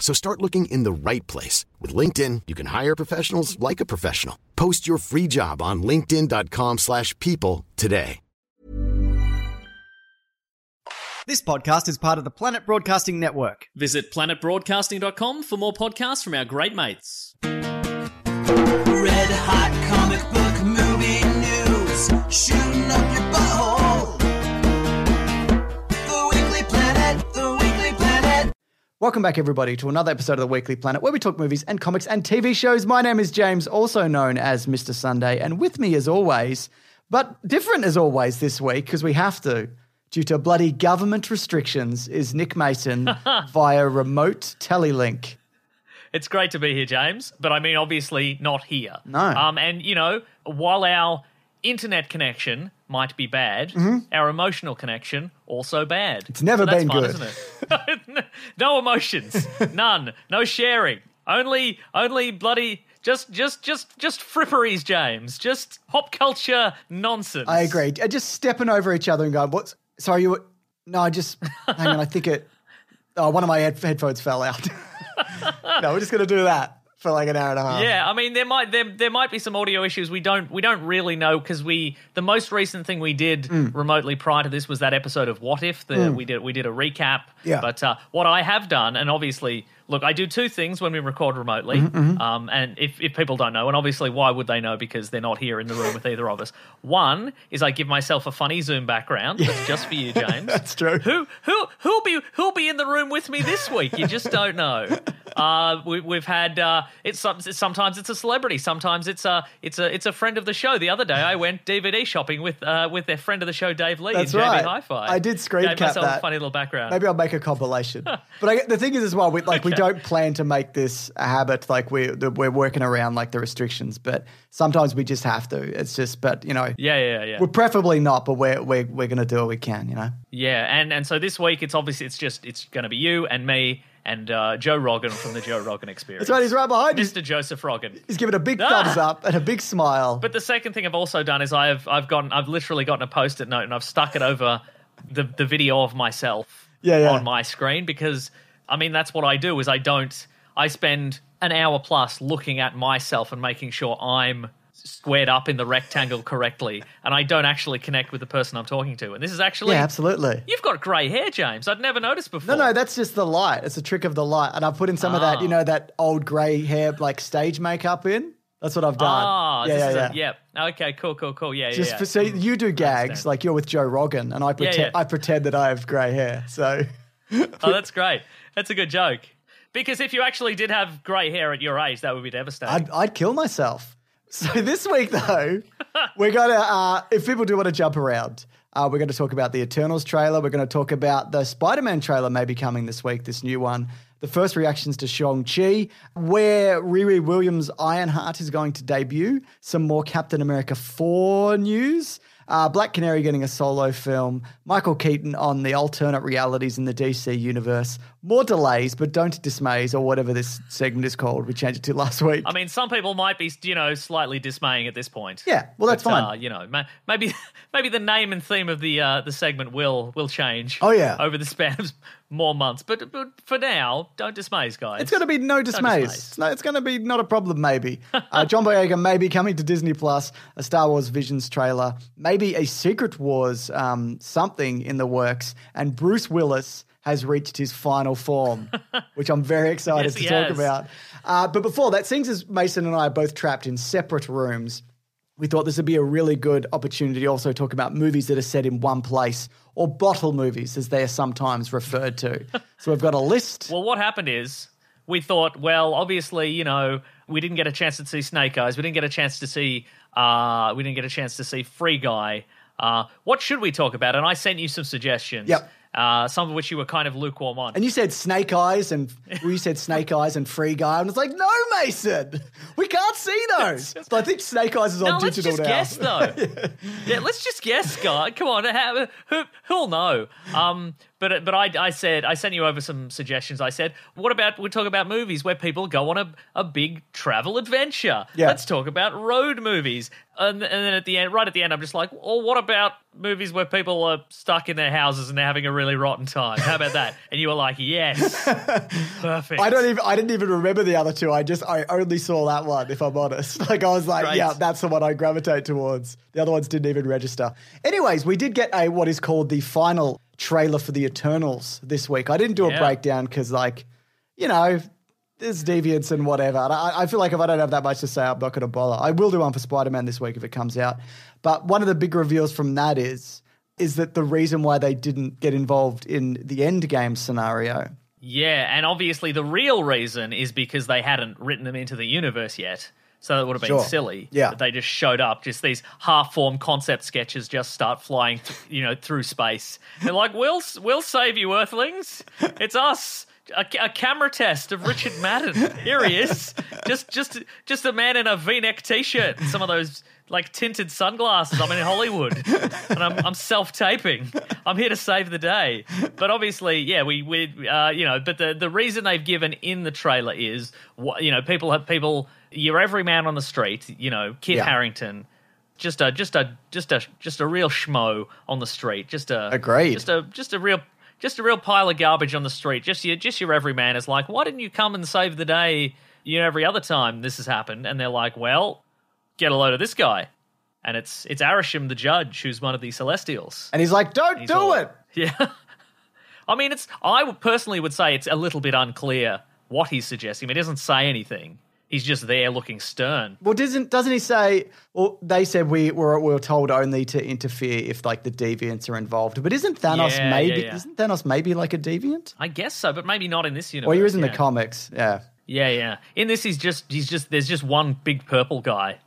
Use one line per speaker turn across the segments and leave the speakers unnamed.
So start looking in the right place. With LinkedIn, you can hire professionals like a professional. Post your free job on linkedin.com slash people today.
This podcast is part of the Planet Broadcasting Network.
Visit planetbroadcasting.com for more podcasts from our great mates.
Red hot comic book movie news, shooting up your butthole. The Weekly Planet, The Weekly Planet.
Welcome back, everybody, to another episode of the Weekly Planet where we talk movies and comics and TV shows. My name is James, also known as Mr. Sunday, and with me, as always, but different as always this week because we have to. Due to bloody government restrictions, is Nick Mason via remote telelink.
It's great to be here, James, but I mean, obviously not here.
No.
Um, and, you know, while our internet connection might be bad, our emotional connection also bad. It's
Mm-hmm. never
that's
been
fun,
good.
Isn't it? no emotions, none, no sharing, only, only bloody. Just, just, just, just fripperies, James. Just pop culture nonsense.
I agree. Uh, Just stepping over each other and going, "What's sorry you?" were- No, I just hang on. I think it. Oh, one of my head- headphones fell out. no, we're just gonna do that for like an hour and a half.
Yeah, I mean there might there there might be some audio issues we don't we don't really know because we the most recent thing we did remotely prior to this was that episode of What If the, we did we did a recap.
Yeah.
But uh, what I have done, and obviously, look, I do two things when we record remotely, um, and if if people don't know, and obviously, why would they know because they're not here in the room with either of us. One is I give myself a funny Zoom background that's just for you, James.
that's true.
Who who who'll be who'll be in the room with me this week? You just don't know. Uh, we, we've had uh, it's some- sometimes it's a celebrity, sometimes it's a it's a it's a friend of the show. The other day, I went DVD shopping with uh, with their friend of the show, Dave Lee.
That's
in
right.
JB Hi-Fi.
I did screen
Gave
cap
myself
that.
a funny little background.
Maybe I'll make a compilation. but I, the thing is, as well, we like we don't plan to make this a habit. Like we're that we're working around like the restrictions, but sometimes we just have to. It's just, but you know,
yeah, yeah, yeah.
we're preferably not, but we're we're we're gonna do what we can. You know,
Yeah, and and so this week it's obviously it's just it's going to be you and me and uh, Joe Rogan from the Joe Rogan Experience.
that's right. He's right behind you.
Mr. Joseph Rogan.
He's giving a big
Ah!
thumbs up and a big smile.
But the second thing I've also done is I've I've gotten I've literally gotten a post-it note and I've stuck it over the the video of myself
Yeah, yeah.
on my screen because I mean that's what I do is I don't I spend an hour plus looking at myself and making sure I'm squared up in the rectangle correctly and I don't actually connect with the person I'm talking to. And this is actually
yeah, absolutely.
You've got grey hair, James. I'd never noticed before.
No, no, that's just the light. It's a trick of the light. And I've put in some of
Ah.
that, you know, that old grey hair, like stage makeup in. That's what I've done.
Ah, this is a- yeah. Okay, cool, cool, cool. Yeah,
Just
yeah. Mm.
for, so you do gags, like you're with Joe Rogan, and I pretend,
yeah.
I pretend that I have grey hair. So
oh, that's great. That's a good joke. Because if you actually did have grey hair at your age, that would be devastating.
I'd, I'd kill myself. So this week, though, we're going to, uh, if people do want to jump around, uh, we're going to talk about the Eternals trailer. We're going to talk about the Spider Man trailer, maybe coming this week, this new one. The first reactions to Shang-Chi, where Riri Williams' Ironheart is going to debut. Some more Captain America 4 news. Uh, Black Canary getting a solo film. Michael Keaton on the alternate realities in the DC universe. More delays, but don't dismays, or whatever this segment is called. We changed it to last week.
I mean, some people might be, you know, slightly dismaying at this point.
Yeah, well, that's
But,
fine.
Uh, you know, ma- maybe maybe the name and theme of the uh, the segment will will change.
Oh, yeah.
over the span of more months. But but for now, don't dismay, guys.
It's going to be no dismays.
dismays.
It's, no, it's going to be not a problem, maybe. Uh, John Boyega maybe coming to Disney Plus, a Star Wars Visions trailer, maybe a Secret Wars um, something in the works, and Bruce Willis has reached his final form, which I'm very excited
Yes,
to
he
talk
has.
about. Uh, but before that, seems as Mason and I are both trapped in separate rooms. we thought this would be a really good opportunity to also talk about movies that are set in one place or bottle movies as they are sometimes referred to. so we've got a list.
Well, what happened is we thought, well, obviously, you know, we didn't get a chance to see Snake Eyes. We didn't get a chance to see. Uh, we didn't get a chance to see Free Guy. Uh, what should we talk about? And I sent you some suggestions.
Yep.
Uh, some of which you were kind of lukewarm on.
and you said Snake Eyes and well, you said Snake Eyes and Free Guy. And it's like, no, Mason, we can't see those. But I think Snake Eyes is on
no, let's
digital
just
now.
guess though. yeah. let's just guess, guy. Come on, how- who who'll know? Um, but but I I said I sent you over some suggestions. I said, what about we talk about movies where people go on a, a big travel adventure?
Yeah.
Let's talk about road movies. And, and then at the end, right at the end, I'm just like, well, what about movies where people are stuck in their houses and they're having a really rotten time? How about that? And you were like, yes, perfect.
I don't even. I didn't even remember the other two. I just. I only saw that one. If I'm honest, like I was like,
Right.
yeah, that's the one I gravitate towards. The other ones didn't even register. Anyways, we did get a what is called the final trailer for the Eternals this week. I didn't do a
Yeah.
breakdown because, like, you know, there's deviance and whatever. And I, I feel like if I don't have that much to say, I'm not going to bother. I will do one for Spider Man this week if it comes out. But one of the big reveals from that is is that the reason why they didn't get involved in the end game scenario
Yeah, and obviously the real reason is because they hadn't written them into the universe yet. So that would have been
Sure.
silly.
Yeah.
That they just showed up. Just these half-formed concept sketches just start flying, th- you know, through space. They're like, "We'll we'll save you, Earthlings. It's us." A, ca- a camera test of Richard Madden. Here he is, just just just a man in a V-neck T-shirt, and some of those like tinted sunglasses. I'm in Hollywood, and I'm, I'm self-taping. I'm here to save the day. But obviously, yeah, we we uh, you know, but the the reason they've given in the trailer is wha- you know people have people. You're every man on the street. You know, Kit
Yeah.
Harrington. Just a just a just a just a real schmo on the street. Just a
Agreed.
Just a just a real just a real pile of garbage on the street. Just your just your everyman is like, why didn't you come and save the day? You know, every other time this has happened, and they're like, well, get a load of this guy, and it's it's Arishim the judge, who's one of the Celestials.
And he's like, don't do
all-
it.
Yeah. I mean, it's. I would- personally would say it's a little bit unclear what he's suggesting. He doesn't say anything. He's just there looking stern.
Well, doesn't doesn't he say? Well, they said we were we were told only to interfere if like the deviants are involved. But isn't Thanos
Yeah,
maybe
yeah, yeah.
isn't Thanos maybe like a deviant?
I guess so, but maybe not in this universe.
Well, he is in
yeah.
the comics. Yeah,
Yeah, yeah. In this, he's just he's just there's just one big purple guy.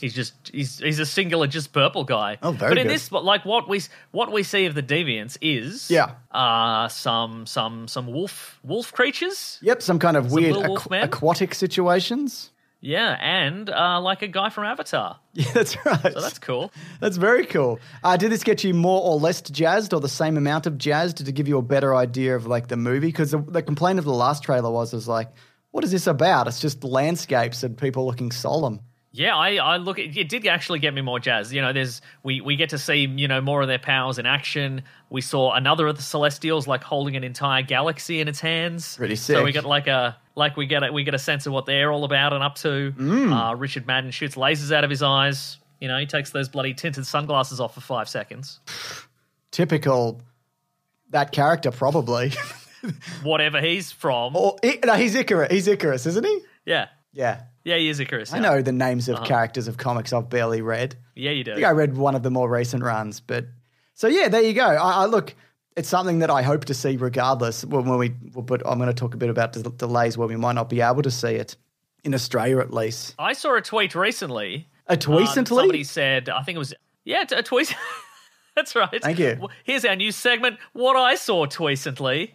he's just he's he's a singular just purple guy.
Oh, very
But in
good.
this, like what we what we see of the deviants is
Yeah.
uh some some some wolf wolf creatures.
yep, some kind of weird
little
aqu-
wolf man?
aquatic situations.
Yeah, and uh, like a guy from Avatar.
Yeah, that's right.
So that's cool.
That's very cool. Uh, did this get you more or less jazzed, or the same amount of jazzed? Did it give you a better idea of like the movie? Because the, the complaint of the last trailer was was like, what is this about? It's just landscapes and people looking solemn.
Yeah, I, I look. It, it did actually get me more jazz. You know, there's we we get to see you know more of their powers in action. We saw another of the Celestials like holding an entire galaxy in its hands.
Pretty
So we
sick.
get like a like we get a, we get a sense of what they're all about and up to.
Mm.
Uh, Richard Madden shoots lasers out of his eyes. You know, he takes those bloody tinted sunglasses off for five seconds.
Typical that character probably.
Whatever he's from.
Or I- no, he's Icarus. He's Icarus, isn't he?
Yeah,
Yeah.
yeah, he is Icarus.
I
yeah.
know the names of characters of comics I've barely read.
Yeah, you do.
I think I read one of the more recent runs, but so yeah, there you go. I, I look, it's something that I hope to see regardless. When, when we, but I'm going to talk a bit about the delays where we might not be able to see it in Australia at least.
I saw a tweet recently
A
Uh,
recently,
somebody said, I think it was, yeah, t- a tweet. That's right.
Thank you.
W- Here's our new segment, What I Saw Tweecently.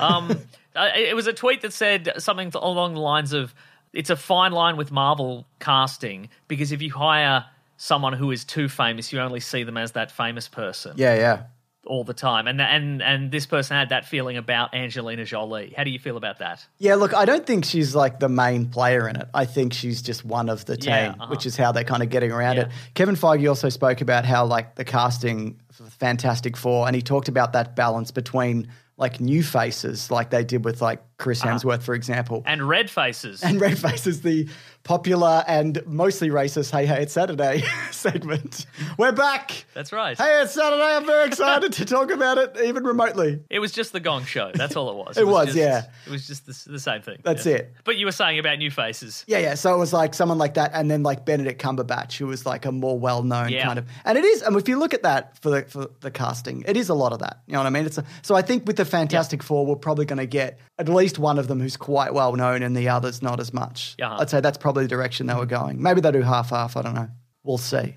Um, I- it was a tweet that said something along the lines of, it's a fine line with Marvel casting because if you hire someone who is too famous, you only see them as that famous person
yeah, yeah.
all the time. And, and, and this person had that feeling about Angelina Jolie. How do you feel about that?
Yeah, look, I don't think she's like the main player in it. I think she's just one of the team,
Yeah, uh-huh.
which is how they're kind of getting around it. Kevin Feige also spoke about how like the casting for the Fantastic Four, and he talked about that balance between like new faces, like they did with like Chris Hemsworth, for example.
Uh-huh. and red faces.
And Red Face is the popular and mostly racist Hey Hey It's Saturday segment. We're back.
That's right.
Hey, it's Saturday. I'm very excited to talk about it, even remotely.
It was just the Gong Show. That's all it was.
It was,
just,
yeah.
It was just the, the same thing.
That's it.
But you were saying about new faces.
Yeah, yeah. So it was like someone like that, and then like Benedict Cumberbatch, who was like a more well-known
Yeah.
kind of. And it is, and if you look at that for the for the casting, it is a lot of that. You know what I mean? It's a, so I think with the Fantastic Four, we're probably going to get at least one of them who's quite well known, and the others not as much.
Yeah.
I'd say that's probably the direction they were going. Maybe they do half half. I don't know. We'll see.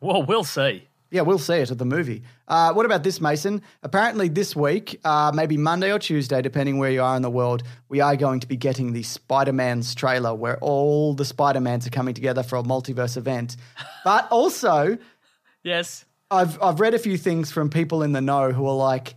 Well, we'll see.
Yeah, we'll see it at the movie. Uh, what about this, Mason? Apparently, this week, uh, maybe Monday or Tuesday, depending where you are in the world, we are going to be getting the Spider Man's trailer where all the Spider Mans are coming together for a multiverse event. But also,
Yes.
I've, I've read a few things from people in the know who are like,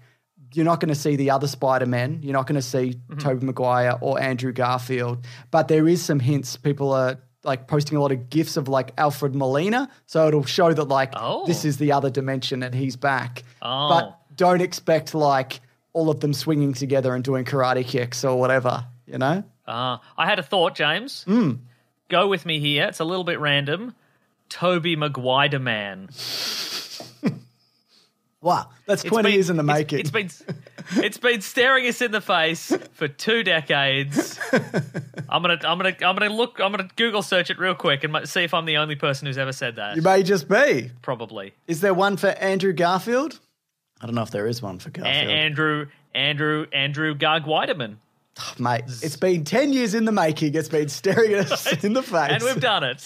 you're not going to see the other Spider-Man. You're not going to see
Mm-hmm.
Tobey Maguire or Andrew Garfield. But there is some hints. People are like posting a lot of gifs of like Alfred Molina. So it'll show that like
Oh.
this is the other dimension and he's back. But don't expect like all of them swinging together and doing karate kicks or whatever, you know?
Uh, I had a thought, James.
Hmm.
Go with me here. It's a little bit random. Toby Maguire man.
Wow. That's
It's
20
been-
years in the
it's-
making.
It's been it's been staring us in the face for two decades. I'm gonna I'm gonna I'm gonna look I'm gonna Google search it real quick and mi- see if I'm the only person who's ever said that.
you may just be.
Probably.
Is there one for Andrew Garfield? I don't know if there is one for
A-
Garfield.
Andrew Andrew Andrew Gargwiderman.
Mate, it's been 10 years in the making. It's been staring at us in the face.
And we've done it.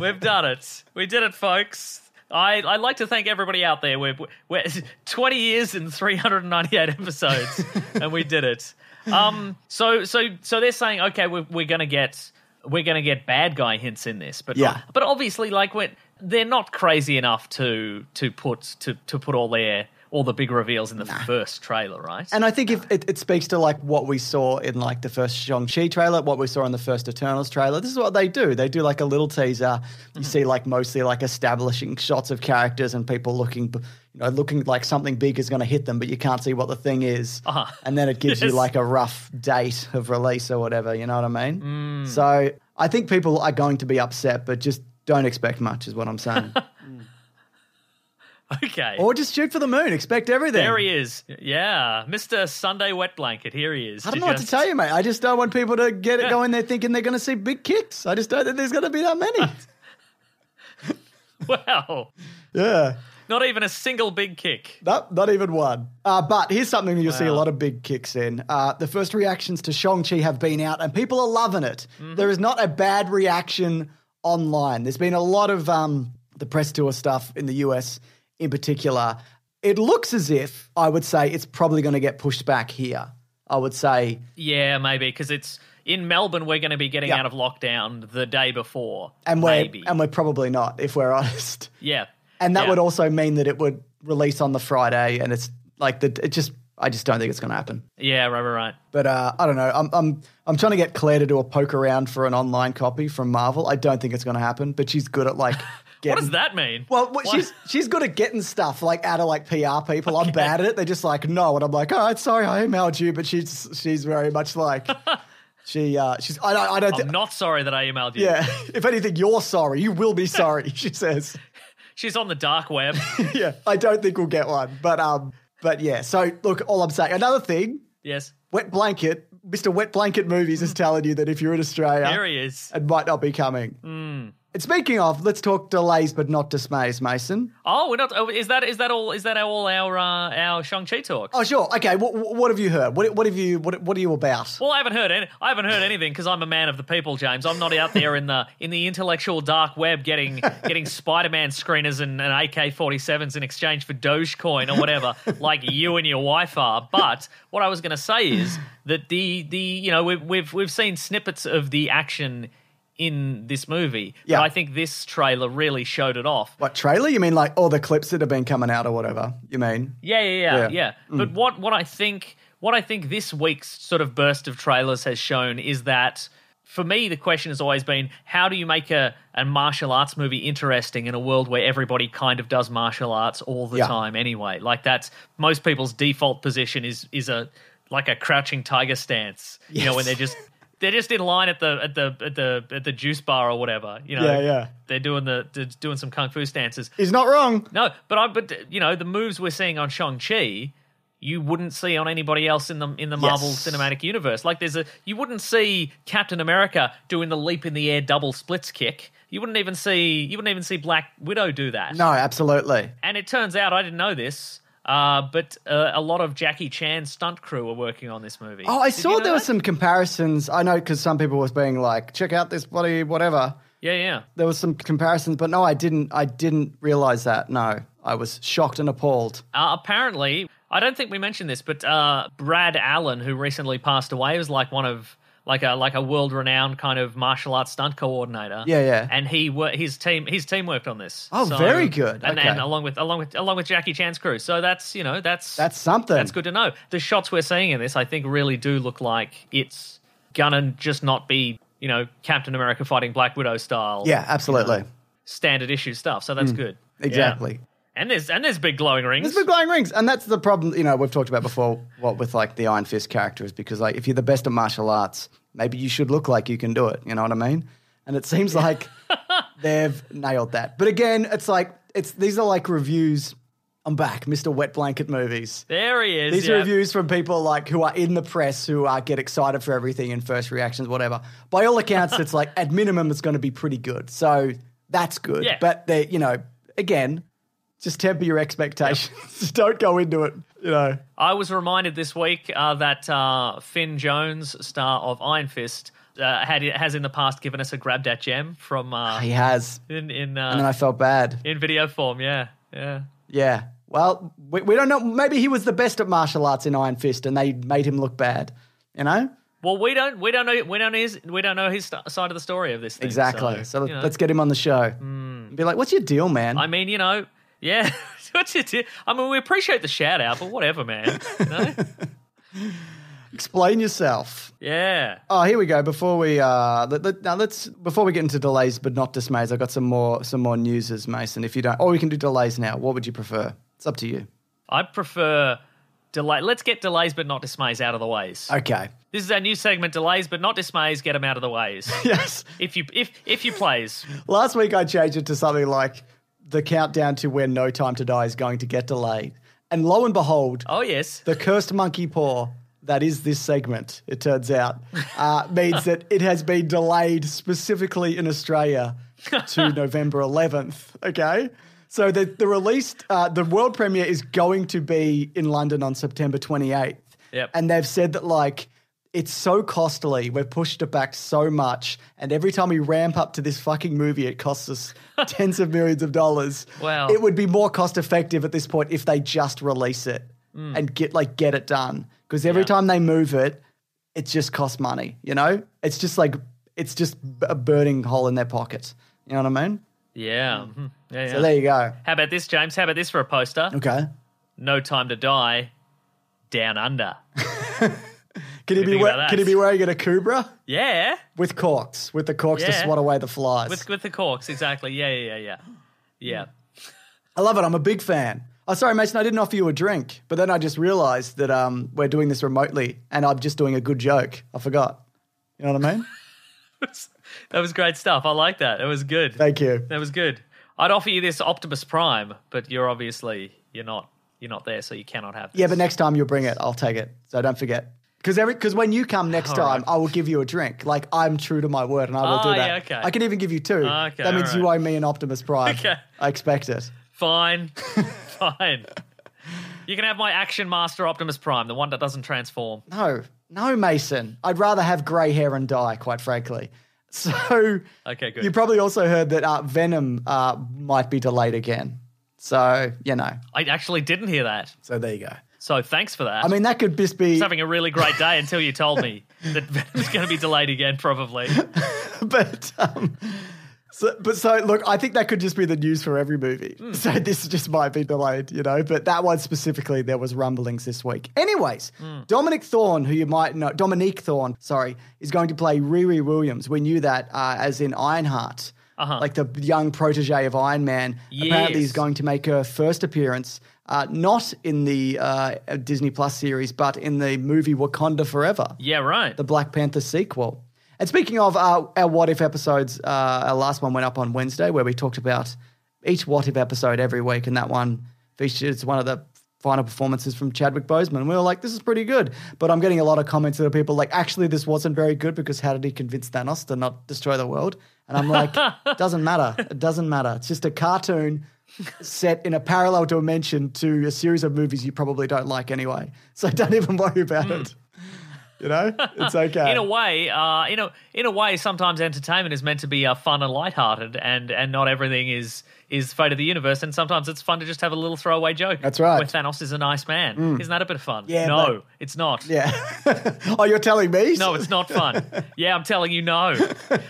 We've done it. We did it, folks. I, I'd like to thank everybody out there. We're, we're 20 years and 398 episodes, and we did it. Um, so, so, so they're saying, okay, we're, we're gonna get, we're gonna get bad guy hints in this, but
Yeah.
but obviously, like, when they're not crazy enough to to put to to put all their all the big reveals in the first trailer, right?
And I think if it, it speaks to like what we saw in like the first Shang-Chi trailer, what we saw in the first Eternals trailer. This is what they do. They do like a little teaser.
Mm-hmm.
You see like mostly like establishing shots of characters and people looking, b- you know, looking like something big is going to hit them, but you can't see what the thing is.
Uh-huh.
And then it gives you
Yes.
like a rough date of release or whatever. You know what I mean?
Mm.
So I think people are going to be upset, but just don't expect much is what I'm saying.
okay,
Or just shoot for the moon. Expect everything.
there he is. Yeah, Mister Sunday Wet Blanket. Here he is.
I don't know what to tell you, mate. I just don't want people to get it going there thinking they're going to see big kicks. I just don't think there's going to be that many.
Wow.
yeah,
Not even a single big kick.
not, not even one. Uh, but here's something that you'll see a lot of big kicks in. Uh, the first reactions to Shang-Chi have been out, and people are loving it.
Mm-hmm.
There is not a bad reaction online. There's been a lot of um, the press tour stuff in the US in particular. It looks as if, I would say, it's probably going to get pushed back here. I would say
Yeah, maybe because it's in Melbourne. We're going to be getting
Yeah.
out of lockdown the day before,
and we're
maybe.
and we're probably not if we're honest.
yeah,
and that
Yeah.
would also mean that it would release on the Friday, and it's like the it just I just don't think it's going to happen.
yeah, right, right, right.
But uh, I don't know. I'm I'm I'm trying to get Claire to do a poke around for an online copy from Marvel. I don't think it's going to happen, but she's good at like. Getting,
What does that mean?
Well, what,
Why-
she's she's good at getting stuff like out of like PR people. I'm bad at it. They're just like no, and I'm like, all right, sorry, I emailed you, but she's she's very much like she uh she's I don't I don't
I'm
think
not sorry that I emailed you.
yeah. If anything, you're sorry. You will be sorry. She says.
She's on the dark web.
yeah, I don't think we'll get one, but um, but yeah. So look, all I'm saying. Another thing,
yes,
Wet Blanket, Mr. Wet Blanket Movies is telling you that if you're in
here
Australia,
he is.
it might not be coming.
Hmm.
And speaking of, let's talk delays but not dismays, Mason.
Oh, we're not. Oh, is that is that all? Is that all our uh, our Shang Chi talk?
Oh, sure. Okay. What what have you heard? What what have you what what are you about?
Well, I haven't heard any, I haven't heard anything because I'm a man of the people, James. I'm not out there in the in the intellectual dark web getting getting Spider-Man screeners and, and AK-47s in exchange for Dogecoin or whatever, like you and your wife are. But what I was going to say is that the the you know we've we've we've seen snippets of the action in this movie. but
Yeah.
I think this trailer really showed it off.
What trailer? You mean like all the clips that have been coming out or whatever? You mean?
Yeah, yeah, yeah,
Yeah. Mm.
yeah. But what what I think what I think this week's sort of burst of trailers has shown is that for me the question has always been how do you make a, a martial arts movie interesting in a world where everybody kind of does martial arts all the
Yeah.
time anyway like that's most people's default position is is a like a crouching tiger stance. You know, when they're just they're just in line at the at the at the at the juice bar or whatever. You know,
Yeah, yeah.
They're doing the they're doing some kung fu stances.
He's not wrong.
No, but I but you know the moves we're seeing on Shang Chi, you wouldn't see on anybody else in the in the Marvel
Yes.
Cinematic Universe. Like there's a you wouldn't see Captain America doing the leap in the air double splits kick. You wouldn't even see you wouldn't even see Black Widow do that.
No, absolutely.
And it turns out I didn't know this, uh, but uh, a lot of Jackie Chan's stunt crew were working on this movie.
Oh, I
Did you
saw
know
there were
that?
some comparisons. I know because some people was being like, check out this bloody whatever.
Yeah, yeah.
There was some comparisons, but no, I didn't. I didn't realize that. No, I was shocked and appalled.
Uh, apparently, I don't think we mentioned this, but uh, Brad Allen, who recently passed away, was like one of like a like a world renowned kind of martial arts stunt coordinator.
Yeah, yeah.
And he wor- his team his team worked on this.
Oh, very good.
And
Okay.
then along with along with along with Jackie Chan's crew. So that's you know that's
That's something.
that's good to know. The shots we're seeing in this, I think, really do look like it's gonna just not be you know Captain America fighting Black Widow style.
Yeah, absolutely.
Standard issue stuff. So that's good. Yeah.
Exactly.
And there's and there's big glowing rings.
There's big glowing rings, and that's the problem. You know, we've talked about before what with like the Iron Fist character is because like if you're the best at martial arts, maybe you should look like you can do it. You know what I mean? And it seems like they've nailed that. But again, it's like it's these are like reviews. I'm back, Mr. Wet Blanket movies.
There he is.
These
yeah.
are reviews from people like who are in the press who uh, get excited for everything and first reactions, whatever. By all accounts, it's like at minimum it's going to be pretty good. So that's good.
Yeah.
But they, you know, again, just temper your expectations. just don't go into it. You know,
I was reminded this week uh, that uh, Finn Jones, star of Iron Fist, uh, had has in the past given us a grab that gem from uh,
he has,
in in
and
uh,
I felt bad.
in video form. Yeah, yeah.
Yeah. Well, we, we don't know. Maybe he was the best at martial arts in Iron Fist, and they made him look bad. You know.
Well, we don't we don't know we don't his we don't know his st- side of the story of this thing.
Exactly. So,
you know.
let's get him on the show.
Hmm.
Be like, what's your deal, man?
I mean, you know, yeah. What you do? I mean, we appreciate the shout out, but whatever, man. You know?
Explain yourself.
yeah.
Oh, here we go. Before we uh, let, let, now let's before we get into delays, but not dismays. I've got some more some more newses, Mason. If you don't, or we can do delays now. What would you prefer? It's up to you.
I prefer delay. Let's get delays, but not dismays, out of the ways.
Okay.
This is our new segment, delays, but not dismays. Get them out of the ways.
Yes.
If you if if you plays,
Last week I changed it to something like the countdown to when No Time to Die is going to get delayed, and lo and behold,
oh yes,
the cursed monkey paw that is this segment. It turns out uh, means that it has been delayed specifically in Australia to November 11th. Okay, so the the release, uh, the world premiere is going to be in London on September 28th.
Yep.
and they've said that like. It's so costly. We've pushed it back so much. And every time we ramp up to this fucking movie, it costs us tens of millions of dollars.
Wow.
It would be more cost effective at this point if they just release it
Hmm.
and get like get it done. Because every time they move it, it just costs money. You know, it's just like it's just b- a burning hole in their pocket. You know what I mean?
yeah, Mhm. yeah. yeah.
So there you go.
How about this, James? How about this for a poster?
Okay.
No time to die, down under.
Can he
do you
be
think
we-
about
can he
that?
be wearing it a Cobra
Yeah,
with corks with the corks to
Yeah.
swat away the flies?
with with the corks, exactly. Yeah, yeah, yeah, yeah.
I love it. I'm a big fan. Oh, sorry, Mason. I didn't offer you a drink, but then I just realised that um, we're doing this remotely, and I'm just doing a good joke. I forgot. You know what I mean?
Yeah, that was great stuff. I like that. That was good.
Thank you.
That was good. I'd offer you this Optimus Prime, but you're obviously you're not you're not there, so you cannot have. This.
Yeah, but next time you'll bring it. I'll take it. So don't forget. Because every because when you come next
All
time,
right.
I will give you a drink. Like I'm true to my word, and I will
Oh,
do that.
yeah, okay.
I can even give you two.
Okay,
that means
all
you
right.
owe me an Optimus Prime.
Okay.
I expect it.
Fine. Fine. You can have my Action Master Optimus Prime, the one that doesn't transform.
No, no, Mason. I'd rather have grey hair and die. Quite frankly. So
Okay, good.
you probably also heard that uh, Venom uh, might be delayed again. So you know.
I actually didn't hear that.
So there you go.
So thanks for that.
I mean, that could just be.
was having a really great day until you told me that Venom's going to be delayed again, probably.
but um, so, but so look, I think that could just be the news for every movie. So this just might be delayed, you know. But that one specifically, there was rumblings this week. Anyways, Dominic Thorne, who you might know, Dominique Thorne, sorry, is going to play Riri Williams. We knew that uh, as in Ironheart. like the young protege of Iron Man. Apparently, is
Yes.
going to make her first appearance, uh, not in the uh, Disney Plus series, but in the movie Wakanda Forever
Yeah, right.
the Black Panther sequel. And speaking of uh, our What If episodes, uh, our last one went up on Wednesday where we talked about each What If episode every week, and that one features one of the final performances from Chadwick Boseman. We were like, this is pretty good. But I'm getting a lot of comments that are people like, actually, this wasn't very good because how did he convince Thanos to not destroy the world? And I'm like, it doesn't matter. It doesn't matter. It's just a cartoon set in a parallel dimension to a series of movies you probably don't like anyway. So don't even worry about it. You know, it's okay.
Hmm. in a way, uh, in a in a way, sometimes entertainment is meant to be uh, fun and lighthearted, and and not everything is is fate of the universe. And sometimes it's fun to just have a little throwaway joke.
That's right. Mm.
Where Thanos is a nice man. Isn't that a bit of fun?
Yeah,
no,
but-
it's not.
yeah. oh, you're telling me?
No, it's not fun. yeah, I'm telling you, no.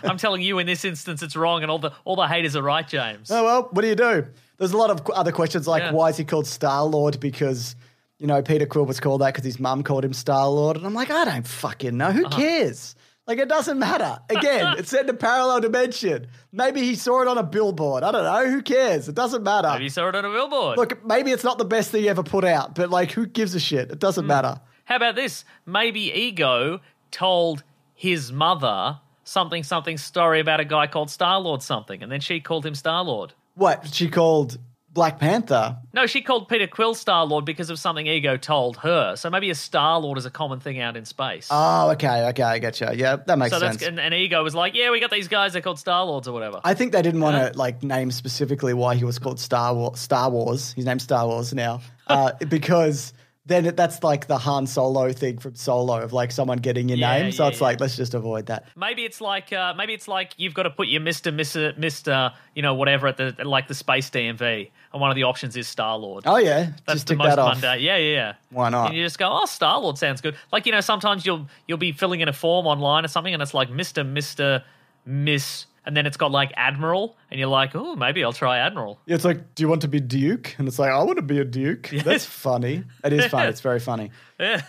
I'm telling you, in this instance, it's wrong, and all the all the haters are right, James.
Oh well, what do you do? There's a lot of qu- other questions like
Yeah.
why is he called Star Lord? Because you know Peter Quill was called that because his mum called him Star Lord, and I'm like, I don't fucking know.
Uh-huh.
Who cares? Like it doesn't matter. Again, it's set in a parallel dimension. Maybe he saw it on a billboard. I don't know. Who cares? It doesn't matter.
Have you saw it on a billboard?
Look, maybe it's not the best thing you ever put out, but like, who gives a shit? It
Mm.
doesn't matter.
How about this? Maybe Ego told his mother something something story about a guy called Star Lord something, and then she called him Star Lord.
What she called Black Panther?
No, she called Peter Quill Star Lord because of something Ego told her. So maybe a Star Lord is a common thing out in space.
Oh, okay, okay, I get you. Yeah, that makes
so
sense.
that's and, and Ego was like, "Yeah, we got these guys. They're called Star Lords or whatever."
I think they didn't want
Uh-huh.
to like name specifically why he was called Star War- Star Wars. His name's Star Wars now uh, because then it, that's like the Han Solo thing from Solo of like someone getting your
Yeah,
name. So
yeah,
it's like let's just avoid that.
maybe it's like uh, maybe it's like you've got to put your Mister Mister Mister, you know, whatever at the like the space DMV, and one of the options is Star Lord.
Oh yeah,
That's
just
the
tick
most
that off.
mundane. Yeah, yeah, yeah.
Why not?
And you just go, oh, Star Lord sounds good. Like you know, sometimes you'll you'll be filling in a form online or something, and it's like Mister Mister Miss, and then it's got like Admiral, and you're like, oh, maybe I'll try Admiral.
It's like, do you want to be Duke? And it's like, I want to be a Duke. That's funny. It is funny. It's very funny.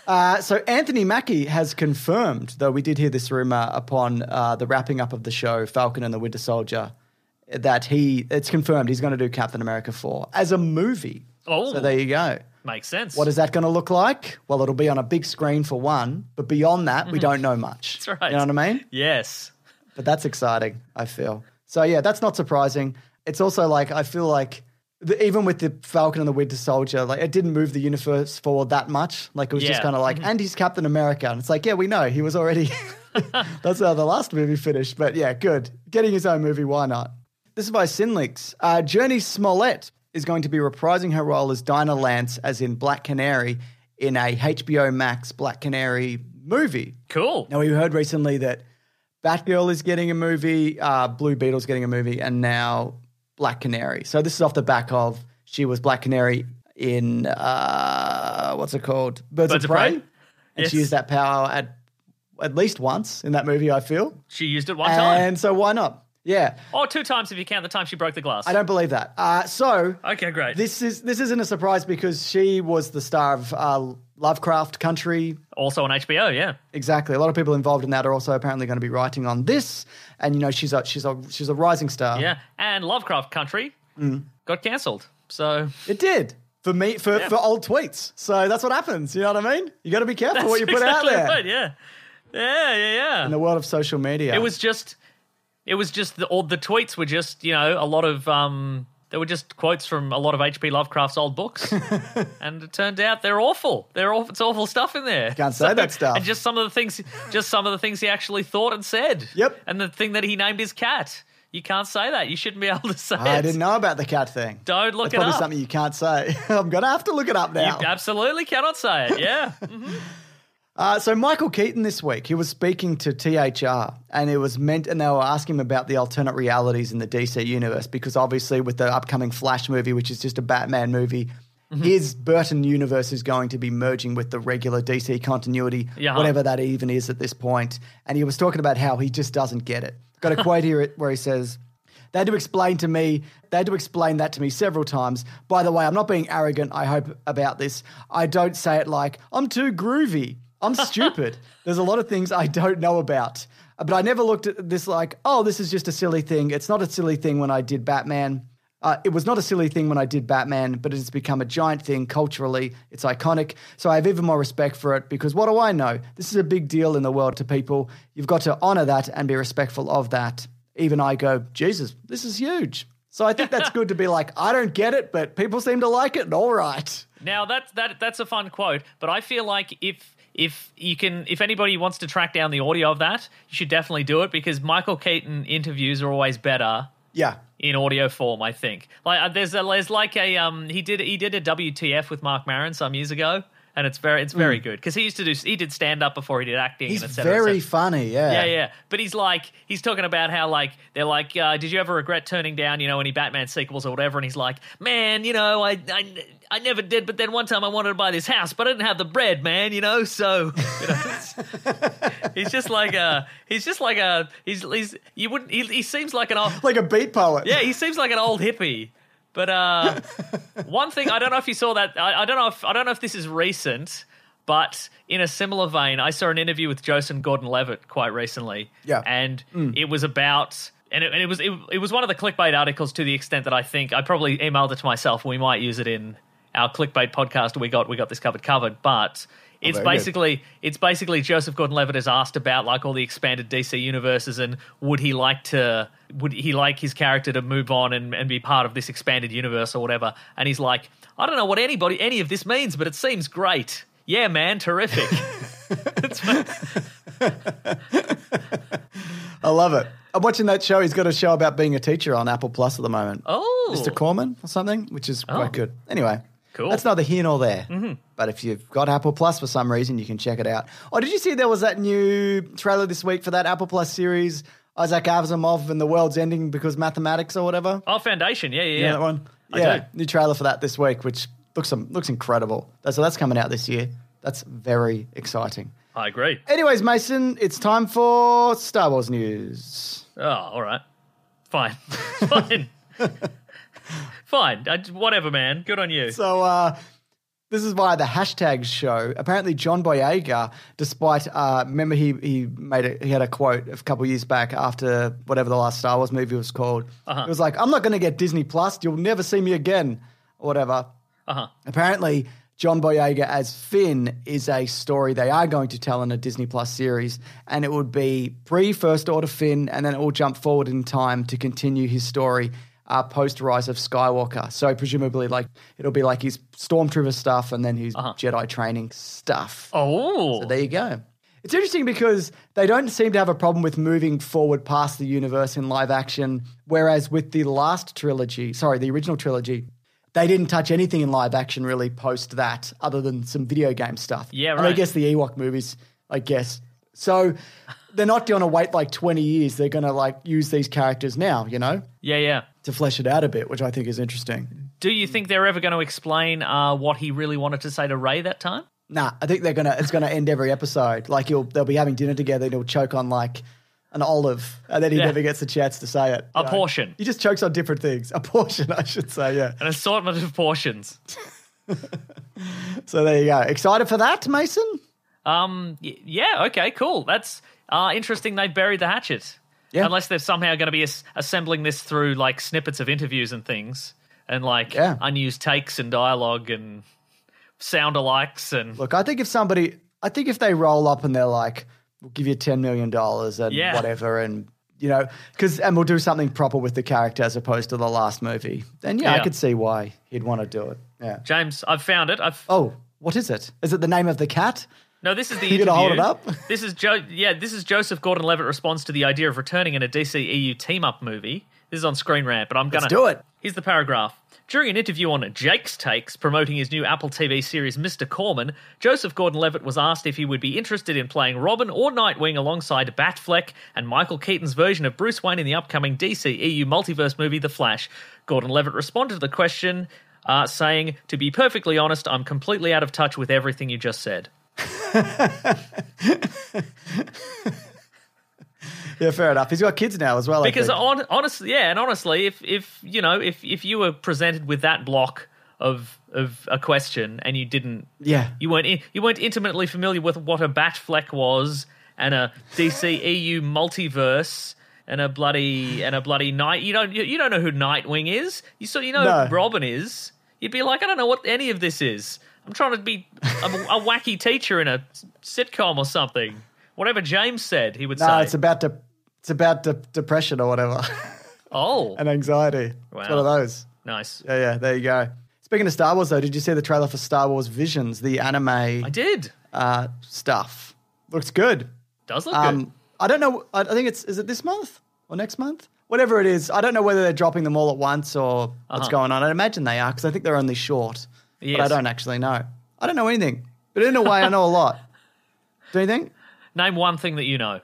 Uh, so Anthony Mackie has confirmed, though we did hear this rumor upon uh, the wrapping up of the show, Falcon and the Winter Soldier, that he it's confirmed he's going to do Captain America four as a movie.
Oh.
so there you go.
Makes sense.
What is that going to look like? Well, it'll be on a big screen for one, but beyond that, we don't know much.
Mm-hmm. That's right.
You know what I mean?
Yes.
But that's exciting, I feel. So yeah, that's not surprising. It's also like I feel like the, even with the Falcon and the Winter Soldier, like it didn't move the universe forward that much. Like it was just
Yeah.
kind of like, and he's Captain America, and it's like, yeah, we know he was already. that's how the last movie finished. But yeah, good getting his own movie. Why not? This is by Sinleaks. Uh, Journey Smollett is going to be reprising her role as Dinah Lance, as in Black Canary, in a HBO Max Black Canary movie.
Cool.
Now we heard recently that Batgirl is getting a movie, uh, Blue Beetle's getting a movie, and now Black Canary. So this is off the back of she was Black Canary in uh, what's it called, Birds,
Birds
of
of
Prey,
Prey?
and
Yes.
she used that power at at least once in that movie. I feel,
She used it one time.
and so why not? Yeah,
Or two times if you count the time she broke the glass.
I don't believe that. Uh, so
Okay, great.
this is this isn't a surprise because she was the star of uh, Lovecraft Country,
also on HBO, yeah.
Exactly. A lot of people involved in that are also apparently going to be writing on this. And you know, she's a she's a she's a rising star.
Yeah. And Lovecraft Country got cancelled. So
It did. For me for, for old tweets. So that's what happens. You know what I mean? You gotta be careful what you put
exactly
out there.
right, yeah. Yeah, yeah, yeah.
In the world of social media.
It was just it was just the all the tweets were just, you know, a lot of um they were just quotes from a lot of HP Lovecraft's old books. and it turned out they're awful. They're awful, it's awful stuff in there.
Can't say that stuff.
And just some of the things just some of the things he actually thought and said.
Yep.
And the thing that he named his cat. You can't say that. You shouldn't be able to say
I
it.
didn't know about the cat thing.
Don't look
That's
it
probably
up.
something you can't say. I'm gonna have to look it up now.
You absolutely cannot say it. Yeah.
Uh, so Michael Keaton this week, he was speaking to THR, and it was meant, and they were asking him about the alternate realities in the DC universe because obviously with the upcoming Flash movie, which is just a Batman movie, his Burton universe is going to be merging with the regular DC continuity,
Yeah.
whatever that even is at this point. And he was talking about how he just doesn't get it. Got a quote here where he says. They had to explain to me. They had to explain that to me several times. By the way, I'm not being arrogant. I hope about this. I don't say it like I'm too groovy. I'm stupid. There's a lot of things I don't know about. But I never looked at this like, oh, this is just a silly thing. It's not a silly thing when I did Batman. Uh, it was not a silly thing when I did Batman, but it's become a giant thing culturally. It's iconic. So I have even more respect for it because what do I know? This is a big deal in the world to people. You've got to honor that and be respectful of that. Even I go, Jesus, this is huge. So I think that's good to be like, I don't get it, but people seem to like it, and all right.
Now that's that that's a fun quote, but I feel like if if you can if anybody wants to track down the audio of that, you should definitely do it because Michael Keaton interviews are always better
Yeah.
in audio form. I think like uh, there's a, there's like a um he did he did a WTF with Mark Maron some years ago, and it's very it's very good because he used to do he did stand up before he did acting.
Hmm. He's
and et cetera, et
very
cetera.
funny,
Yeah, yeah. But he's like, he's talking about how, like, they're like, uh, did you ever regret turning down, you know, any Batman sequels or whatever? And he's like, man, you know, I, I, I never did, but then one time I wanted to buy this house, but I didn't have the bread, man, you know. So, you know, it's- he's just like a, he's just like a, he's, he's, you wouldn't, he, he seems like an old,
Like a beat poet.
yeah, he seems like an old hippie. But uh, one thing I don't know if you saw that. I, I don't know if I don't know if this is recent, but in a similar vein, I saw an interview with Joseph Gordon-Levitt quite recently.
Yeah.
and it was about. And it, and it was it, it was one of the clickbait articles to the extent that I think I probably emailed it to myself. We might use it in our clickbait podcast. We got we got this covered covered, but it's
very good.
basically basically it's basically Joseph Gordon-Levitt is asked about like all the expanded DC universes and would he like to would he like his character to move on and, and be part of this expanded universe or whatever and he's like I don't know what anybody any of this means but it seems great yeah man terrific
I love it. I'm watching that show. He's got a show about being a teacher on Apple Plus at the moment.
oh
Mr. Corman or something, which is quite good. Anyway,
Cool. Mm-hmm.
That's neither here nor there. But if you've got Apple Plus for some reason, you can check it out. Oh, did you see there was that new trailer this week for that Apple Plus series, Isaac Asimov and the world's ending because mathematics or whatever?
oh Foundation yeah yeah,
You
yeah.
know that one.
I
yeah,
do.
new trailer for that this week, which looks um, looks incredible. So that's coming out this year. That's very exciting.
I agree
Anyways, Mason, it's time for Star Wars news.
oh all right fine fine fine I, whatever man good on you
So uh, this is via the hashtag show. Apparently, John Boyega, despite uh, remember he he made a, he had a quote a couple years back after whatever the last Star Wars movie was called. It was like, "I'm not going to get Disney Plus. You'll never see me again," or whatever.
uh-huh
Apparently, John Boyega as Finn is a story they are going to tell in a Disney Plus series, and it would be pre First Order Finn, and then it will jump forward in time to continue his story uh, post Rise of Skywalker. So presumably, like it'll be like his stormtrooper stuff, and then his Jedi training stuff.
oh
There you go. It's interesting because they don't seem to have a problem with moving forward past the universe in live action, whereas with the last trilogy, sorry, the original trilogy, they didn't touch anything in live action really post that, other than some video game stuff.
Yeah,
And I
right.
guess the Ewok movies, I guess. So they're not going to wait like 20 years. They're going to like use these characters now, you know,
yeah yeah
to flesh it out a bit, which I think is interesting.
Do you think they're ever going to explain uh, what he really wanted to say to Ray that time?
Nah, I think they're gonna. It's gonna end every episode. Like he'll, they'll be having dinner together, and he'll choke on like an olive, and then he
Yeah.
never gets a chance to say it.
A
You know?
portion.
He just chokes on different things. A portion, I should say. Yeah.
An assortment of portions.
So there you go. Excited for that, Mason?
Um, y- yeah, okay, cool. That's uh, interesting. They buried the hatchet.
Yeah.
Unless they're somehow going to be as- assembling this through like snippets of interviews and things, and like
Yeah.
unused takes and dialogue and sound alikes and
Look, I think if somebody, I think if they roll up and they're like, "We'll give you ten million dollars and
Yeah.
whatever," and you know, because and we'll do something proper with the character as opposed to the last movie, then yeah, I
Yeah.
could see why he'd want to do it. Yeah.
James. I've found it. I've
Oh, what is it? Is it the name of the cat?
No, this is the
You
interview.
gonna hold it up?
This is Joe. Yeah, this is Joseph Gordon-Levitt responds to the idea of returning in a DCEU team-up movie. This is on Screen Rant, but I'm gonna
do it.
Here's the paragraph. During an interview on Jake's Takes promoting his new Apple TV series Mr. Corman, Joseph Gordon-Levitt was asked if he would be interested in playing Robin or Nightwing alongside Batfleck and Michael Keaton's version of Bruce Wayne in the upcoming DCEU multiverse movie The Flash. Gordon-Levitt responded to the question uh, saying, "To be perfectly honest, I'm completely out of touch with everything you just said."
Yeah, fair enough. He's got kids now as well. I
because
think.
on, honestly, yeah, and honestly, if if you know if if you were presented with that block of of a question and you didn't,
yeah,
you weren't in, you weren't intimately familiar with what a bat fleck was and a DCEU multiverse and a bloody and a bloody night. You don't you, you don't know who Nightwing is. You so you know
No.
who Robin is. You'd be like, I don't know what any of this is. I'm trying to be I'm a, a wacky teacher in a sitcom or something. Whatever James said, he would
No,
say.
it's about de- it's about de- depression or whatever
oh,
and anxiety. It's one
Wow.
of those.
nice.
Yeah, yeah. There you go. Speaking of Star Wars, though, did you see the trailer for Star Wars Visions, the
I
anime
did.
uh, stuff? Looks good.
Does look good.
Um, I don't know. I I think it's is it this month or next month, whatever it is. I don't know whether they're dropping them all at once or what's going on. I imagine they are because I think they're only short. But I
Uh-huh. Yes.
don't actually know. I don't know anything. But in a way, I know a lot. Do you think?
Name one thing that you know.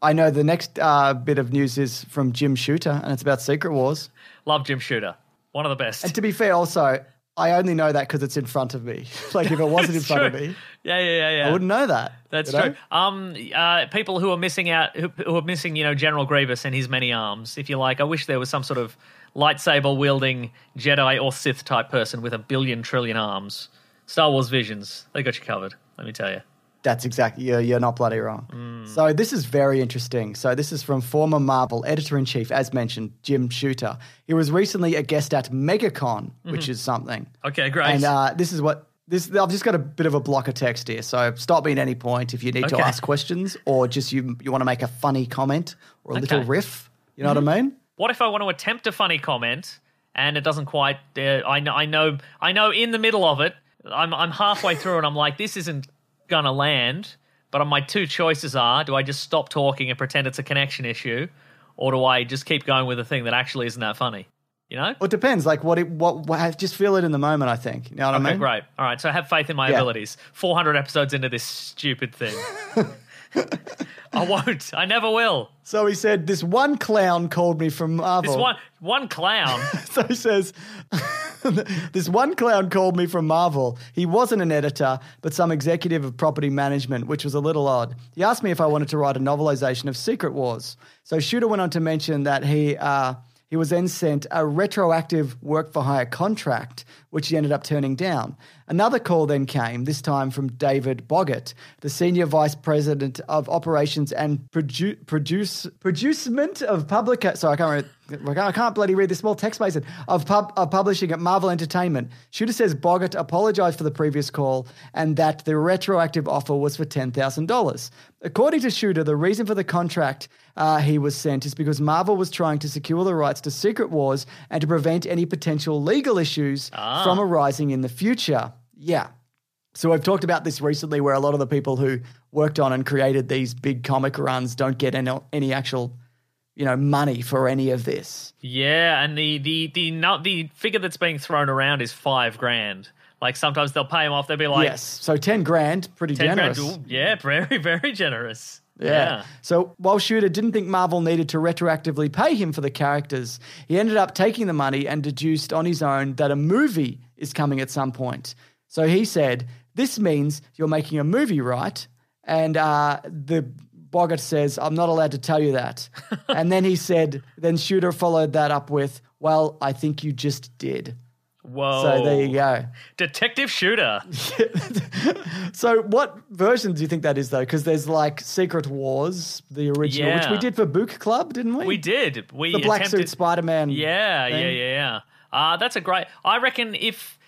I know the next uh, bit of news is from Jim Shooter, and it's about Secret Wars.
Love Jim Shooter. One of the best.
And to be fair, also, I only know that because it's in front of me. like if it wasn't in
It's
front
true.
of me,
Yeah, yeah, yeah, yeah.
I wouldn't know that.
That's
you know?
true. Um, uh, people who are missing out, who, who are missing, you know, General Grievous and his many arms. If you like, I wish there was some sort of lightsaber wielding Jedi or Sith type person with a billion trillion arms. Star Wars Visions, they got you covered. Let me tell you.
That's exactly. You're, you're not bloody wrong.
Mm.
So this is very interesting. So this is from former Marvel editor in chief, as mentioned, Jim Shooter. He was recently a guest at MegaCon,
Mm-hmm.
which is something.
Okay, great.
And uh, this is what this. I've just got a bit of a block of text here, so stop me at any point if you need
Okay.
to ask questions or just you you want to make a funny comment or a little
Okay. Mm-hmm.
riff. You know what I mean?
what if I want to attempt a funny comment and it doesn't quite? Uh, I know, I know, I know. In the middle of it, I'm I'm halfway through and I'm like, this isn't gonna land. But my two choices are: do I just stop talking and pretend it's a connection issue, or do I just keep going with a thing that actually isn't that funny? You know?
Well, it depends. Like what it what, what I just feel it in the moment. I think. You know what I
Okay,
mean?
great. All right, so have faith in my
Yeah.
abilities. 400 episodes into this stupid thing. I won't. I never will.
So he said, "This one clown called me from Marvel."
This one one clown.
So he says, This one clown called me from Marvel. He wasn't an editor, but some executive of property management, which was a little odd. He asked me if I wanted to write a novelization of Secret Wars. So Shooter went on to mention that he, uh, he was then sent a retroactive work for hire contract, which he ended up turning down. Another call then came, this time from David Boggett, the Senior Vice President of Operations and Produ- Produce Producement of Public. Sorry, I can't remember. I can't- I can't bloody read this small text, Mason, of, pub, of publishing at Marvel Entertainment. Shooter says Boggart apologized for the previous call and that the retroactive offer was for $10,000. According to Shooter, the reason for the contract uh, he was sent is because Marvel was trying to secure the rights to Secret Wars and to prevent any potential legal issues from arising in the future. Yeah. So I've talked about this recently where a lot of the people who worked on and created these big comic runs don't get any, any actual you know money for any of this.
Yeah, and the the the not the figure that's being thrown around is five grand. Like sometimes they'll pay him off. They'll be like,
yes. So 10 grand, pretty
ten
generous.
grand. Ooh, yeah, very very generous.
yeah. So while Shooter didn't think Marvel needed to retroactively pay him for the characters, he ended up taking the money and deduced on his own that a movie is coming at some point. So he said, This means you're making a movie, right? And uh, the Boggart says, I'm not allowed to tell you that. and then he said, Then Shooter followed that up with, Well, I think you just did.
Whoa.
So there you go.
Oh. Detective Shooter.
So, what version do you think that is, though? Because there's like Secret Wars, the original, which
Yeah.
we did for Book Club, didn't we?
We did. We
The black
attempted-
suit Spider Man.
Yeah, yeah,
thing.
yeah, yeah. Uh, that's a great. I reckon if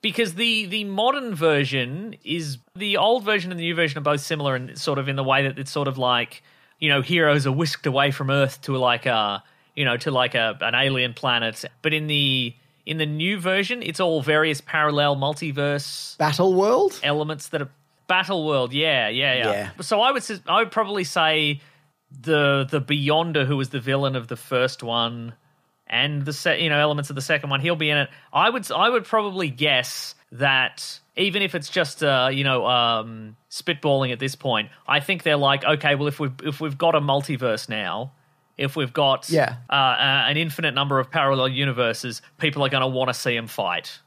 because the the modern version is the old version and the new version are both similar and sort of in the way that it's sort of like you know heroes are whisked away from Earth to like a you know to like a an alien planet, but in the in the new version, it's all various parallel multiverse
Battle World.
elements that are battle world. Yeah, yeah, yeah.
Yeah.
So I would sus- I would probably say the the Beyonder who was the villain of the first one and the se- you know elements of the second one. He'll be in it. I would s- I would probably guess that even if it's just uh you know um spitballing at this point, I think they're like okay, well if we have if we've got a multiverse now. If we've got
Yeah.
uh, uh, an infinite number of parallel universes, people are going to want to see him fight.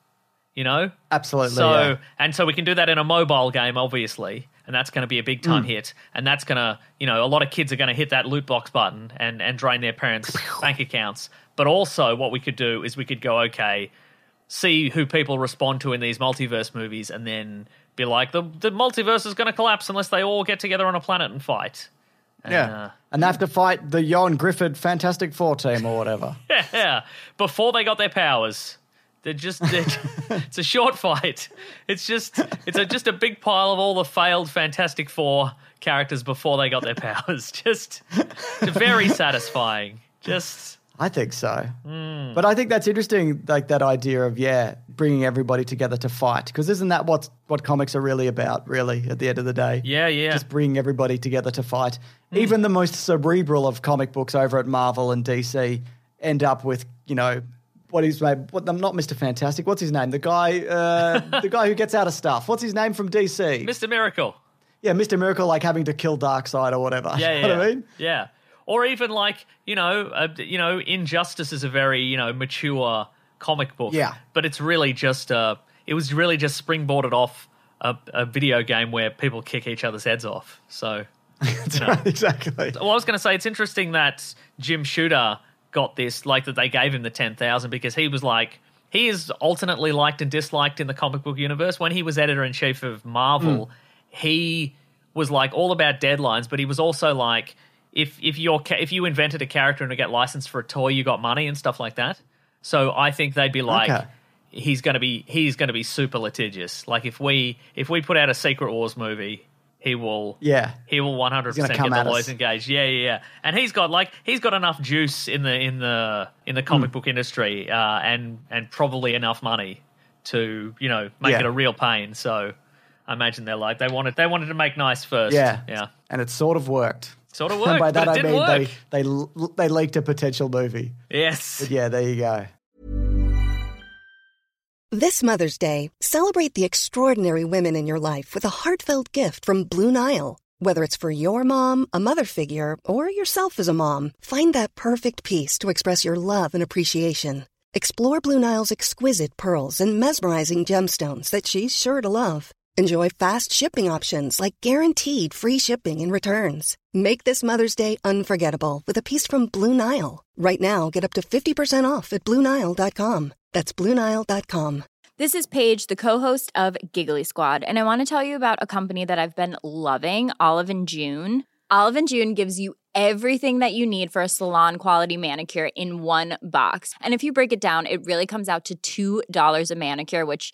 You know,
Absolutely.
so
yeah.
and so we can do that in a mobile game, obviously, and that's going to be a big
Hmm.
time hit, and that's going to you know a lot of kids are going to hit that loot box button and and drain their parents' bank accounts. But also, what we could do is we could go okay, see who people respond to in these multiverse movies, and then be like the the multiverse is going to collapse unless they all get together on a planet and fight.
yeah. And they have to fight the Yon Griffith Fantastic Four team or whatever.
Yeah, before they got their powers. They're just they're, it's a short fight. It's just it's a, just a big pile of all the failed Fantastic Four characters before they got their powers. Just very satisfying. Just
I think so.
Hmm.
But I think that's interesting, like that idea of, yeah, bringing everybody together to fight. Because isn't that what, what comics are really about, really, at the end of the day?
yeah, yeah. Hmm.
Just bringing everybody together to fight. Even the most cerebral of comic books over at Marvel and DC end up with, you know, what he's made. What, I'm not Mr. Fantastic. What's his name? The guy, uh, the guy who gets out of stuff. What's his name from DC?
Mr. Miracle.
yeah, Mr. Miracle, like having to kill Darkseid or whatever.
Yeah,
you
yeah,
know what I
yeah.
mean?
Yeah. Or even like you know, uh, you know, Injustice is a very you know mature comic book.
Yeah.
but it's really just uh, it was really just springboarded off a, a video game where people kick each other's heads off. So,
exactly.
well, I was going to say it's interesting that Jim Shooter got this, like that they gave him the ten thousand because he was like he is alternately liked and disliked in the comic book universe. When he was editor in chief of Marvel, he was like all about deadlines, but he was also like if if your ca- if you invented a character and to get licensed for a toy, you got money and stuff like that. So I think they'd be like.
Okay.
He's gonna be he's gonna be super litigious. Like if we if we put out a Secret Wars movie, he will
Yeah.
he will one hundred
He's
percent
gonna
get
come
the
at us.
lawyers engaged. Yeah, yeah, yeah. And he's got like he's got enough juice in the in the in the
Mm.
comic book industry, uh, and and probably enough money to you know make
Yeah.
it a real pain. So I imagine they're like they wanted they wanted to make nice first.
Yeah.
yeah.
And it sort of worked.
Sort of
and
worked,
by that
but it
I
didn't
mean
work.
they they l- they leaked a potential movie.
yes.
Yeah, there you go.
This Mother's Day, celebrate the extraordinary women in your life with a heartfelt gift from Blue Nile. Whether it's for your mom, a mother figure, or yourself as a mom, find that perfect piece to express your love and appreciation. Explore Blue Nile's exquisite pearls and mesmerizing gemstones that she's sure to love. Enjoy fast shipping options like guaranteed free shipping and returns. Make this Mother's Day unforgettable with a piece from Blue Nile. Right now, get up to 50% off at BlueNile.com. That's BlueNile.com.
This is Paige, the co-host of Giggly Squad, and I want to tell you about a company that I've been loving, Olive and June. Olive and June gives you everything that you need for a salon quality manicure in one box. And if you break it down, it really comes out to $2 a manicure, which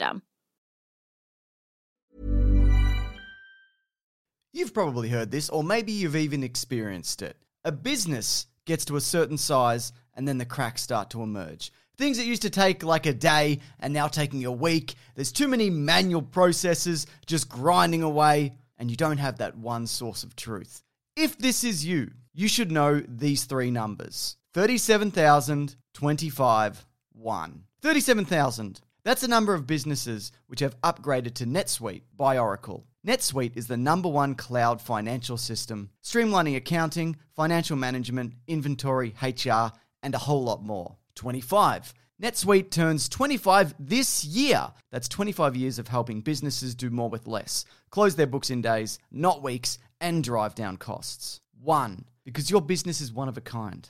You've probably heard this, or maybe you've even experienced it. A business gets to a certain size, and then the cracks start to emerge. Things that used to take like a day and now taking a week. There's too many manual processes just grinding away, and you don't have that one source of truth. If this is you, you should know these three numbers 37,025 1. 37,000. That's the number of businesses which have upgraded to NetSuite by Oracle. NetSuite is the number one cloud financial system, streamlining accounting, financial management, inventory, HR, and a whole lot more. 25. NetSuite turns 25 this year. That's 25 years of helping businesses do more with less, close their books in days, not weeks, and drive down costs. One, because your business is one of a kind.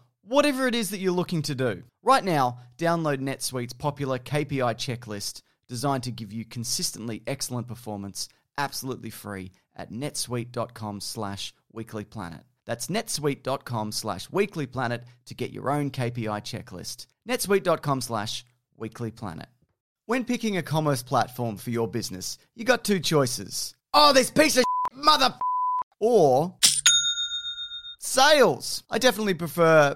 whatever it is that you're looking to do. Right now, download NetSuite's popular KPI checklist designed to give you consistently excellent performance absolutely free at netsuite.com slash weeklyplanet. That's netsuite.com slash weeklyplanet to get your own KPI checklist. netsuite.com slash weeklyplanet. When picking a commerce platform for your business, you got two choices. Oh, this piece of mother... Or
Sales. I definitely prefer.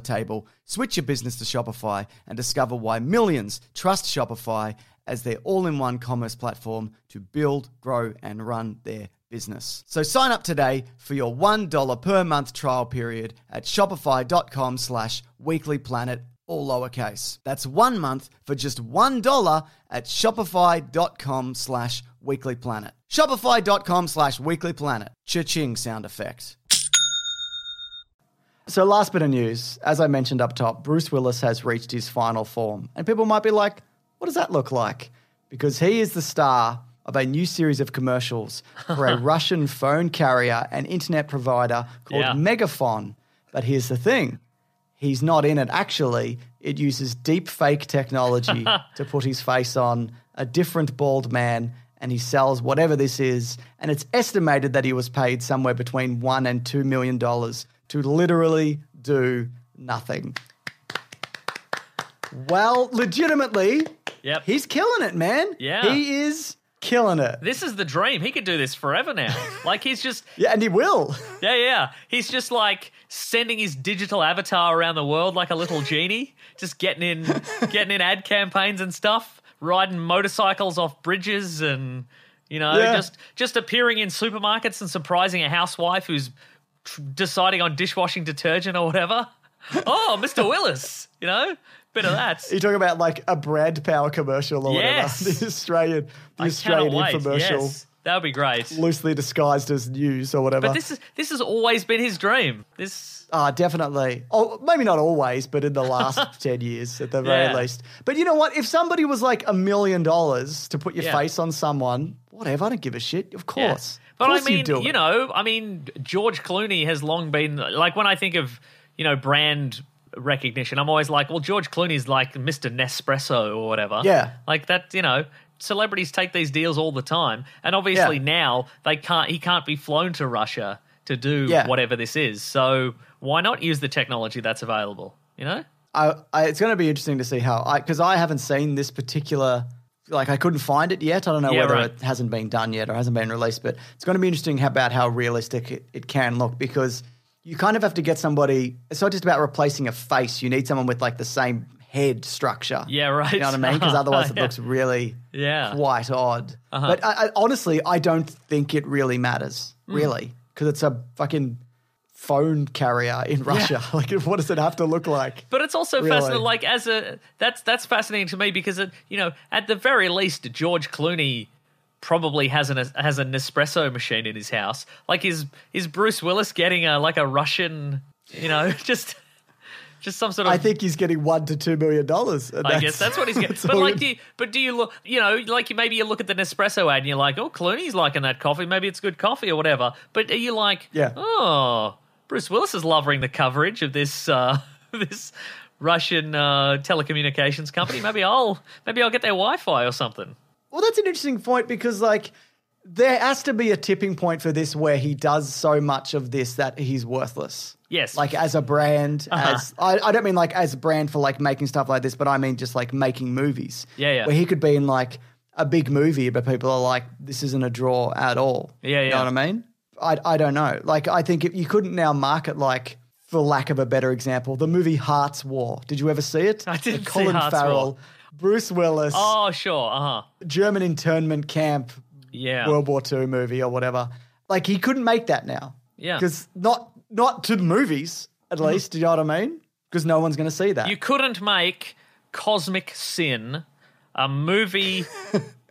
table, switch your business to Shopify, and discover why millions trust Shopify as their all in one commerce platform to build, grow, and run their business. So sign up today for your $1 per month trial period at shopify.com slash weeklyplanet, all lowercase. That's one month for just $1 at shopify.com slash weeklyplanet. Shopify.com slash weeklyplanet. Cha-ching sound effect. So, last bit of news. As I mentioned up top, Bruce Willis has reached his final form. And people might be like, what does that look like? Because he is the star of a new series of commercials for a Russian phone carrier and internet provider called
Yeah.
Megafon. But here's the thing he's not in it actually. It uses deep fake technology to put his face on a different bald man and he sells whatever this is. And it's estimated that he was paid somewhere between one and two million dollars to literally do nothing. Well, legitimately,
Yep.
he's killing it, man.
Yeah.
He is killing it.
This is the dream. He could do this forever now. like he's just
Yeah, and he will.
Yeah, yeah. He's just like sending his digital avatar around the world like a little genie, just getting in getting in ad campaigns and stuff, riding motorcycles off bridges and you know,
Yeah.
just just appearing in supermarkets and surprising a housewife who's tr- deciding on dishwashing detergent or whatever. oh, Mr. Willis, you know? Bit of that.
You talk about like a Brad Power commercial or
Yes.
whatever. The Australian, the
I cannot
Australian
wait.
infomercial,
Yes. That would be great.
loosely disguised as news or whatever.
But this is this has always been his dream. This
Ah, definitely. Oh, maybe not always, but in the last 10 years at the very
Yeah.
least. But you know what? If somebody was like a million dollars to put your
Yeah.
face on someone, whatever, I don't give a shit. Of
Yeah.
course. of
But
course
I mean,
do
you,
it.
know, I mean, George Clooney has long been like when I think of you know brand recognition, I'm always like, well, George Clooney's like Mr. Nespresso or whatever.
Yeah.
like that. You know, celebrities take these deals all the time, and obviously
Yeah.
now they can't. He can't be flown to Russia to do
Yeah.
whatever this is. So why not use the technology that's available? You know.
I, I, it's going to be interesting to see how I because I haven't seen this particular like I couldn't find it yet. I don't know
Yeah,
whether
right.
it hasn't been done yet or hasn't been released, but it's going to be interesting how- about how realistic it, it can look because you kind of have to get somebody. It's not just about replacing a face. You need someone with like the same head structure.
Yeah, right.
You know what I mean? Because otherwise, it
Yeah.
looks really
Yeah. Uh-huh.
quite odd. But I, I, honestly, I don't think it really matters,
Hmm.
really, because it's a fucking phone carrier in Russia. like, what does it have to look like?
But it's also
Really.
fascinating. Like as a that's that's fascinating to me because it, you know at the very least George Clooney probably has an has an Nespresso machine in his house. Like is is Bruce Willis getting a like a Russian you know just just some sort of
I think he's getting one to two million dollars.
I guess that's what he's getting. but like, do you, but do you look? You know, like you maybe you look at the Nespresso ad and you're like, oh, Clooney's liking that coffee. Maybe it's good coffee or whatever. But are you like,
Yeah.
oh, Bruce Willis is loving the coverage of this uh, this Russian uh, telecommunications company. Maybe I'll maybe I'll get their Wi-Fi or something.
well, that's an interesting point because like there has to be a tipping point for this where he does so much of this that he's worthless.
Yes.
Like as a brand,
Uh-huh.
as I, I don't mean like as a brand for like making stuff like this, but I mean just like making movies.
Yeah, yeah.
Where he could be in like a big movie, but people are like, this isn't a draw at all.
Yeah,
You
yeah.
know what I mean? I, I don't know. Like I think if you couldn't now market like, for lack of a better example, the movie Hearts War. Did you ever see it?
I didn't
With
see
Colin
Hearts War.
Farrell, Bruce Willis,
Oh, sure. Uh huh.
German internment camp,
Yeah.
World War II movie or whatever. Like he couldn't make that now.
Yeah. Mm-hmm.
Because not not to the movies, at least, do you know what I mean? Because no one's gonna see that.
you couldn't make Cosmic Sin a movie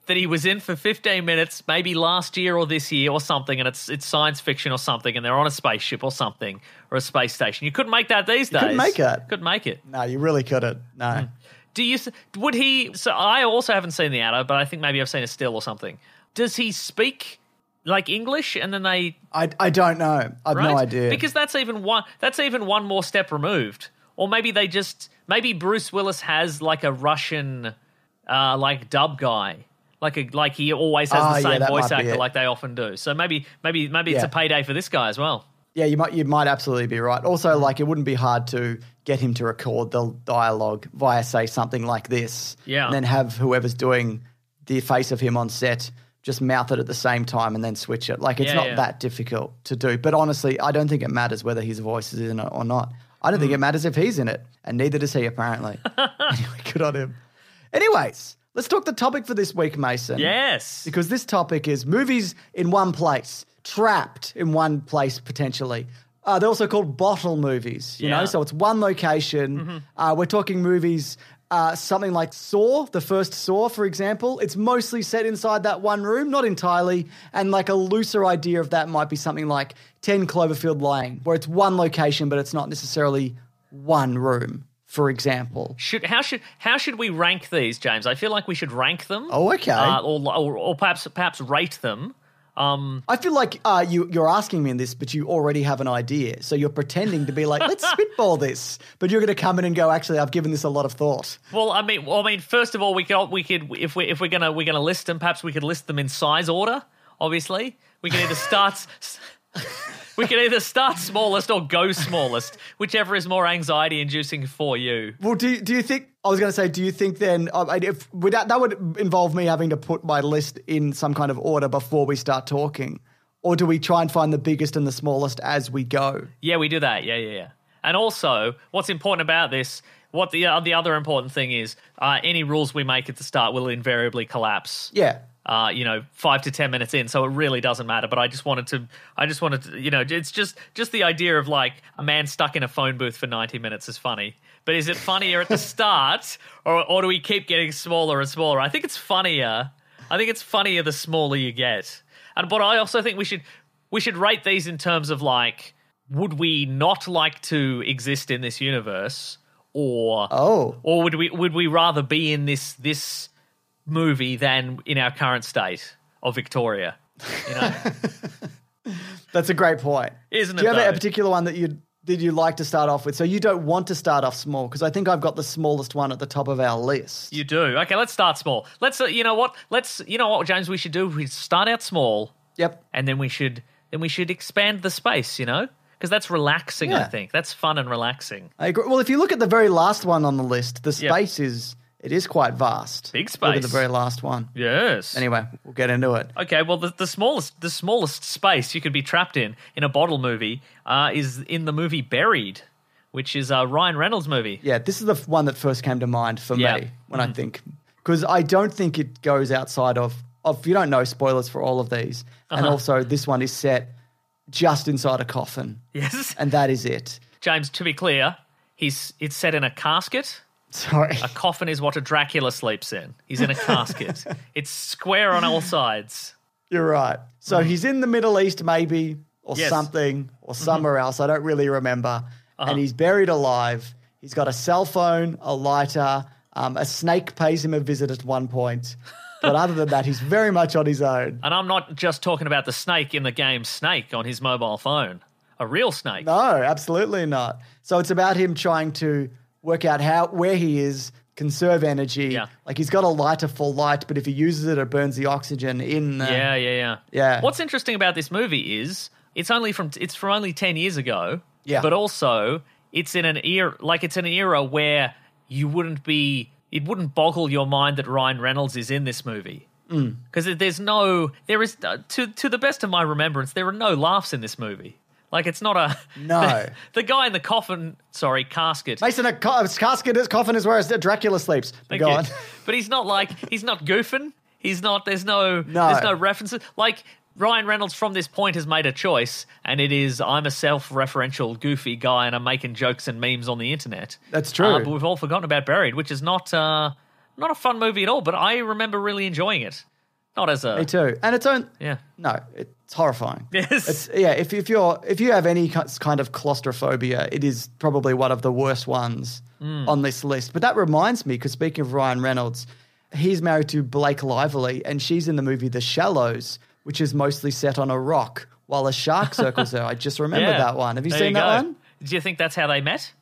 that he was in for 15 minutes, maybe last year or this year or something, and it's it's science fiction or something, and they're on a spaceship or something or a space station. You couldn't make that these days.
couldn't make it.
Couldn't make it.
no, you really couldn't. No.
Mm. Do you? th- Would he? So I also haven't seen the adder, but I think maybe I've seen a still or something. Does he speak like English? And then they
I I don't know. I've
right?
no idea.
Because that's even one that's even one more step removed. Or maybe they just maybe Bruce Willis has like a Russian uh like dub guy. Like a like he always has
Ah,
the
yeah,
same
that
voice
might be
actor
it.
like they often do. So maybe maybe maybe it's
Yeah.
a payday for this guy as well.
yeah, you might you might absolutely be right. Also,
Mm.
like it wouldn't be hard to get him to record the dialogue via say something like this.
Yeah.
And then have whoever's doing the face of him on set just mouth it at the same time and then switch it. Like it's
Yeah,
not
yeah.
that difficult to do. But honestly, I don't think it matters whether his voice is in it or not. I
Mm.
don't think it matters if he's in it. And neither does he apparently. anyway, good on him. Anyways, let's talk the topic for this week, Mason
Yes.
because this topic is movies in one place, trapped in one place potentially. Uh, they're also called bottle movies, you know,
Yeah. Mm-hmm.
so it's one location. Uh, we're talking movies, uh, something like Saw, the first Saw, for example. It's mostly set inside that one room, not entirely. And like a looser idea of that might be something like 10 Cloverfield Lane, where it's one location, but it's not necessarily one room, for example.
Should how should how should we rank these, James? I feel like we should rank them.
Oh, okay.
Uh, or, or or perhaps perhaps rate them. Um
I feel like uh, you, you're asking me this, but you already have an idea. So you're pretending to be like, let's spitball this. But you're going to come in and go, actually, I've given this a lot of thought.
Well, I mean, well, I mean, first of all, we could we could if we if we're gonna we're gonna list them, perhaps we could list them in size order. Obviously, we can either start. s- We can either start smallest or go smallest, whichever is more anxiety inducing for you.
Well, do, you- do you think, I was going to say, do you think then, uh, if, would that, that would involve me having to put my list in some kind of order before we start talking? Or do we try and find the biggest and the smallest as we go?
Yeah, we do that. Yeah, yeah, yeah. And also, what's important about this, what the, uh, the other important thing is, uh, any rules we make at the start will invariably collapse.
Yeah.
uh, you know, five to ten minutes in, so it really doesn't matter. But I just wanted to, I just wanted to, you know, it's just just the idea of like a man stuck in a phone booth for ninety minutes is funny. But is it funnier at the start, or or do we keep getting smaller and smaller? I think it's funnier. I think it's funnier the smaller you get. And but I also think we should we should rate these in terms of like, would we not like to exist in this universe, or
Oh.
or would we would we rather be in this this movie than in our current state of Victoria?
That's a great point.
Isn't
Do you
it,
have a
though?
particular one that you did you like to start off with? So you don't want to start off small because I think I've got the smallest one at the top of our list.
You do. Okay, let's start small. Let's uh, you know what? Let's you know what James we should do? We should start out small
yep.
and then we should then we should expand the space, you know? Because that's relaxing, I
Yeah.
think. That's fun and relaxing.
I agree. Well, if you look at the very last one on the list, the
Yeah.
space is it is quite vast.
Big
Look at the
space.
very last one.
Yes.
Anyway, we'll get into it.
Okay, well the, the smallest the smallest space you could be trapped in in a bottle movie uh, is in the movie Buried, which is uh, Ryan Reynolds movie.
Yeah, this is the f- one that first came to mind for
Yeah. Mm-hmm.
me when I think because I don't think it goes outside of of you don't know spoilers for all of these, and
Uh-huh.
also this one is set just inside a coffin,
Yes.
and that is it.
James, to be clear, he's it's set in a casket.
Sorry.
A coffin is what a Dracula sleeps in. He's in a casket. It's square on all sides.
You're right. So he's in the Middle East, maybe, or
Yes.
something, or somewhere else. I don't really remember. And he's buried alive. He's got a cell phone, a lighter. Um, a snake pays him a visit at one point. But other than that, he's very much on his own.
And I'm not just talking about the snake in the game Snake on his mobile phone. A real snake.
Oh, Uh, No, absolutely not. So it's about him trying to work out how where he is, conserve energy.
Yeah.
Like he's got a lighter for light, but if he uses it, it burns the oxygen in the.
Yeah, yeah, yeah.
Yeah.
What's interesting about this movie is it's only from it's from only ten years ago.
Yeah.
But also it's in an era like it's in an era where you wouldn't be it wouldn't boggle your mind that Ryan Reynolds is in this movie.
Hmm.
Because there's no, there is uh, to to the best of my remembrance, there are no laughs in this movie. Like it's not a
No.
The, the guy in the coffin, sorry, casket.
Mason, a co- his casket, his coffin is where Dracula sleeps. But
Thank
go
you.
on.
But he's not like he's not goofing. He's not. There's no.
No.
There's no references. Like Ryan Reynolds from this point has made a choice, and it is I'm a self-referential goofy guy, and I'm making jokes and memes on the internet.
That's true.
Uh, but we've all forgotten about Buried, which is not uh, not a fun movie at all. But I remember really enjoying it. Not as a
Me too. And its own.
yeah.
No, it's horrifying.
Yes.
It's, yeah, if, if you're if you have any ki- kind of claustrophobia, it is probably one of the worst ones
Mm.
on this list. But that reminds me, because speaking of Ryan Reynolds, he's married to Blake Lively, and she's in the movie The Shallows, which is mostly set on a rock while a shark circles her. I just remember
Yeah.
that one. Have you
There
seen that
go.
one?
Do you think that's how they met?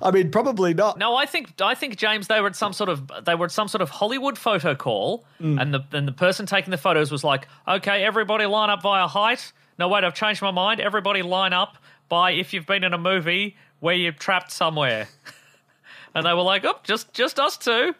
I mean, probably not.
No, I think I think James they were at some sort of they were at some sort of Hollywood photo call,
Mm.
and the and the person taking the photos was like, "Okay, everybody line up via height." No, wait, I've changed my mind. Everybody line up by if you've been in a movie where you're trapped somewhere, and they were like, "Oh, just just us two,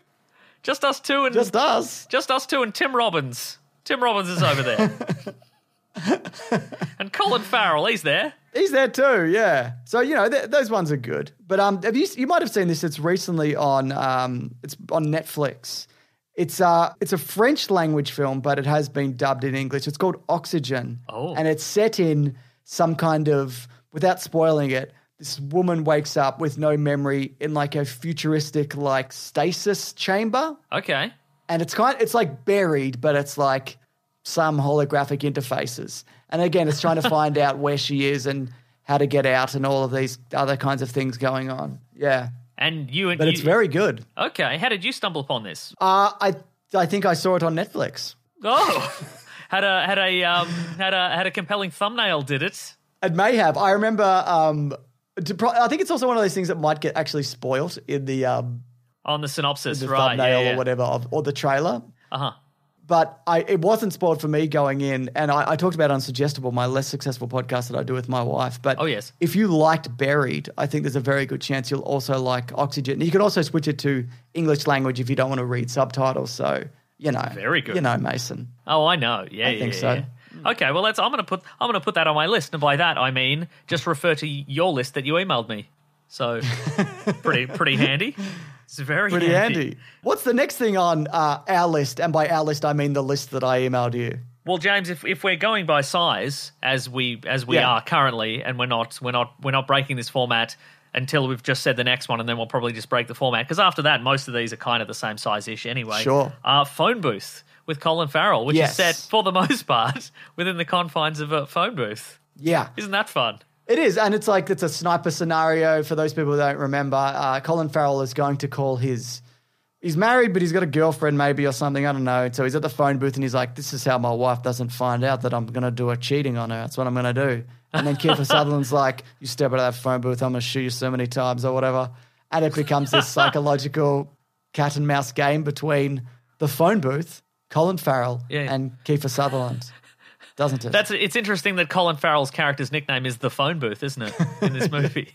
just us two, and
Just us.
just us two, and Tim Robbins. Tim Robbins is over there, and Colin Farrell, he's there."
He's there too, yeah. So you know th- those ones are good. But um, have you you might have seen this? It's recently on um, it's on Netflix. It's uh, it's a French language film, but it has been dubbed in English. It's called Oxygen.
Oh.
and it's set in some kind of without spoiling it. This woman wakes up with no memory in like a futuristic like stasis chamber,
Okay,
and it's kind it's like buried, but it's like some holographic interfaces. And again, it's trying to find out where she is and how to get out and all of these other kinds of things going on. Yeah,
and you and
but
you,
it's very good.
okay. How did you stumble upon this?
Uh, I I think I saw it on Netflix.
Oh, had a had a um, had a had a compelling thumbnail. Did it?
It may have. I remember. Um, to pro- I think it's also one of those things that might get actually spoilt in the um,
On the synopsis,
the
right?
thumbnail
yeah,
or whatever of, or the trailer.
Uh huh.
but I, it wasn't spoiled for me going in. And I, I talked about Unsuggestible, my less successful podcast that I do with my wife. But
Oh, yes.
if you liked Buried, I think there's a very good chance you'll also like Oxygen. And you can also switch it to English language if you don't want to read subtitles. So, you know.
Very good.
You know, Mason.
Oh, I know. Yeah, yeah,
think
yeah,
so.
yeah. Okay, well, that's I'm gonna put I'm gonna put that on my list, and by that I mean just refer to your list that you emailed me. So pretty pretty handy. It's very
Pretty handy. What's the next thing on uh, our list? And by our list, I mean the list that I emailed you.
Well, James, if, if we're going by size as we as we
Yeah.
are currently, and we're not we're not we're not breaking this format until we've just said the next one, and then we'll probably just break the format because after that, most of these are kind of the same size ish anyway.
Sure.
Uh, phone booth with Colin Farrell, which
Yes.
is set for the most part within the confines of a phone booth.
Yeah.
Isn't that fun?
It is, and it's like it's a sniper scenario. For those people who don't remember, uh, Colin Farrell is going to call his. He's married, but he's got a girlfriend maybe or something. I don't know. So he's at the phone booth and he's like, "This is how my wife doesn't find out that I'm gonna do a cheating on her. That's what I'm gonna do." And then Kiefer Sutherland's like, "You step out of that phone booth, I'm gonna shoot you so many times or whatever." And it becomes this psychological cat and mouse game between the phone booth, Colin Farrell,
Yeah.
and Kiefer Sutherland, doesn't it?
That's it's interesting that Colin Farrell's character's nickname is the phone booth, isn't it? In this movie.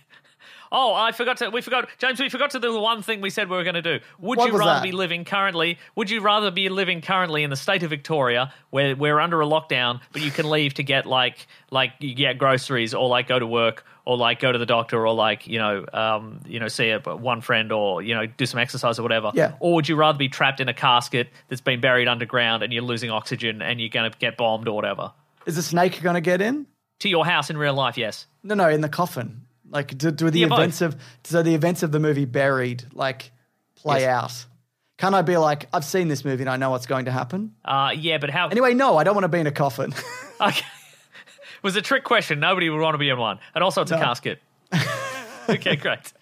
oh, I forgot to. We forgot, James. We forgot to do the one thing we said we were going to do. Would
What
you
was
rather
that?
be living currently? Would you rather be living currently in the state of Victoria, where we're under a lockdown, but you can leave to get like like you get groceries or like go to work or like go to the doctor or like you know um you know see a, one friend or you know do some exercise or whatever
Yeah.
or would you rather be trapped in a casket that's been buried underground and you're losing oxygen and you're going to get bombed or whatever
is a snake gonna get in?
to your house in real life, yes.
No, no, in the coffin. Like do, do the
Yeah, both.
events of so the events of the movie Buried like play out. Can I be like I've seen this movie and I know what's going to happen?
Uh, yeah, but how?
Anyway, no, I don't want to be in a coffin.
Okay. it was a trick question. Nobody would want to be in one, and also it's a casket. okay, great.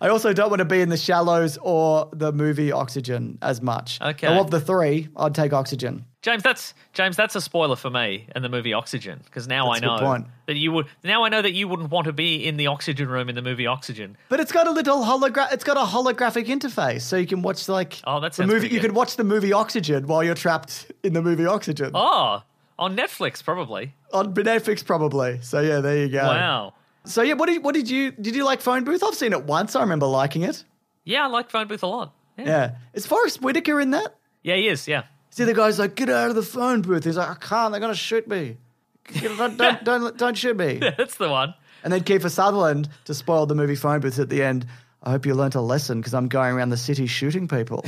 I also don't want to be in the shallows or the movie Oxygen as much.
Okay.
Now, of the three, I'd take Oxygen.
James, that's James. That's a spoiler for me and the movie Oxygen, because now
That's a
I
good
know
point.
that you would. Now I know that you wouldn't want to be in the Oxygen room in the movie Oxygen.
But it's got a little hologra- It's got a holographic interface, so you can watch like
Oh, that
the
sounds
movie.
pretty
You
good.
could watch the movie Oxygen while you're trapped in the movie Oxygen
Oh, on Netflix probably.
on Netflix, probably. So yeah, there you go.
Wow.
So yeah, what did what did you did you like Phone Booth? I've seen it once. I remember liking it.
Yeah, I like Phone Booth a lot. Yeah,
Yeah, is Forrest Whitaker in that?
yeah he is. Yeah.
See, the guy's like, get out of the phone booth. He's like, I can't. They're gonna shoot me. Get- Don't don't don't, don't shoot me.
That's the one.
And then Kiefer Sutherland to spoil the movie Phone Booth at the end. I hope you learnt a lesson because I'm going around the city shooting people.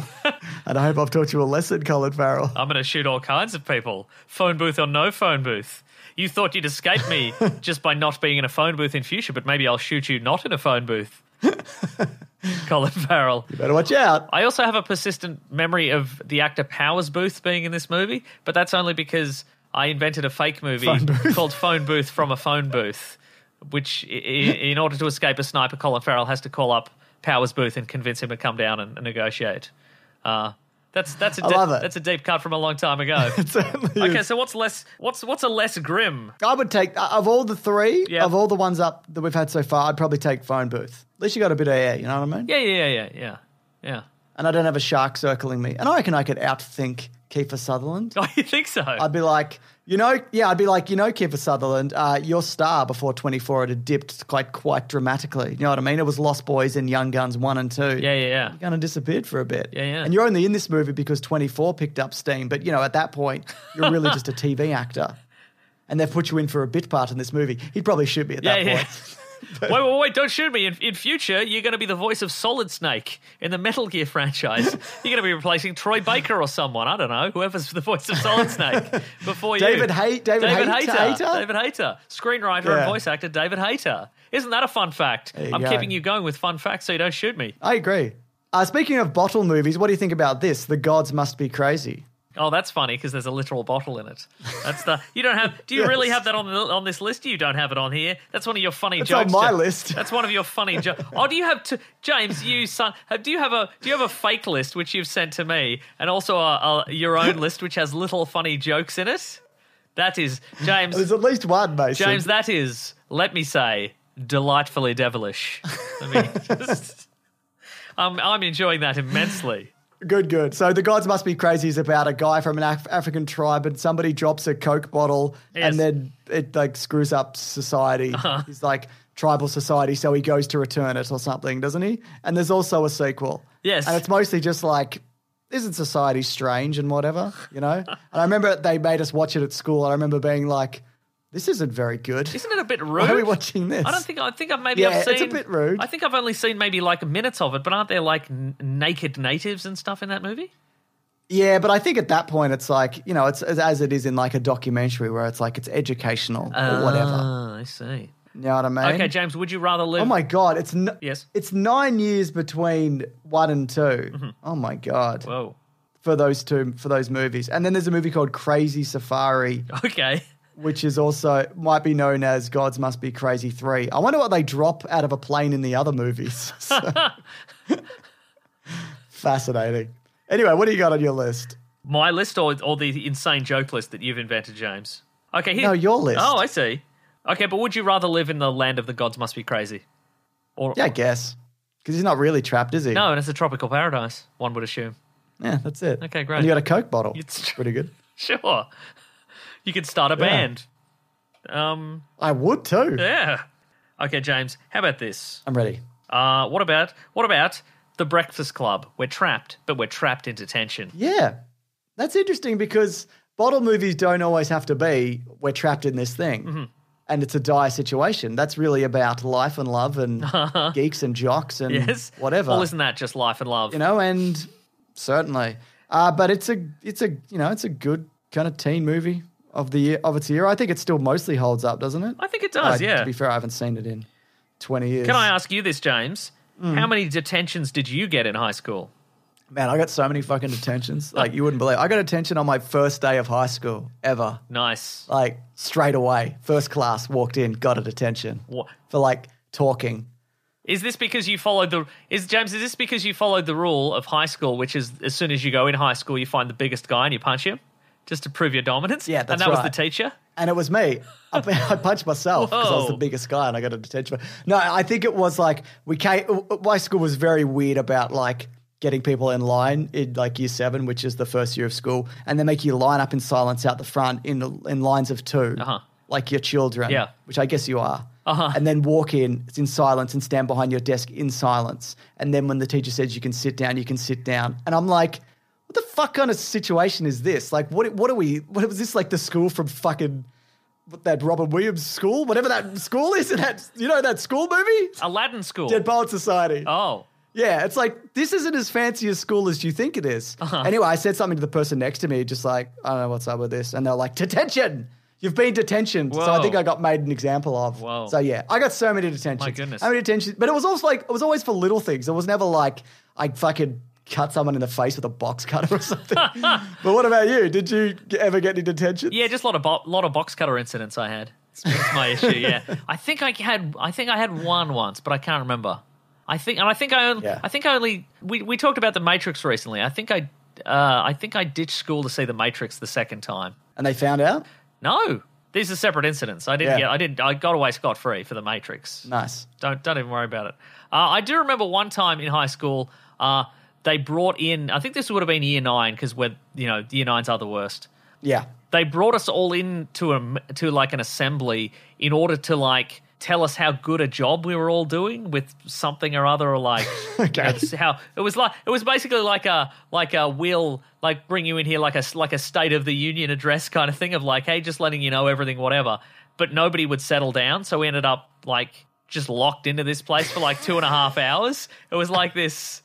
and I hope I've taught you a lesson, Colin Farrell.
I'm going to shoot all kinds of people. Phone booth or no phone booth. You thought you'd escape me just by not being in a phone booth in future, but maybe I'll shoot you not in a phone booth. Colin Farrell.
Better watch out.
I also have a persistent memory of the actor Powers Booth being in this movie, but that's only because I invented a fake movie
Phone booth.
called Phone Booth from a Phone Booth, which, i- i- in order to escape a sniper, Colin Farrell has to call up Powers Booth and convince him to come down and, and negotiate. Uh, that's that's a
I
de-
love it.
that's a deep cut from a long time ago. okay, so what's less what's what's a less grim?
I would take, of all the three,
Yeah.
of all the ones up that we've had so far, I'd probably take Phone Booth. At least you got a bit of air, you know what I mean?
Yeah, yeah, yeah, yeah, yeah.
And I don't have a shark circling me. And I reckon I could outthink Kiefer Sutherland.
Oh, you think so?
I'd be like, you know, yeah, I'd be like, you know, Kiefer Sutherland, uh, your star before 24 it had dipped quite quite dramatically. You know what I mean? It was Lost Boys and Young Guns 1 and 2.
yeah, yeah, yeah.
Kind of disappeared for a bit.
Yeah, yeah.
And you're only in this movie because 24 picked up steam. But, you know, at that point, you're really just a TV actor. And they've put you in for a bit part in this movie. He'd probably shoot me at that
Yeah, yeah.
point.
wait, wait, wait! Don't shoot me. In, in future, you're going to be the voice of Solid Snake in the Metal Gear franchise. you're going to be replacing Troy Baker or someone. I don't know. Whoever's the voice of Solid Snake before you.
David Hay- David Hayter- Hayter?
David Hayter, screenwriter
Yeah.
and voice actor David Hayter. Isn't that a fun fact?
you
I'm
go.
keeping you going with fun facts so you don't shoot me.
I agree. Uh, speaking of bottle movies, what do you think about this? The Gods Must Be Crazy.
Oh, that's funny because there's a literal bottle in it. That's the you don't have. Do you
Yes.
really have that on the, on this list? You don't have it on here. That's one of your funny
It's
jokes.
on my
Ja-
list.
That's one of your funny jokes. Oh, do you have t- James? You son, have, do you have a do you have a fake list which you've sent to me, and also a, a, your own list which has little funny jokes in it? That is
There's
James.
at least one, Mason.
James, that is. Let me say, delightfully devilish. I mean, just, I'm I'm enjoying that immensely.
Good, good. So the gods must be crazy is about a guy from an Af- African tribe, and somebody drops a coke bottle,
Yes. Uh-huh.
and then it like screws up society. He's like tribal society, so he goes to return it or something, doesn't he? And there's also a sequel.
Yes.
and it's mostly just like. Isn't society strange and whatever, you know? and I remember they made us watch it at school. And I remember being like, "This isn't very good.
Isn't it a bit rude?
Why are we watching this?"
I don't think I think I've maybe
Yeah,
I've seen.
it's a bit rude.
I think I've only seen maybe like minutes of it, but aren't there like n- naked natives and stuff in that movie?
Yeah, but I think at that point it's like you know, it's as- as it is in like a documentary where it's like it's educational or whatever.
Ah, I see.
You know what I mean?
Okay, James, would you rather live?
Oh my god, it's n-
Yes.
it's nine years between one and 2
Mm-hmm.
Oh my god,
Whoa.
for those two for those movies, and then there's a movie called Crazy Safari,
Okay.
which is also might be known as Gods Must Be Crazy Three. I wonder what they drop out of a plane in the other movies. So- Fascinating. Anyway, what do you got on your list?
My list or or the insane joke list that you've invented, James? Okay. Here,
No, your list.
Oh, I see. Okay, but would you rather live in the land of the gods must be crazy? Or
Yeah, I guess because he's not really trapped, is he?
no, and it's a tropical paradise. One would assume.
Yeah, that's it.
Okay, great.
And you got a Coke bottle.
It's-
pretty good.
Sure. You could start a band. Um.
I would too.
Yeah. Okay, James. How about this?
I'm ready.
Uh, what about what about the Breakfast Club? We're trapped, but we're trapped into tension.
Yeah. That's interesting because bottle movies don't always have to be we're trapped in this thing.
Mm-hmm.
And it's a dire situation. That's really about life and love and geeks and jocks and
Yes.
whatever.
Well, isn't that just life and love?
you know, and certainly. Uh, but it's a it's a you know, it's a good kind of teen movie of the year of its year. I think it still mostly holds up, doesn't it?
I think it does.
Uh,
yeah.
To be fair, I haven't seen it in twenty years.
Can I ask you this, James?
Mm.
How many detentions did you get in high school?
Man, I got so many fucking detentions. Like you wouldn't believe. I got attention on my first day of high school ever.
Nice.
Like straight away, first class, walked in, got a detention
Wha-
for like talking.
Is this because you followed the is James? Is this because you followed the rule of high school, which is as soon as you go in high school, you find the biggest guy and you punch him, just to prove your dominance?
Yeah, that's
and that was the
right.
teacher.
And it was me. I, I punched myself because I was the
Whoa.
biggest guy and I got a detention. No, I think it was like we came. My school was very weird about like getting people in line in like year seven, which is the first year of school, and they make you line up in silence out the front in in lines of 2 like your children.
Uh-huh. Yeah.
which I guess you are. Uh-huh. And then walk in it's in silence and stand behind your desk in silence. And then when the teacher says you can sit down, you can sit down. And I'm like, what the fuck kind of situation is this? Like, what what are we? What was this like the school from fucking what, that Robin Williams school, whatever that school is? in That you know that school movie,
Aladdin school.
Dead Poet Society.
oh,
Yeah, it's like this isn't as fancy a school as you think it is.
Uh-huh.
Anyway, I said something to the person next to me, just like I don't know what's up with this, and they're like, "Detention! You've been detentioned." So I
Whoa.
think I got made an example of.
Whoa.
So yeah, I got so many detentions.
My goodness.
how many detentions? But it was also like it was always for little things. It was never like I fucking cut someone in the face with a box cutter or something. but what about you? Did you g- ever get any detention?
yeah, just a lot of bo- lot of box cutter incidents I had. That's my issue. Yeah, I think I had I think I had one once, but I can't remember. I think and I think I only,
Yeah.
I think I only we, we talked about the Matrix recently. I think I uh, I think I ditched school to see the Matrix the second time.
And they found out.
No, these are separate incidents. I didn't
Yeah.
get I didn't I got away scot free for the Matrix.
Nice.
Don't don't even worry about it. Uh, I do remember one time in high school, uh, they brought in. I think this would have been year nine because we're you know year nines are the worst.
Yeah.
They brought us all in to a to like an assembly in order to like tell us how good a job we were all doing with something or other or like
Okay.
it's how it was like it was basically like a like a will like bring you in here like a like a state of the union address kind of thing of like hey just letting you know everything whatever but nobody would settle down so we ended up like just locked into this place for like two and a half hours it was like this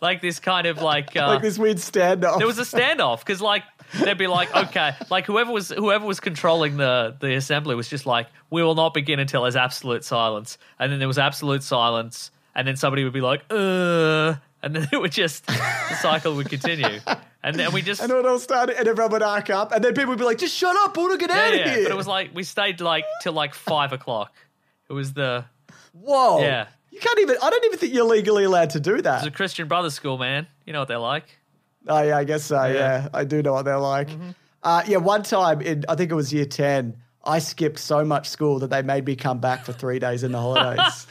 like this kind of like uh,
like this weird standoff.
there was a standoff because like they'd be like okay like whoever was whoever was controlling the the assembly was just like we will not begin until there's absolute silence and then there was absolute silence and then somebody would be like uh and then it would just the cycle would continue and then we just
and it would all started, and everyone would arc up, and then people would be like, "Just shut up, Buddha, get
yeah,
out of
yeah.
here!"
but it was like we stayed like till like five o'clock it was the
Whoa.
Yeah.
You can't even, I don't even think you're legally allowed to do
it was a
that.
Christian Brothers school man you know what they're like
Oh, yeah, I guess so. Yeah. I do know what they're like.
Mm-hmm.
Uh, yeah, one time in, I think it was year 10, I skipped so much school that they made me come back for three days in the holidays.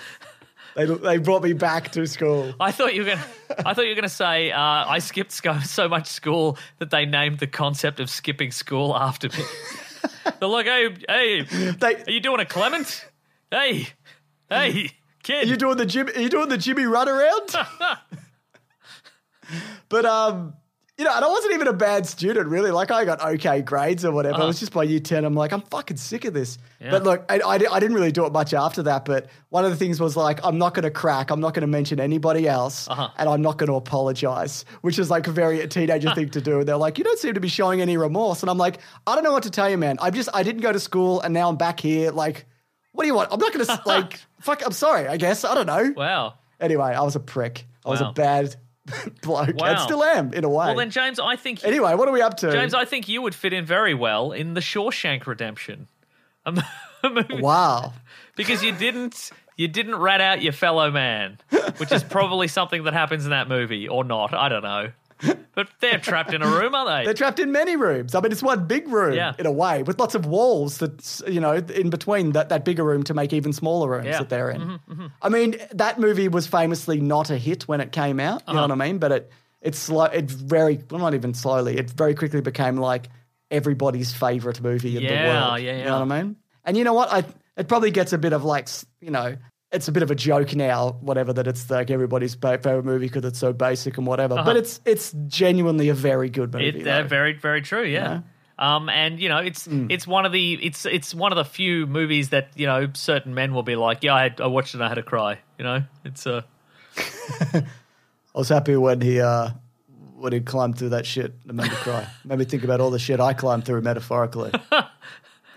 they, they brought me back to school.
I thought you were gonna. I thought you were gonna say uh, I skipped sco- so much school that they named the concept of skipping school after me. They're like, hey, hey,
They,
are you doing a Clement? Hey, hey, kid.
you doing the Jim? Are you doing the Jimmy run around? but um, you know, and I wasn't even a bad student really. Like I got okay grades or whatever. It was just by year ten. I'm like, I'm fucking sick of this. But look, I, I, di- I didn't really do it much after that. But one of the things was like, I'm not going to crack. I'm not going to mention anybody else, and I'm not going to apologize, which is like a very teenager thing to do. And they're like, you don't seem to be showing any remorse. And I'm like, I don't know what to tell you, man. I just I didn't go to school, and now I'm back here. Like, what do you want? I'm not going to like. Fuck, I'm sorry, I guess. I don't know.
wow.
Anyway, I was a prick. I was a
Wow.
bad bloke.
Wow.
And still am, in a way.
Well, then, James, I think
anyway, what are we up to?
James, I think you would fit in very well in the Shawshank Redemption, a, mo- a movie
wow.
because you didn't you didn't rat out your fellow man, which is probably something that happens in that movie or not. I don't know. But they're trapped in a room, aren't
They're trapped in many rooms. I mean, it's one big room,
Yeah.
in a way, with lots of walls that, you know, in between that, that bigger room to make even smaller rooms
Yeah. Mm-hmm,
that they're in. I mean, that movie was famously not a hit when it came out.
Uh-huh.
You know what I mean? But it, it, slow, it very, well, not even slowly, it very quickly became like everybody's favorite movie in the
Yeah,
world.
yeah,
You
yeah.
know what I mean? I mean? And you know what? I it probably gets a bit of like s- you know it's a bit of a joke now, whatever that it's like everybody's ba- favorite movie because it's so basic and whatever. But it's it's genuinely a very good movie.
Uh-huh. It, uh,
though.
very, very true. Yeah. Um, and you know, it's
Mm.
it's one of the it's it's one of the few movies that you know certain men will be like, yeah, I, had, I watched it and I had a cry. You know, it's uh,
I was happy when he uh, when he climbed through that shit. It made me cry. made me think about all the shit I climbed through metaphorically.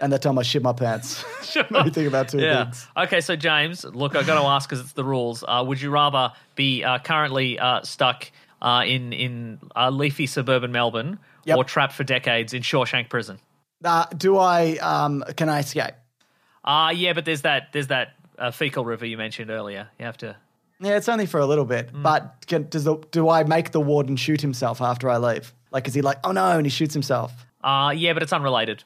and that time I shit my pants. made me think about two
yeah.
things.
Okay, so James, look, I got to ask because it's the rules. Uh, would you rather be uh, currently uh, stuck uh, in in uh, leafy suburban Melbourne
Yep.
or trapped for decades in Shawshank prison?
Uh, do I um, can I escape?
Uh yeah, but there's that there's that uh, fecal river you mentioned earlier. You have to.
Yeah, it's only for a little
Hmm.
bit. But can, does the, do I make the warden shoot himself after I leave? Like, is he like, oh no, and he shoots himself?
Uh, yeah, but it's unrelated.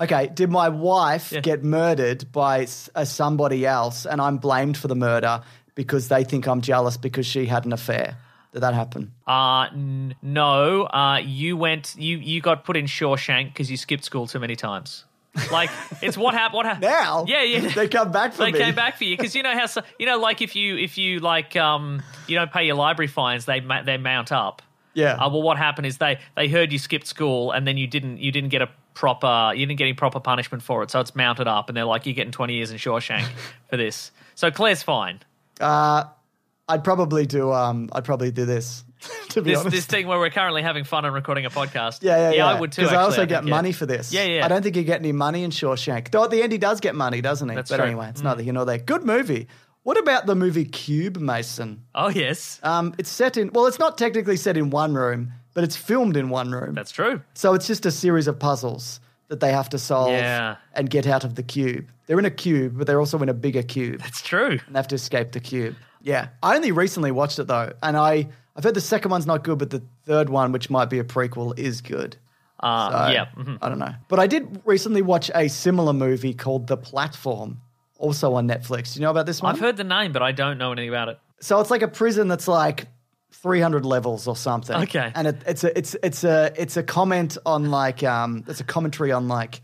Okay, did my wife get murdered by s- uh, somebody else and I'm blamed for the murder because they think I'm jealous because she had an affair? Did that happen?
Uh, n- no, uh, you went, you, you got put in Shawshank because you skipped school too many times. Like, it's what happened. What happened?
Now?
Yeah, yeah.
They come back for
they
me.
came back for you because you know how so- you know like if you if you like um you don't pay your library fines they ma- they mount up
Yeah.
uh, well what happened is they they heard you skipped school and then you didn't you didn't get a proper you didn't get any proper punishment for it so it's mounted up and they're like you're getting 20 years in Shawshank for this so Claire's fine
I'd probably do. Um, I'd probably do this. To be
this
honest,
this thing where we're currently having fun and recording a podcast
yeah, yeah, yeah,
I would too
Because I
actually,
also
think,
get
yeah.
money for this.
Yeah, yeah.
I don't think you get any money in Shawshank. Though at the end he does get money, doesn't he?
That's
but
true. Mm.
anyway, it's neither here nor there. Good movie. What about the movie Cube Mason?
oh yes
Um, it's set in. Well, it's not technically set in one room, but it's filmed in one room.
that's true
So it's just a series of puzzles that they have to solve
Yeah.
and get out of the cube. They're in a cube, but they're also in a bigger cube.
it's true
and they have to escape the cube. Yeah, I only recently watched it though, and I I've heard the second one's not good, but the third one, which might be a prequel, is good.
uh, yeah mhm.
I don't know, but I did recently watch a similar movie called The Platform, also on Netflix. You know about this one?
I've heard the name but I don't know anything about it
so it's like a prison that's like 300 levels or something.
Okay.
and it, it's a it's it's a it's a comment on like um it's a commentary on like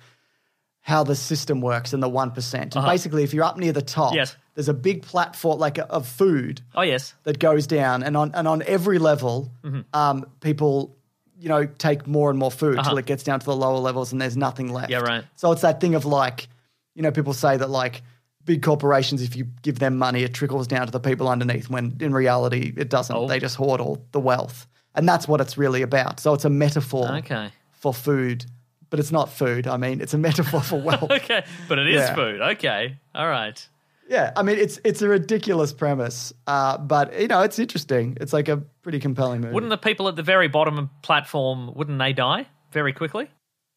how the system works and the one Basically, if you're up near the top,
Uh-huh. Yes.
there's a big platform like a, of food
oh yes
that goes down, and on and on every level,
Mm-hmm.
um, people you know take more and more food till it gets down to the lower levels, and there's nothing left.
Uh-huh. Yeah, right.
So it's that thing of like, you know, people say that like big corporations, if you give them money, it trickles down to the people underneath. When in reality, it doesn't.
Oh.
They just hoard all the wealth, and that's what it's really about. So it's a metaphor
okay
for food, but it's not food. I mean, it's a metaphor for wealth.
okay but it is
Oh. Yeah. Mm.
food okay all right
Yeah, I mean, it's it's a ridiculous premise, uh, but you know, it's interesting. It's like a pretty compelling movie.
Wouldn't the people at the very bottom of platform wouldn't they die very quickly?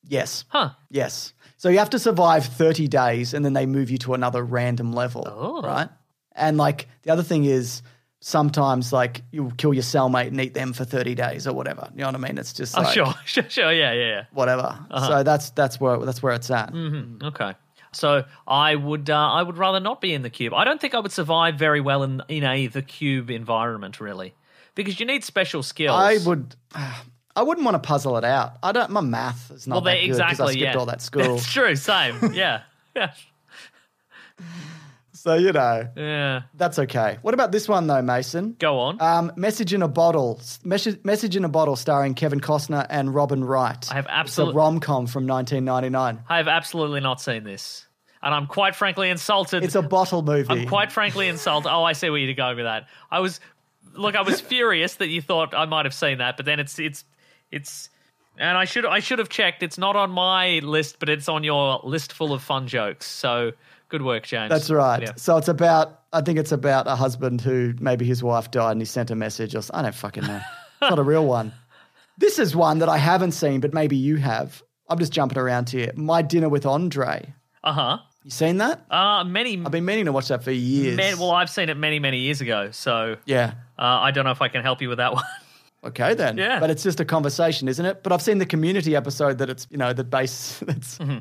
Yes.
Huh.
Yes. So you have to survive 30 days and then they move you to another random level.
Oh.
Right? And like the other thing is sometimes like you'll kill your cellmate and eat them for 30 days or whatever. You know what I mean? It's just
Oh,
like
sure, Uh-huh. sure, sure. Yeah, yeah,
whatever. So that's that's where that's where it's at.
yeah. Okay. So I would, uh, I would rather not be in the cube. I don't think I would survive very well in in a the cube environment, really, because you need special skills.
I would I wouldn't want to puzzle it out. I don't my math is not
Well,
that
they
good because
exactly.
I skipped
yeah,
all that school.
That's true. Same. Yeah. yeah.
so you know,
Yeah.
that's okay. What about this one though, Mason?
Go on.
Um, Message in a Bottle. Message, Message in a Bottle starring Kevin Costner and Robin Wright.
I have
It's
absolute-
a rom com from 1999.
I have absolutely not seen this, and I'm quite frankly insulted.
It's a bottle movie.
I'm quite frankly insulted. Oh, I see where you're going with that. I was, look, I was furious that you thought I might have seen that, but then it's it's it's, and I should I should have checked. It's not on my list, but it's on your list full of fun jokes. So good work, James.
That's right.
Yeah.
So it's about, I think it's about a husband who maybe his wife died and he sent a message or s- I don't fucking know. it's not a real one. This is one that I haven't seen, but maybe you have. I'm just jumping around here. My Dinner with Andre.
Uh-huh.
You seen that?
Uh Many.
I've been meaning to watch that for years.
Man, well, I've seen it many, many years ago, so
yeah.
uh, I don't know if I can help you with that one.
Okay then.
Yeah.
But it's just a conversation, isn't it? But I've seen the community episode that it's you know that base that's
Mm-hmm.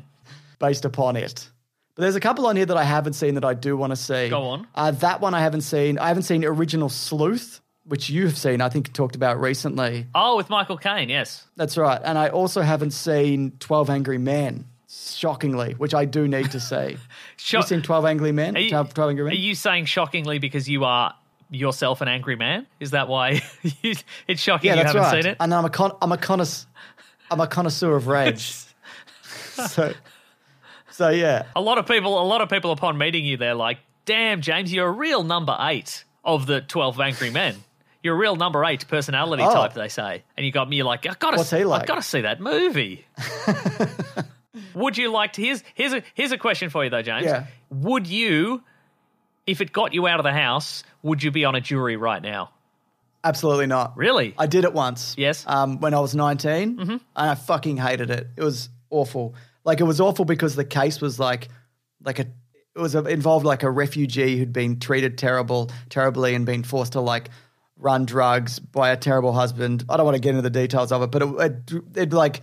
based upon it. But there's a couple on here that I haven't seen that I do want to see.
Go on.
Uh, that one I haven't seen. I haven't seen original Sleuth, which you've seen. I think talked about recently.
oh, with Michael Caine, yes.
That's right. And I also haven't seen Twelve Angry Men. Shockingly, which I do need to see.
Sho-
you seen Twelve Angry Men?
Are you-
12, Angry
Are
Men.
you saying shockingly because you are yourself an angry man? Is that why you, it's shocking
yeah,
you
that's
haven't
right.
seen it?
And I'm a con- I'm a connoisseur. I'm a connoisseur of rage. so, so yeah.
A lot of people, a lot of people upon meeting you, they're like, "Damn, James, you're a real number eight of the twelve angry men. You're a real number eight personality
Oh.
type." They say, and you got me. You're like, "I gotta,
What's he
I
like?"
gotta see that movie." Would you like to? Here's here's a here's a question for you though, James.
Yeah.
Would you, if it got you out of the house, would you be on a jury right now?
Absolutely not.
Really?
I did it once.
Yes. Mm-hmm.
Um, when I was 19, and I fucking hated it. It was awful. Like it was awful because the case was like, like a,
it was a, involved like a refugee who'd been treated terrible, terribly, and been forced to like run drugs by a terrible husband. I don't want to get into the details of it, but it, it, it like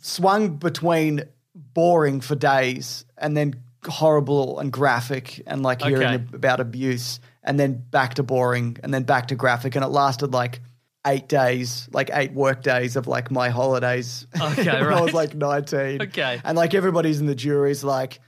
swung between boring for days and then horrible and graphic and like hearing
Okay.
ab- about abuse and then back to boring and then back to graphic and it lasted like eight days like eight work days of like my holidays
Okay,
when i was
right.
like 19
Okay.
and like everybody's in the jury's like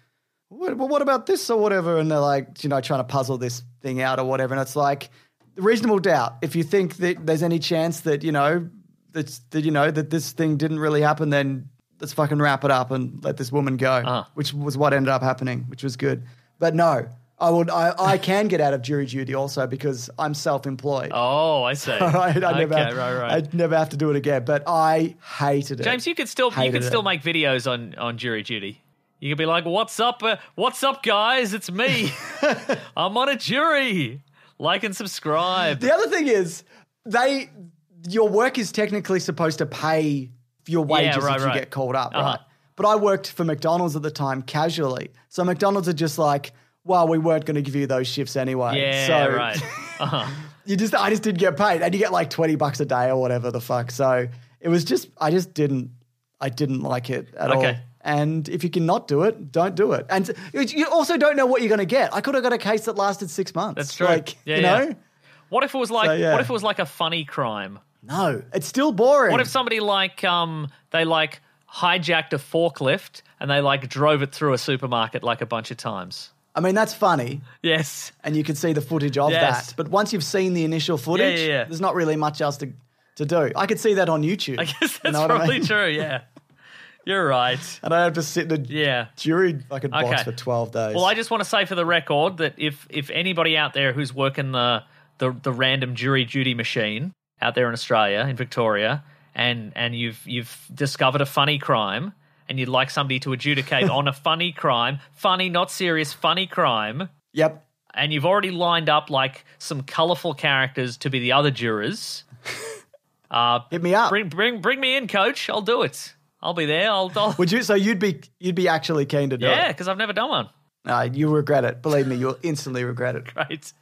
what, well, what about this or whatever? And they're like, you know, trying to puzzle this thing out or whatever. And it's like reasonable doubt. If you think that there's any chance that you know that's that you know that this thing didn't really happen, then let's fucking wrap it up and let this woman go,
Ah.
which was what ended up happening, which was good. But no, I would, I, I can get out of jury duty also because I'm self-employed.
Oh, I see.
I, I
okay,
never,
right, right.
I'd never have to do it again. But I hated it.
James, you could still you
Hated
could
it.
still make videos on on jury duty. You could be like, "What's up? Uh, what's up, guys? It's me. I'm on a jury. Like and subscribe."
The other thing is, they your work is technically supposed to pay your wages
right,
if you
right. Uh-huh.
get called up, right? But I worked for McDonald's at the time casually, so McDonald's are just like, well, we weren't going to give you those shifts anyway.
Yeah,
so
right.
you just, I just didn't get paid, and you get like twenty bucks a day or whatever the fuck. So it was just, I just didn't, I didn't like it at all.
Okay.
And if you cannot do it, don't do it. And you also don't know what you're going to get. I could have got a case that lasted six months.
That's true.
Like,
Yeah,
you
yeah.
know,
What if it was like
So, yeah.
what if it was like a funny crime?
no, it's still boring.
What if somebody like um they like hijacked a forklift and they like drove it through a supermarket like a bunch of times?
I mean, that's funny,
Yes.
and you can see the footage of
Yes.
that. But once you've seen the initial footage,
yeah, yeah.
there's not really much else to, to do. I could see that on YouTube.
I guess that's
you know what
probably
I mean?
true, yeah. You're right.
And I have to sit in a
Yeah.
jury fucking box
Okay.
for 12 days.
Well, I just want to say for the record that if if anybody out there who's working the the, the random jury duty machine out there in Australia in Victoria and and you've you've discovered a funny crime and you'd like somebody to adjudicate on a funny crime, funny not serious, funny crime,
yep.
and you've already lined up like some colorful characters to be the other jurors,
Hit me up.
bring bring bring me in coach, I'll do it. I'll be there. I'll, I'll
Would you? So you'd be you'd be actually keen to do
Yeah,
it?
cuz I've never done one.
No, you regret it. Believe me, you'll instantly regret it.
Right.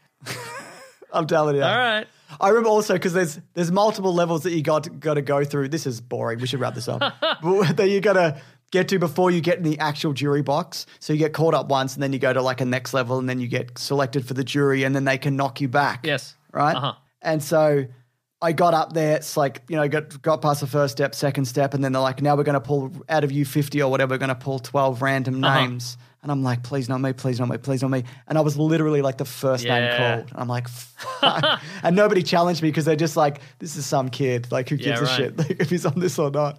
I'm telling you.
All right.
I remember also because there's there's multiple levels that you got got to go through. This is boring. We should wrap this up. but that you got to get to before you get in the actual jury box. So you get caught up once, and then you go to like a next level, and then you get selected for the jury, and then they can knock you back.
Yes. Uh-huh.
Right. And so I got up there. It's like you know got got past the first step, second step, and then they're like, now we're going to pull out of you fifty or whatever. We're going to pull twelve random
Uh-huh.
names. And I'm like, please not me, please not me, please not me. And I was literally like the first name
Yeah.
called. And I'm like, fuck. and nobody challenged me because they're just like, this is some kid. Like, who gives
Yeah, right.
a shit like, if he's on this or not?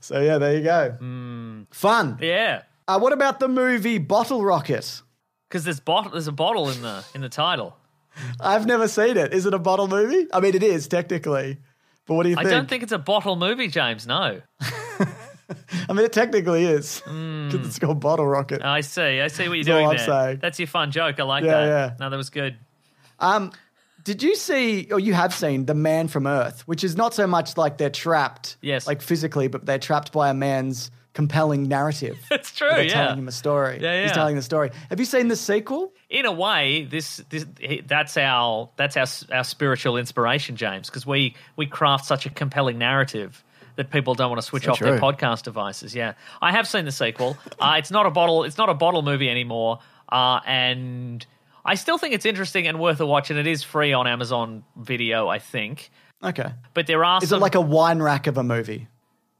So, yeah, there you go.
Hmm.
Fun.
Yeah.
Uh, what about the movie Bottle Rocket?
Because there's bottle, there's a bottle in the in the title.
I've never seen it. Is it a bottle movie? I mean, it is technically. But what do you
I
think?
don't think it's a bottle movie, James. No,
I mean, it technically is because
Hmm.
it's called Bottle Rocket.
I see. I see what you're
That's all
doing
I'm
there.
saying.
That's your fun joke. I like
Yeah,
that.
yeah.
No, that was good.
Um, did you see, or you have seen, The Man from Earth, which is not so much like they're trapped,
Yes.
like physically, but they're trapped by a man's compelling narrative.
That's true.
They're
yeah.
telling him a story.
Yeah,
He's
yeah.
telling the story. Have you seen the sequel?
In a way, this this that's our that's our our spiritual inspiration, James, because we we craft such a compelling narrative that people don't want to switch off their
true.
podcast devices. Yeah, I have seen the sequel. uh, it's not a bottle. It's not a bottle movie anymore. Uh, and I still think it's interesting and worth a watch, and it is free on Amazon Video, I think.
Okay.
But there are
Is
some.
it like a wine rack of a movie?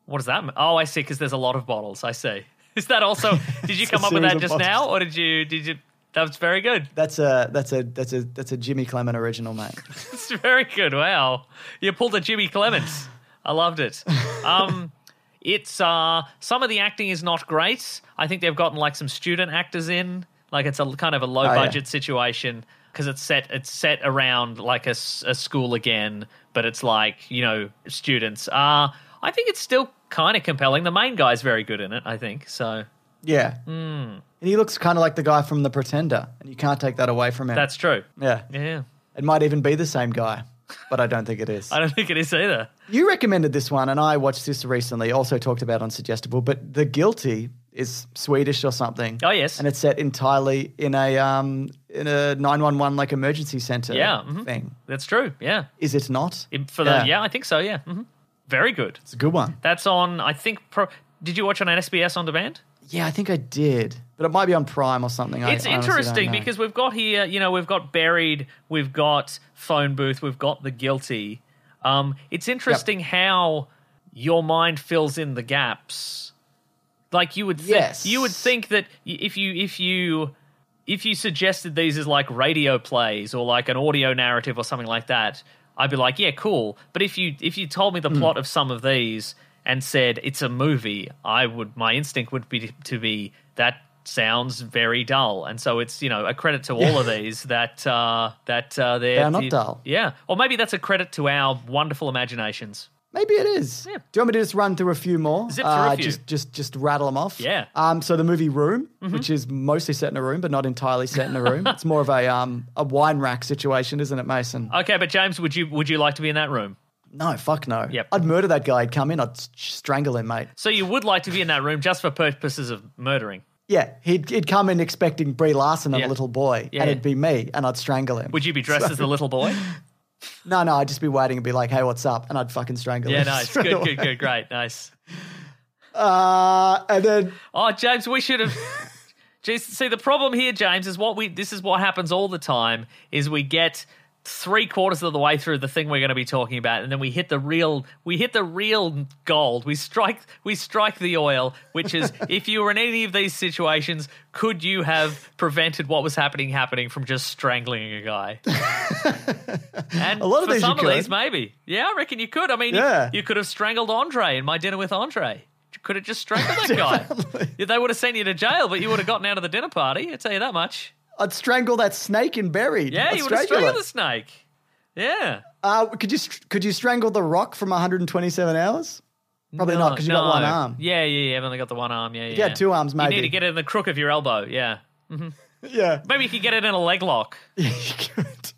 What does that mean? Oh, I see. Because there's a lot of bottles. I see. Is that also? Did you
It's a
come up with
series
that
of
just
bottles.
now, or did you? Did you? That was very good.
That's a that's a that's a that's a Jimmy Clement original, mate.
That's very good. Wow, you pulled a Jimmy Clements. I loved it. Um, it's uh, some of the acting is not great. I think they've gotten like some student actors in. Like it's a kind of a low
Oh, yeah.
budget situation because it's set it's set around like a, s- a school again, but it's like you know students. Uh, I think it's still kind of compelling. The main guy's very good in it. I think so.
Yeah.
Hmm.
And he looks kind of like the guy from The Pretender, and you can't take that away from him.
That's true.
yeah.
Yeah.
It might even be the same guy, but I don't think it is.
I don't think it is either.
You recommended this one, and I watched this recently, also talked about on Suggestible, but The Guilty is Swedish or something.
Oh, yes.
and it's set entirely in a um in a nine one one like emergency center
Yeah, mhm.
thing.
That's true. Yeah.
Is it not?
It- For
Yeah.
the yeah, I think so. Yeah. hmm Very good.
It's a good one.
That's on. I think. Pro- did you watch on SBS on demand?
Yeah, I think I did, but it might be on Prime or something. I-
It's
I honestly don't
interesting
know.
because we've got here, you know, we've got buried, we've got phone booth, we've got the guilty. Um, it's interesting how your mind fills in the gaps. Like you would, thi-
Yes.
you would think that y- if you if you if you suggested these as like radio plays or like an audio narrative or something like that, I'd be like, yeah, cool. But if you if you told me
Hmm.
the plot of some of these and said it's a movie, I would my instinct would be to be that sounds very dull. And so it's you know a credit to all of these that uh, that uh, they're,
They are not dull.
Yeah, or maybe that's a credit to our wonderful imaginations.
Maybe it is. Do you want me to just run through a few more? Uh,
Zip through a few.
Just, just, just rattle them off.
Yeah. Mm-hmm.
Um. So the movie Room, which is mostly set in a room, but not entirely set in a room. it's more of a um a wine rack situation, isn't it, Mason?
Okay, but James, would you would you like to be in that room?
no, fuck no.
Yep.
I'd murder that guy. He'd come in. I'd s- strangle him, mate.
So you would like to be in that room just for purposes of murdering?
Yeah. He'd, he'd come in expecting Brie Larson and a
Yeah.
little boy,
Yeah,
and
yeah.
it'd be me, and I'd strangle him.
Would you be dressed as the little boy?
No, no. I'd just be waiting and be like, "Hey, what's up?" And I'd fucking strangle
Yeah,
him.
nice.
straight
Good,
away.
good, good, great, nice.
Uh, and then
Oh, James, we should have. Jeez, see, the problem here, James, is what we. This is what happens all the time: is we get three quarters of the way through the thing we're going to be talking about, and then we hit the real. We hit the real gold. We strike. We strike the oil, which is if you were in any of these situations, could you have prevented what was happening happening from just strangling a guy? and
A lot of
for
these you
some of
could.
these, maybe. Yeah, I reckon you could. I mean, you-
Yeah.
you, could have strangled Andre in my dinner with Andre. You Could have just strangled that guy. Yeah, they would have sent you to jail, but you would have gotten out of the dinner party. I tell you that much.
I'd strangle that snake and buried.
Yeah,
I'd
you would have
strangle
strangled
it.
the snake. Yeah.
Uh, could you str- could you strangle the rock from 127 hours? Probably not because you got
No.
one arm.
Yeah, yeah, yeah. I've only got the one arm. Yeah, yeah.
had two arms,
You need
maybe.
to get it in the crook of your elbow. Yeah. Mm-hmm.
Yeah,
Maybe you could get it in a leg lock.
you could.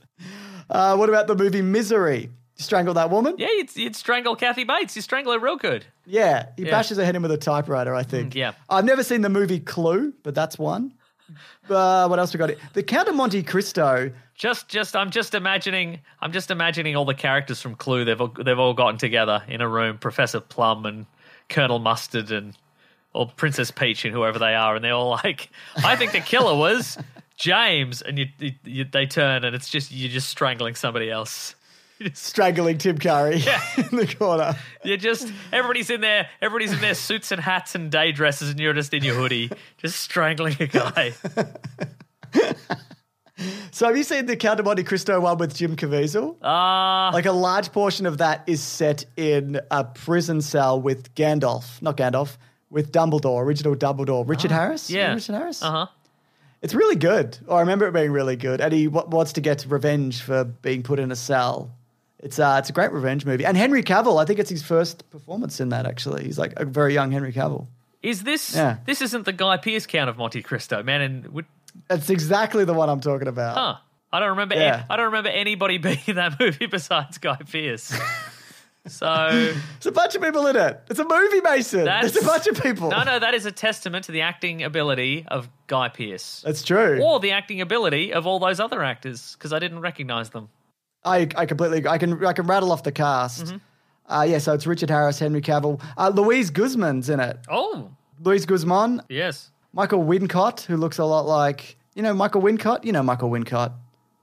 Uh, what about the movie Misery? You strangle that woman?
Yeah, you'd, you'd strangle Kathy Bates. You strangle her real good.
Yeah, he bashes her head in with a typewriter. I think.
Mm, yeah.
I've never seen the movie Clue, but that's one. Uh, what else we got? here? The Count of Monte Cristo.
Just, just, I'm just imagining, I'm just imagining all the characters from Clue. They've all, they've all gotten together in a room. Professor Plum and Colonel Mustard and or Princess Peach and whoever they are, and they're all like, "I think the killer was James," and you, you, you they turn and it's just you're just strangling somebody else.
Strangling Tim Curry in the corner.
You're just everybody's in their everybody's in their suits and hats and day dresses, and you're just in your hoodie, just strangling a guy.
So have you seen the Count of Monte Cristo one with Jim Caviezel?
Ah,
Like a large portion of that is set in a prison cell with Gandalf, not Gandalf, with Dumbledore, original Dumbledore, Richard Harris.
Ah, yeah.
Richard Harris.
uh huh.
It's really good. I remember it being really good, and he w- wants to get revenge for being put in a cell. It's uh, it's a great revenge movie, and Henry Cavill. I think it's his first performance in that. Actually, he's like a very young Henry Cavill.
Is this
Yeah.
this isn't the Guy Pearce count of Monte Cristo, man? And would,
That's exactly the one I'm talking about.
Huh. I don't remember.
Yeah.
I don't remember anybody being in that movie besides Guy Pearce. so
There's a bunch of people in it. It's a movie, Mason.
that's
There's a bunch of people.
No, no, that is a testament to the acting ability of Guy Pearce,
That's true.
or the acting ability of all those other actors, because I didn't recognize them.
I, I completely agree. I can I can rattle off the cast. Uh, yeah, so it's Richard Harris, Henry Cavill, uh, Louise Guzman's in it.
Oh,
Louise Guzman,
yes.
Michael Wincott, who looks a lot like you know Michael Wincott. You know Michael Wincott.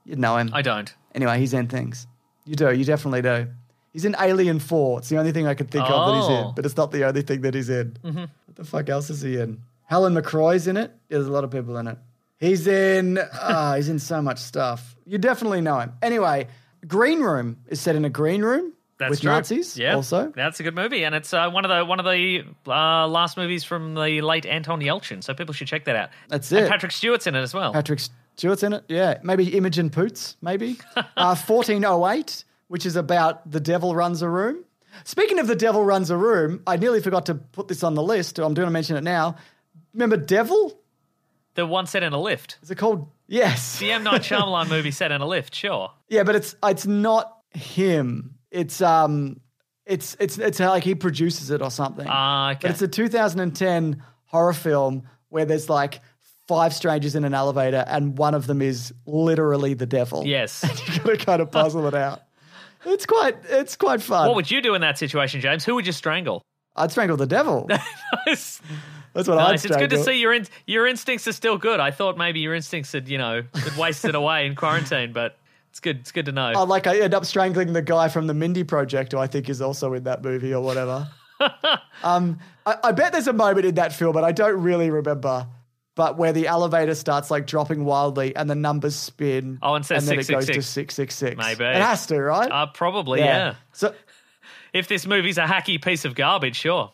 You know him.
I don't.
anyway, he's in things. You do. You definitely do. He's in Alien Four. It's the only thing I can think of that he's
Oh. Mm-hmm.
in, but it's not the only thing that he's in. What the fuck else is he in? Helen McCroy's in it. Yeah, there's a lot of people in it. He's in. Ah, he's in so much stuff. You definitely know him. Anyway, Green Room is set in a green room
That's
with
true.
Nazis.
Yeah,
Also,
that's a good movie, and it's uh, one of the one of the uh, last movies from the late Anton Yelchin. So people should check that out.
That's
And
it.
Patrick Stewart's in it as well.
Patrick Stewart's in it. Yeah, maybe Imogen Poots. Maybe uh, 1408, which is about the devil runs a room. Speaking of the devil runs a room, I nearly forgot to put this on the list. I'm going to mention it now. Remember Devil?
the one set in a lift.
Is it called? Yes.
The M Night Shyamalan movie set in a lift. Sure.
Yeah, but it's it's not him. It's um, it's it's it's like he produces it or something.
Ah, okay.
But it's a 2010 horror film where there's like five strangers in an elevator and one of them is literally the devil.
Yes.
you gotta kind of puzzle it out. It's quite it's quite fun.
What would you do in that situation, James? Who would you strangle?
I'd strangle the devil.
nice.
That's what I'd
It's
strangle.
good to see your in- your instincts are still good. I thought maybe your instincts had you know had wasted away in quarantine, but it's good. It's good to know.
Oh, like I end up strangling the guy from the Mindy Project, who I think is also in that movie or whatever. um, I, I bet there's a moment in that film, but I don't really remember. But where the elevator starts like dropping wildly and the numbers spin.
Oh, and says
then it goes to
666.
six six six.
Maybe.
it has to, right?
uh, probably, yeah.
So
If this movie's a hacky piece of garbage, sure.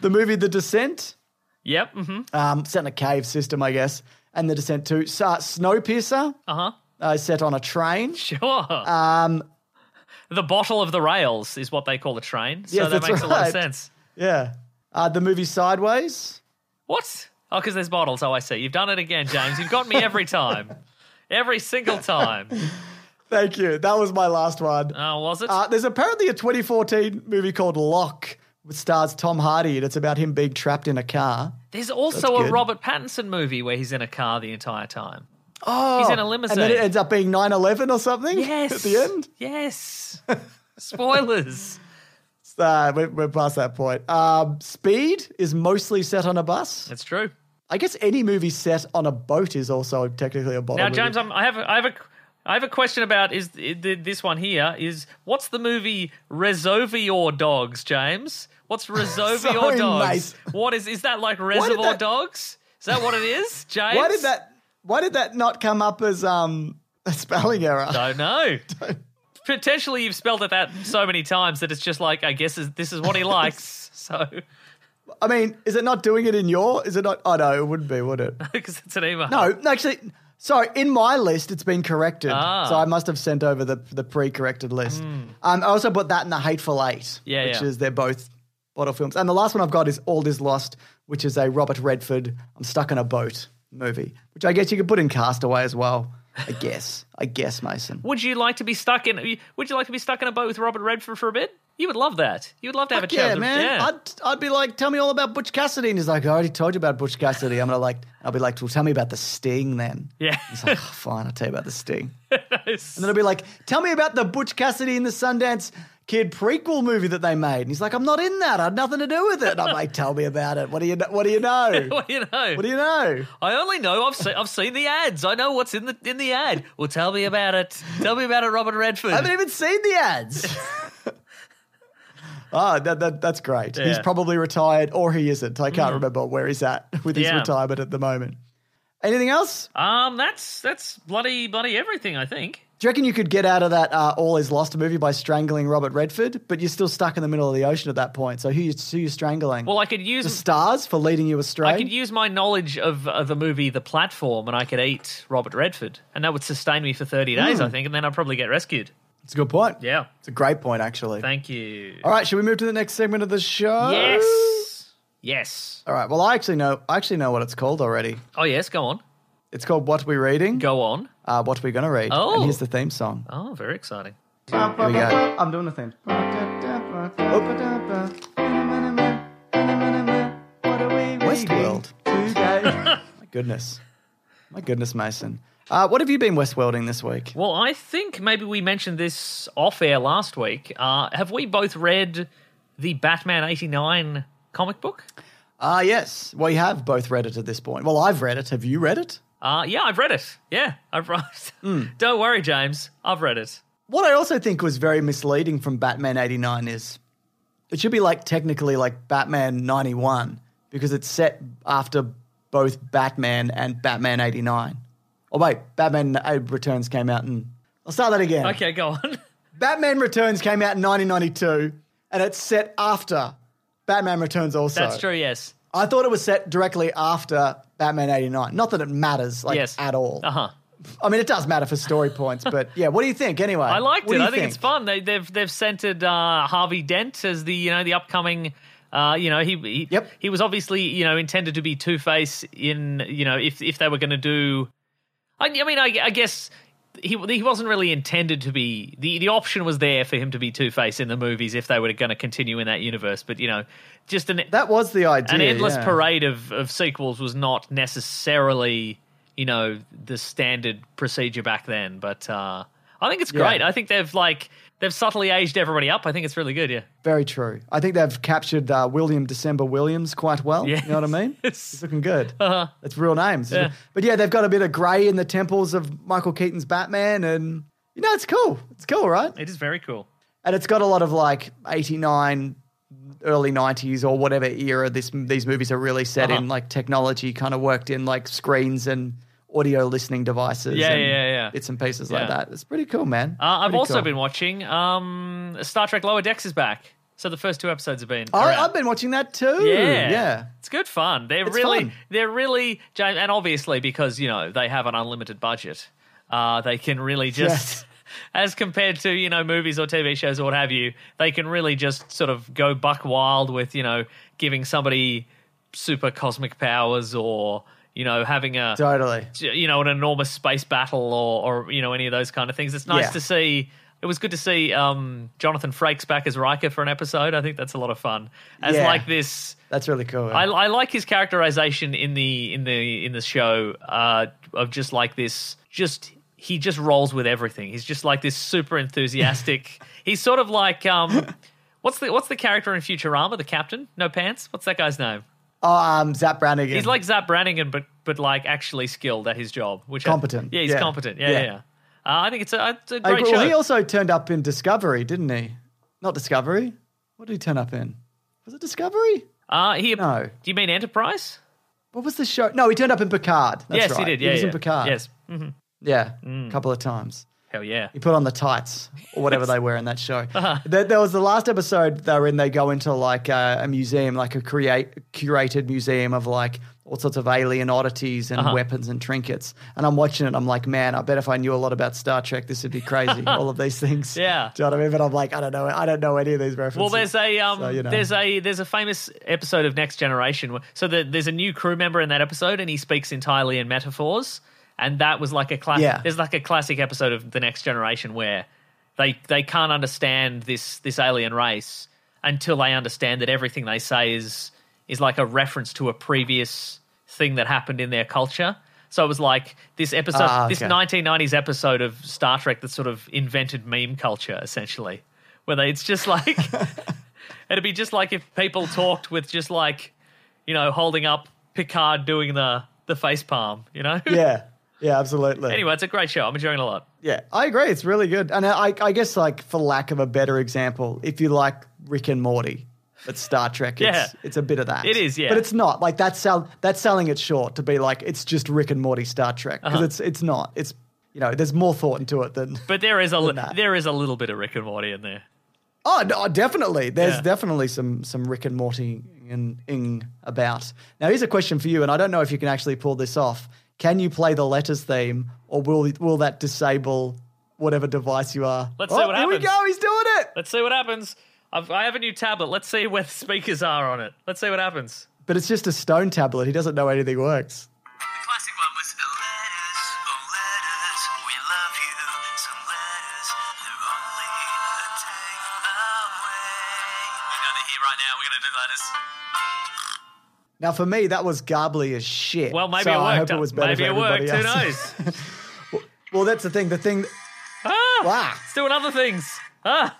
the movie The Descent,
Yep. Mm-hmm.
um, set in a cave system, I guess, and The Descent Two, so, uh, Snowpiercer,
Uh huh.
uh, set on a train.
Sure. Um, the bottle of the rails is what they call a train, so
Yes,
that
that's
makes a lot of
right.
sense.
Yeah, uh, the movie Sideways.
What? Oh, because there's bottles. Oh, I see. You've done it again, James. You've got me every time. Every single time.
Thank you. That was my last one.
Oh, was it?
Uh, there's apparently a 2014 movie called Lock, which stars Tom Hardy, and it's about him being trapped in a car.
There's also a
good.
Robert Pattinson movie where he's in a car the entire time.
Oh,
He's in a limousine.
And then it ends up being 9 11 or something
yes.
at the end.
Yes. Spoilers.
Uh, we're, we're past that point. Um, Speed is mostly set on a bus.
That's true.
I guess any movie set on a boat is also technically a boat.
Now, James, I'm, I have a, I have a I have a question about is th- this one here is what's the movie Reservoir Dogs, James? What's Reservoir
Sorry,
Dogs?
mate.
What is is that like Reservoir
that-
Dogs? Is that what it is, James?
why did that? Why did that not come up as um, a spelling error?
Don't know. Potentially, you've spelled it that so many times that it's just like I guess is, this is what he likes. So
I mean, is it not doing it in your? Is it not? Oh no, it wouldn't be, would it?
because it's an email.
No, no, actually, sorry. In my list, it's been corrected,
Ah. Hmm.
so I must have sent over the the pre-corrected list. Um, I also put that in the Hateful Eight,
Yeah,
which
yeah.
is they're both bottle films. And the last one I've got is All Is Lost, which is a Robert Redford "I'm Stuck in a Boat" movie, which I guess you could put in Castaway as well. I guess, I guess, Mason.
Would you like to be stuck in? Would you like to be stuck in a boat with Robert Redford for a bit? You would love that. You would love to have a chat.
Yeah,
with-
man. I'd, I'd be like, tell me all about Butch Cassidy. And he's like, I already told you about Butch Cassidy. I'm gonna like, I'll be like, well, tell me about the Sting then.
Yeah.
He's like, "Oh, fine, I'll tell you about the Sting. And then I'll be like, tell me about the Butch Cassidy and the Sundance Kid prequel movie that they made. And he's like, I'm not in that. I had nothing to do with it. And I'm like, tell me about it. What do you know? What do you know?
Well, you know.
What do you know?
I only know I've seen I've seen the ads. I know what's in the in the ad. Well, tell me about it. Tell me about it, Robert Redford.
I haven't even seen the ads. Ah, that, that, that's great. He's
Yeah. Mm.
probably retired or he isn't. I can't remember where he's at with his
Yeah.
retirement at the moment. Anything else?
um, that's that's bloody bloody everything. I think.
Do you reckon you could get out of that uh, All Is Lost movie by strangling Robert Redford, but you're still stuck in the middle of the ocean at that point? So who, you- who you strangling?
Well, I could
the
use
stars for leading you astray?
I could use my knowledge of uh, the movie The Platform, and I could eat Robert Redford, and that would sustain me for thirty
Hmm.
days, I think, and then I'd probably get rescued.
it's a good point.
Yeah.
It's a great point, actually.
Thank you.
All right, should we move to the next segment of the show?
Yes. Yes.
All right. Well, I actually know. I actually know what it's called already.
Oh yes. Go on.
It's called What We Reading.
Go on.
Uh, what we gonna read?
Oh.
And here's the theme song.
Oh, very exciting.
Here we go. I'm doing the theme. Westworld. My goodness. My goodness, Mason. Uh, what have you been Westworlding this week?
Well, I think maybe we mentioned this off air last week. Uh, have we both read the Batman 89 comic book?
Ah, yes. We have both read it at this point. Well, I've read it. Have you read it?
Uh, yeah, I've read it. Yeah, I've read Don't worry, James. I've read it.
What I also think was very misleading from Batman 89 is it should be like technically like Batman 91 because it's set after both Batman and Batman 89. Oh, wait, Batman uh, Returns came out in. I'll start that again.
Okay, go on.
Batman Returns came out in 1992 and it's set after Batman Returns also.
That's true, yes.
I thought it was set directly after Batman 89. Not that it matters like
yes.
at all.
Uh huh.
I mean, it does matter for story points, but yeah, what do you think anyway?
I liked
What
it.
do
I
you
think, it's fun. They, they've they've centered uh, Harvey Dent as the you know the upcoming. Uh, you know he he,
Yep.
he was obviously you know intended to be Two Face in you know if if they were going to do. I, I mean I, I guess he he wasn't really intended to be the the option was there for him to be Two Face in the movies if they were going to continue in that universe, but you know, just an
That was the idea.
an endless
yeah.
parade of, of sequels was not necessarily, you know, the standard procedure back then. But uh, I think it's
Yeah.
great. I think they've like they've subtly aged everybody up. I think it's really good. Yeah,
Very true. I think they've captured uh, William December Williams quite well.
Yes.
You know what I mean?
Yes.
It's looking good. Uh-huh. It's real names. But yeah, they've got a bit of grey in the temples of Michael Keaton's Batman, and you know, it's cool. It's cool, right?
it is very cool.
And it's got a lot of like 89, early 90s or whatever era this, these movies are really set
Uh-huh.
in, like technology kind of worked in, like screens and audio listening devices.
Yeah,
and
yeah, yeah.
Bits and pieces
Yeah.
like that. It's pretty cool, man.
Uh, I've
Pretty
also
cool.
been watching um, Star Trek Lower Decks is back. So the first two episodes have been. are
I,
out.
I've been watching that too.
Yeah,
Yeah.
it's good fun. They're
It's
really,
fun.
they're really, James, and obviously because you know they have an unlimited budget, uh, they can really
Yes.
just, as compared to you know movies or TV shows or what have you, they can really just sort of go buck wild with you know giving somebody super cosmic powers or you know having a
Totally.
you know an enormous space battle or, or you know any of those kind of things. It's nice
Yeah.
to see. It was good to see um, Jonathan Frakes back as Riker for an episode. I think that's a lot of fun. As
Yeah.
like this,
That's really cool.
I, I like his characterization in the in the in the show uh, of just like this. Just he just rolls with everything. He's just like this super enthusiastic. he's sort of like um, what's the what's the character in Futurama? The captain, no pants. What's that guy's name?
Oh, um, Zap Brannigan.
He's like Zap Brannigan, but but like actually skilled at his job, which I-
Competent.
yeah, he's
Yeah.
competent. Yeah, yeah.
Yeah.
yeah. Uh, I think it's a, it's a
Like,
great
well,
show.
Oh, he also turned up in Discovery, didn't he? Not Discovery. What did he turn up in? Was it Discovery?
uh, he
No.
Do you mean Enterprise?
What was the show? No, he turned up in Picard. That's
yes,
right.
he did. Yeah,
he was
yeah.
in Picard.
Yes.
Yeah,
Mm.
a couple of times.
Hell yeah.
He put on the tights or whatever they wear in that show.
Uh-huh.
There, there was the last episode they were in. They go into like uh, a, a museum, like a create curated museum of like all sorts of alien oddities and
Uh-huh.
weapons and trinkets. And I'm watching it. I'm like, man, I bet if I knew a lot about Star Trek, this would be crazy. all of these things.
Yeah.
Do you know what I mean? But I'm like, I don't know. I don't know any of these references.
Well, there's a um,
So, you know.
there's a there's a famous episode of Next Generation. where- So the, there's a new crew member in that episode, and he speaks entirely in metaphors. And that was like a classic.
Yeah.
There's like a classic episode of the Next Generation where they they can't understand this this alien race until they understand that everything they say is is like a reference to a previous thing that happened in their culture. So it was like this episode,
Ah,
this
okay.
1990s episode of Star Trek that sort of invented meme culture, essentially, where they, it's just like It'd be just like if people talked with just like, you know, holding up Picard doing the the face palm, you know?
yeah, yeah, absolutely.
anyway, it's a great show. I'm enjoying it a lot.
Yeah, I agree. It's really good. And I, I guess, like, for lack of a better example, if you like Rick and Morty, but Star Trek, it's,
Yeah.
it's a bit of that.
It is, yeah.
But it's not. Like, that's, sell, that's selling it short to be like, it's just Rick and Morty Star Trek.
Uh-huh.
Because it's, it's not. It's, you know, there's more thought into it than.
But there is a li-
that.
there is a little bit of Rick and Morty in there.
Oh, no, definitely. There's
Yeah.
definitely some, some Rick and Morty in, ing about. Now, here's a question for you, and I don't know if you can actually pull this off. Can you play the letters theme, or will, will that disable whatever device you are?
Let's
oh,
see what
here we
happens.
go. He's doing it.
Let's see what happens. I've, I have a new tablet. Let's see where the speakers are on it. Let's see what happens.
But it's just a stone tablet. He doesn't know anything works.
The classic one was the letters, oh letters, we love you. Some letters, they're only a take away. You know they're here right now. We're gonna do letters.
Now, for me, that was garbly as shit.
Well, maybe
so
it worked.
I hope it was better
maybe
for
it worked.
everybody
Who
else.
knows?
well, that's the thing. The thing.
ah,
Wow.
It's doing other things. Ah,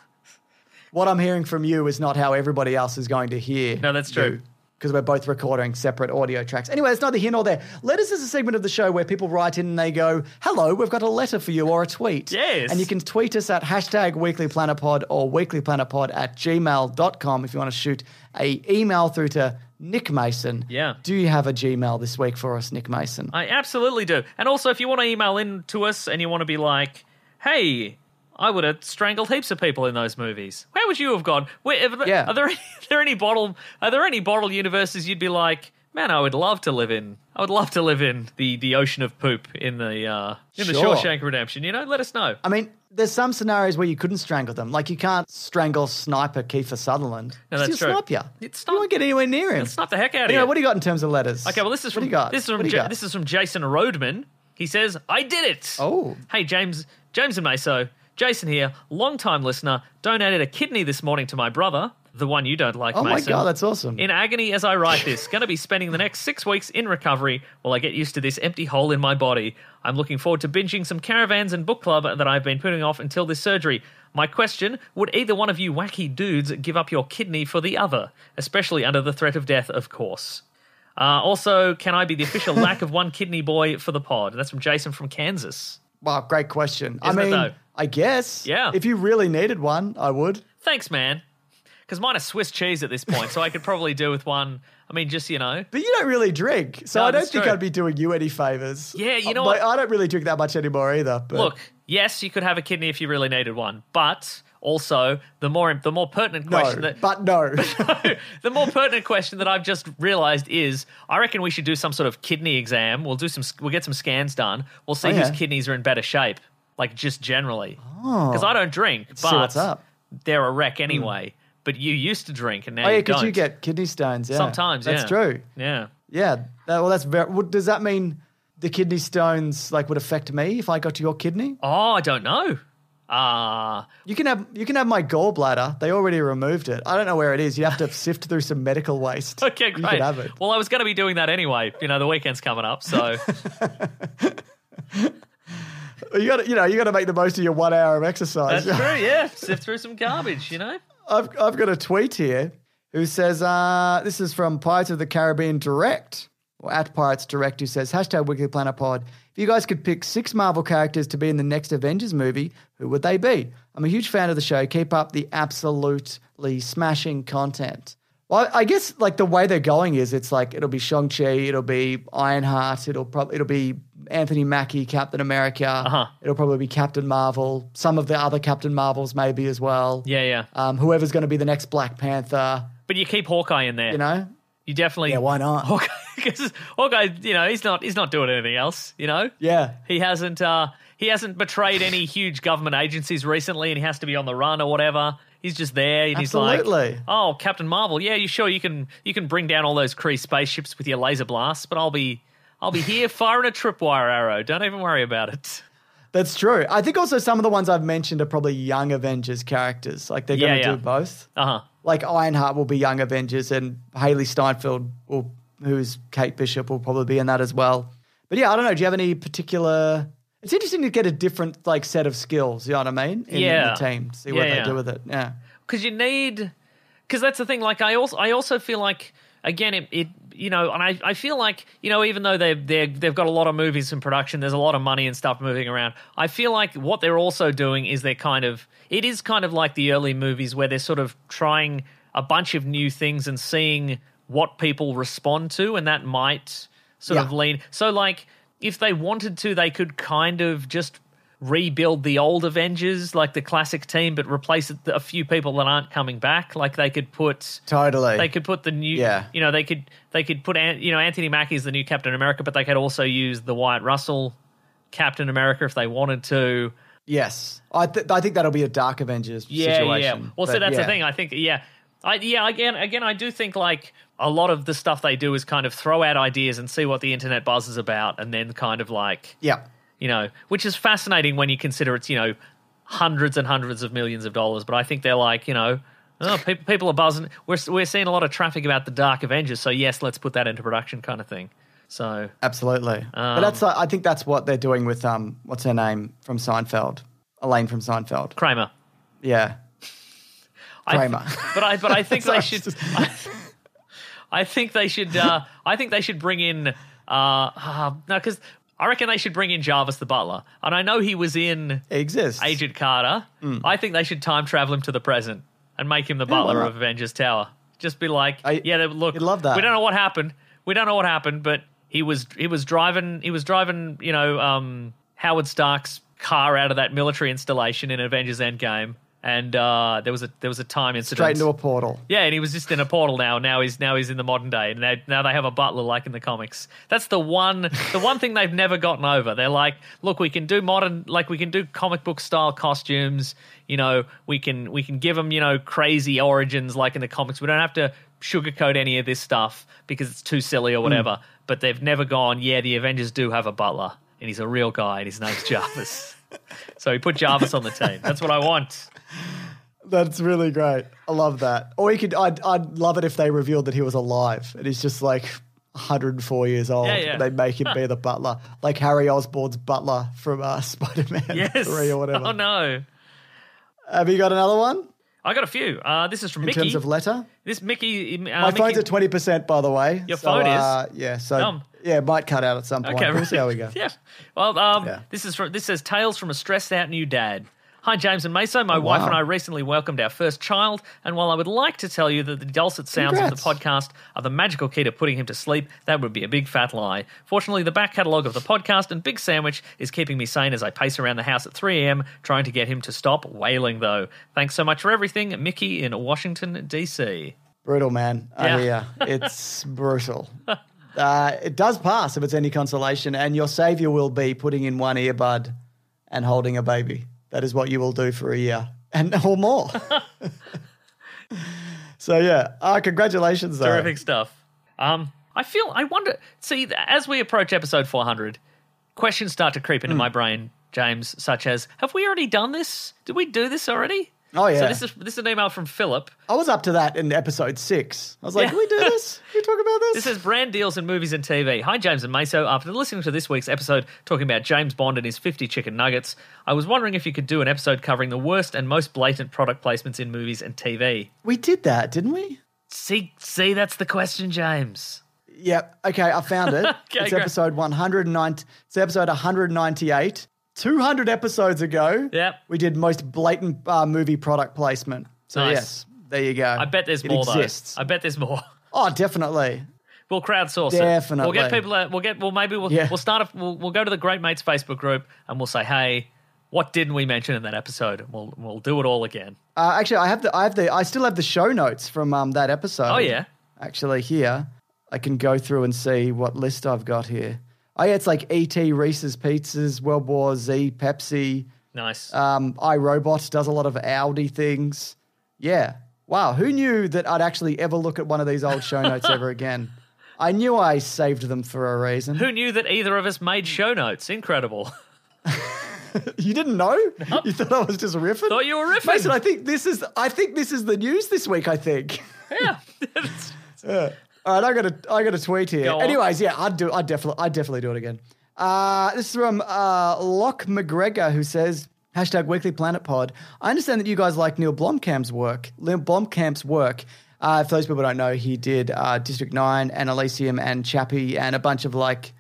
What I'm hearing from you is not how everybody else is going to hear.
No, that's true.
Because we're both recording separate audio tracks. Anyway, it's neither here nor there. Letters is a segment of the show where people write in and they go, hello, we've got a letter for you or a tweet.
Yes.
And you can tweet us at hashtag weeklyplanetpod or weeklyplanetpod at gmail.com if you want to shoot a email through to Nick Mason.
Yeah.
Do you have a Gmail this week for us, Nick Mason?
I absolutely do. And also, if you want to email in to us and you want to be like, hey, I would have strangled heaps of people in those movies. Where would you have gone? Where, are, there-
Yeah.
are there any, are there any bottle are there any bottle universes you'd be like, man, I would love to live in. I would love to live in the the ocean of poop in the uh, in the
Sure.
Shawshank Redemption. You know, let us know.
I mean, there's some scenarios where you couldn't strangle them. Like you can't strangle sniper Kiefer Sutherland.
No,
'Cause
that's
he'll
true.
Snap you.
It's
You
not-
won't get anywhere near him.
Let's not the heck out of
Anyway,
here.
what do you got in terms of letters?
Okay, well this is
what
from
do you got?
this is
What
from
do you
Ja-
got?
this is from Jason Rodman. He says, I did it.
Oh.
Hey, James, James and Meso, Jason here, long-time listener, donated a kidney this morning to my brother, the one you don't like,
Oh my
Mason.
god, that's awesome.
In agony as I write this, going to be spending the next six weeks in recovery while I get used to this empty hole in my body. I'm looking forward to binging some caravans and book club that I've been putting off until this surgery. My question would either one of you wacky dudes give up your kidney for the other, especially under the threat of death, of course? Uh, also, can I be the official lack of one kidney boy for the pod? That's from Jason from Kansas.
wow, great question.
Isn't
I
it
mean,
though?
I guess.
Yeah.
If you really needed one, I would.
Thanks, man. Because mine are Swiss cheese at this point, so I could probably do with one. I mean, just, you know.
But you don't really drink, so
No,
I don't
that's
think
true.
I'd be doing you any favors.
Yeah, you
Uh,
know
but
what?
I don't really drink that much anymore either. But
Look, yes, you could have a kidney if you really needed one, but also the more the more pertinent
no,
question that
but no.
the more pertinent question that I've just realized is I reckon we should do some sort of kidney exam. We'll do some we'll get some scans done. We'll see
Oh,
whose
yeah. Oh.
kidneys are in better shape, like just generally. Because I don't drink, but
see what's up. Hmm.
they're a wreck anyway. But you used to drink, and now
Oh yeah,
you
because
don't.
you get kidney stones. Yeah,
sometimes.
that's
yeah.
true.
Yeah.
Yeah. That, well, that's very. well, Does that mean the kidney stones like would affect me if I got to your kidney?
Oh, I don't know. Ah,
You can have you can have my gallbladder. They already removed it. I don't know where it is. You have to sift through some medical waste.
Okay, great.
You could have it.
Well, I was going to be doing that anyway. You know, the weekend's coming up, so
You got to you know you got to make the most of your one hour of exercise.
that's true. Yeah, sift through some garbage. You know,
I've I've got a tweet here who says uh, this is from Pirates of the Caribbean Direct or at Pirates Direct who says hashtag Weekly Planet Pod. If you guys could pick six Marvel characters to be in the next Avengers movie, who would they be? I'm a huge fan of the show. Keep up the absolutely smashing content. Well, I guess like the way they're going is it's like it'll be Shang Chi, it'll be Ironheart, it'll probably it'll be Anthony Mackie, Captain America, uh-huh. it'll probably be Captain Marvel, some of the other Captain Marvels maybe as well
yeah, yeah.
um, whoever's going to be the next Black Panther,
But you keep Hawkeye in there.
you know?
you definitely
Yeah, why not?
Hawkeye because Hawkeye, you know, he's not he's not doing anything else. You know,
Yeah.
he hasn't uh he hasn't betrayed any huge government agencies recently, and he has to be on the run or whatever. He's just there, and he's like,
Absolutely.
"Oh, Captain Marvel, yeah, you sure you can you can bring down all those Kree spaceships with your laser blasts, but I'll be." I'll be here firing a tripwire arrow. Don't even worry about it.
That's true. I think also some of the ones I've mentioned are probably young Avengers characters. Like they're
Yeah,
going to
yeah.
do both.
Uh huh.
Like Ironheart will be young Avengers and Haley Steinfeld, will, who's Kate Bishop, will probably be in that as well. But yeah, I don't know. Do you have any particular. It's interesting to get a different like set of skills, you know what I mean? In,
Yeah.
in the team, see
Yeah,
what
yeah.
they do with it. Yeah.
because you need because that's the thing like i also i also feel like again it, it you know and I, I feel like you know even though they they they've got a lot of movies in production there's a lot of money and stuff moving around i feel like what they're also doing is they're kind of it is kind of like the early movies where they're sort of trying a bunch of new things and seeing what people respond to and that might sort of
Yeah.
lean so like if they wanted to they could kind of just rebuild the old Avengers, like the classic team, but replace it, a few people that aren't coming back. Like they could put.
Totally.
They could put the new,
Yeah.
you know, they could they could put An- you know Anthony Mackie is the new Captain America, but they could also use the Wyatt Russell Captain America if they wanted to.
yes. I, th- I think that'll be a Dark Avengers situation.
Well, so
But
that's the
yeah.
thing. I think, yeah, I yeah again again I do think like a lot of the stuff they do is kind of throw out ideas and see what the internet buzzes about, and then kind of like
Yeah.
you know, which is fascinating when you consider it's, you know, hundreds and hundreds of millions of dollars. But I think they're like, you know, oh, pe- people are buzzing. We're, we're seeing a lot of traffic about the Dark Avengers. So, yes, let's put that into production kind of thing. So,
Absolutely.
Um,
but that's I think that's what they're doing with um what's her name from Seinfeld? Elaine from Seinfeld.
Kramer.
Yeah.
I th-
Kramer.
but I but I think
Sorry,
they should. I, I think they should. Uh, I think they should bring in. Uh, uh, no, because I reckon they should bring in Jarvis the Butler, and I know he was in
It exists.
Agent Carter.
Hmm.
I think they should time travel him to the present and make him the butler
not?
of Avengers Tower. Just be like,
I-
yeah, they- look,
I'd love that.
We don't know what happened. We don't know what happened, but he was he was driving he was driving you know um, Howard Stark's car out of that military installation in Avengers Endgame, and uh, there was a there was a time incident.
Straight into a portal.
yeah, and he was just in a portal now. Now he's now he's in the modern day, and they, now they have a butler like in the comics. That's the one the one thing they've never gotten over. They're like, look, we can do modern, like we can do comic book style costumes. You know, we can we can give them you know crazy origins like in the comics. We don't have to sugarcoat any
Hmm.
of this stuff because it's too silly or whatever. But they've never gone. Yeah, the Avengers do have a butler. and he's a real guy, and his name's Jarvis. so he put Jarvis on the team. That's what I want.
That's really great. I love that. Or you could, I'd, I'd love it if they revealed that he was alive and he's just like 104 years old.
Yeah, yeah.
And they make him be the butler, like Harry Osborn's butler from uh, Spider Man
Yes.
3 or whatever.
Oh no,
Have you got another one
I got a few. Uh, this is from
in
Mickey.
terms of letter?
this Mickey. Uh,
My
Mickey-
phone's at 20%, by the way.
Your
so,
phone is?
Uh, yeah, so
Dumb.
yeah, it might cut out at some point.
Okay,
We'll
right.
see how we go.
Yeah. Well, um,
Yeah.
this is from this says tales from a stressed out new dad. Hi James and Meso, my wife
Oh, wow.
and I recently welcomed our first child, and while I would like to tell you that the dulcet sounds of
Congrats.
the podcast are the magical key to putting him to sleep, that would be a big fat lie. Fortunately, the back catalogue of the podcast and Big Sandwich is keeping me sane as I pace around the house at 3 a.m. trying to get him to stop wailing. Though, thanks so much for everything, Mickey in Washington D.C.
Brutal, man.
Yeah.
Yeah. It's brutal. Uh, it does pass if it's any consolation, and your savior will be putting in one earbud and holding a baby. That is what you will do for a year and or more. so yeah, uh, congratulations, though.
Terrific stuff. Um, I feel. I wonder. See, th- as we approach episode 400, questions start to creep into
Hmm.
my brain, James. Such as, have we already done this? Did we do this already?
Oh,
So
yeah. Oh.
this is this is an email from Philip.
I was up to that in episode six. I was like,
Yeah.
"Can we do this? Can we talk about this?"
This is brand deals in movies and TV. Hi, James and Meso. After listening to this week's episode talking about James Bond and his 50 chicken nuggets, I was wondering if you could do an episode covering the worst and most blatant product placements in movies and TV.
we did that, didn't we?
See, see, that's the question, James.
Yep. Okay, I found it.
Okay,
it's
great.
episode 190. It's episode 198. 200 episodes ago,
Yep.
we did most blatant uh, movie product placement. So,
Nice.
yes, there you go.
I bet there's
it
more
exists.
though. I bet there's more.
oh, definitely.
We'll crowdsource it.
Definitely.
We'll get people. uh, We'll get. Well, maybe we'll
Yeah.
we'll start. A, we'll we'll go to the Great Mates Facebook group and we'll say, hey, what didn't we mention in that episode? We'll we'll do it all again.
Uh, actually, I have the I have the I still have the show notes from um, that episode.
Oh yeah.
Actually, here I can go through and see what list I've got here. Oh yeah, it's like ET, Reese's Pizzas, World War Z, Pepsi,
Nice.
Um, iRobot does a lot of Audi things. Yeah. Wow. Who knew that I'd actually ever look at one of these old show notes ever again? I knew I saved them for a reason.
Who knew that either of us made show notes? Incredible.
You didn't know? You thought I was just riffing?
Thought you were riffing.
Mason, I think this is I think this is the news this week, I think.
yeah.
All right, I got a I got a tweet here.
Go on.
Anyways, yeah, I'd do I definitely I definitely do it again. Uh, this is from uh, Locke McGregor who says hashtag Weekly Planet Pod. I understand that you guys like Neil Blomkamp's work. Neil Blomkamp's work. Uh, if those people don't know, he did uh, District Nine and Elysium and Chappie and a bunch of like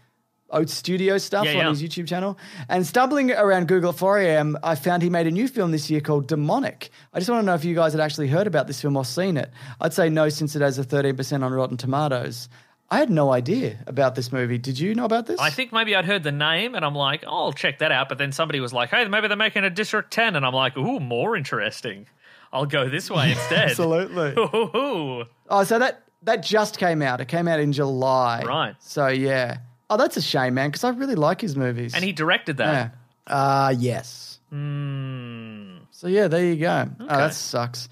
Oat Studio stuff
Yeah,
on
yeah.
his YouTube channel. And stumbling around Google at 4 a.m., I found he made a new film this year called Demonic. I just want to know if you guys had actually heard about this film or seen it. I'd say no, since it has a 13% on Rotten Tomatoes. I had no idea about this movie. Did you know about this?
I think maybe I'd heard the name and I'm like, oh, I'll check that out. But then somebody was like, hey, maybe they're making a District 10. And I'm like, ooh, more interesting. I'll go this way instead.
Absolutely.
Ooh.
oh, so that that just came out. It came out in July.
Right.
So yeah. Oh, that's a shame, man, because I really like his movies.
And he directed that.
Yeah. Uh, yes. So yeah, there you go. Oh, that sucks.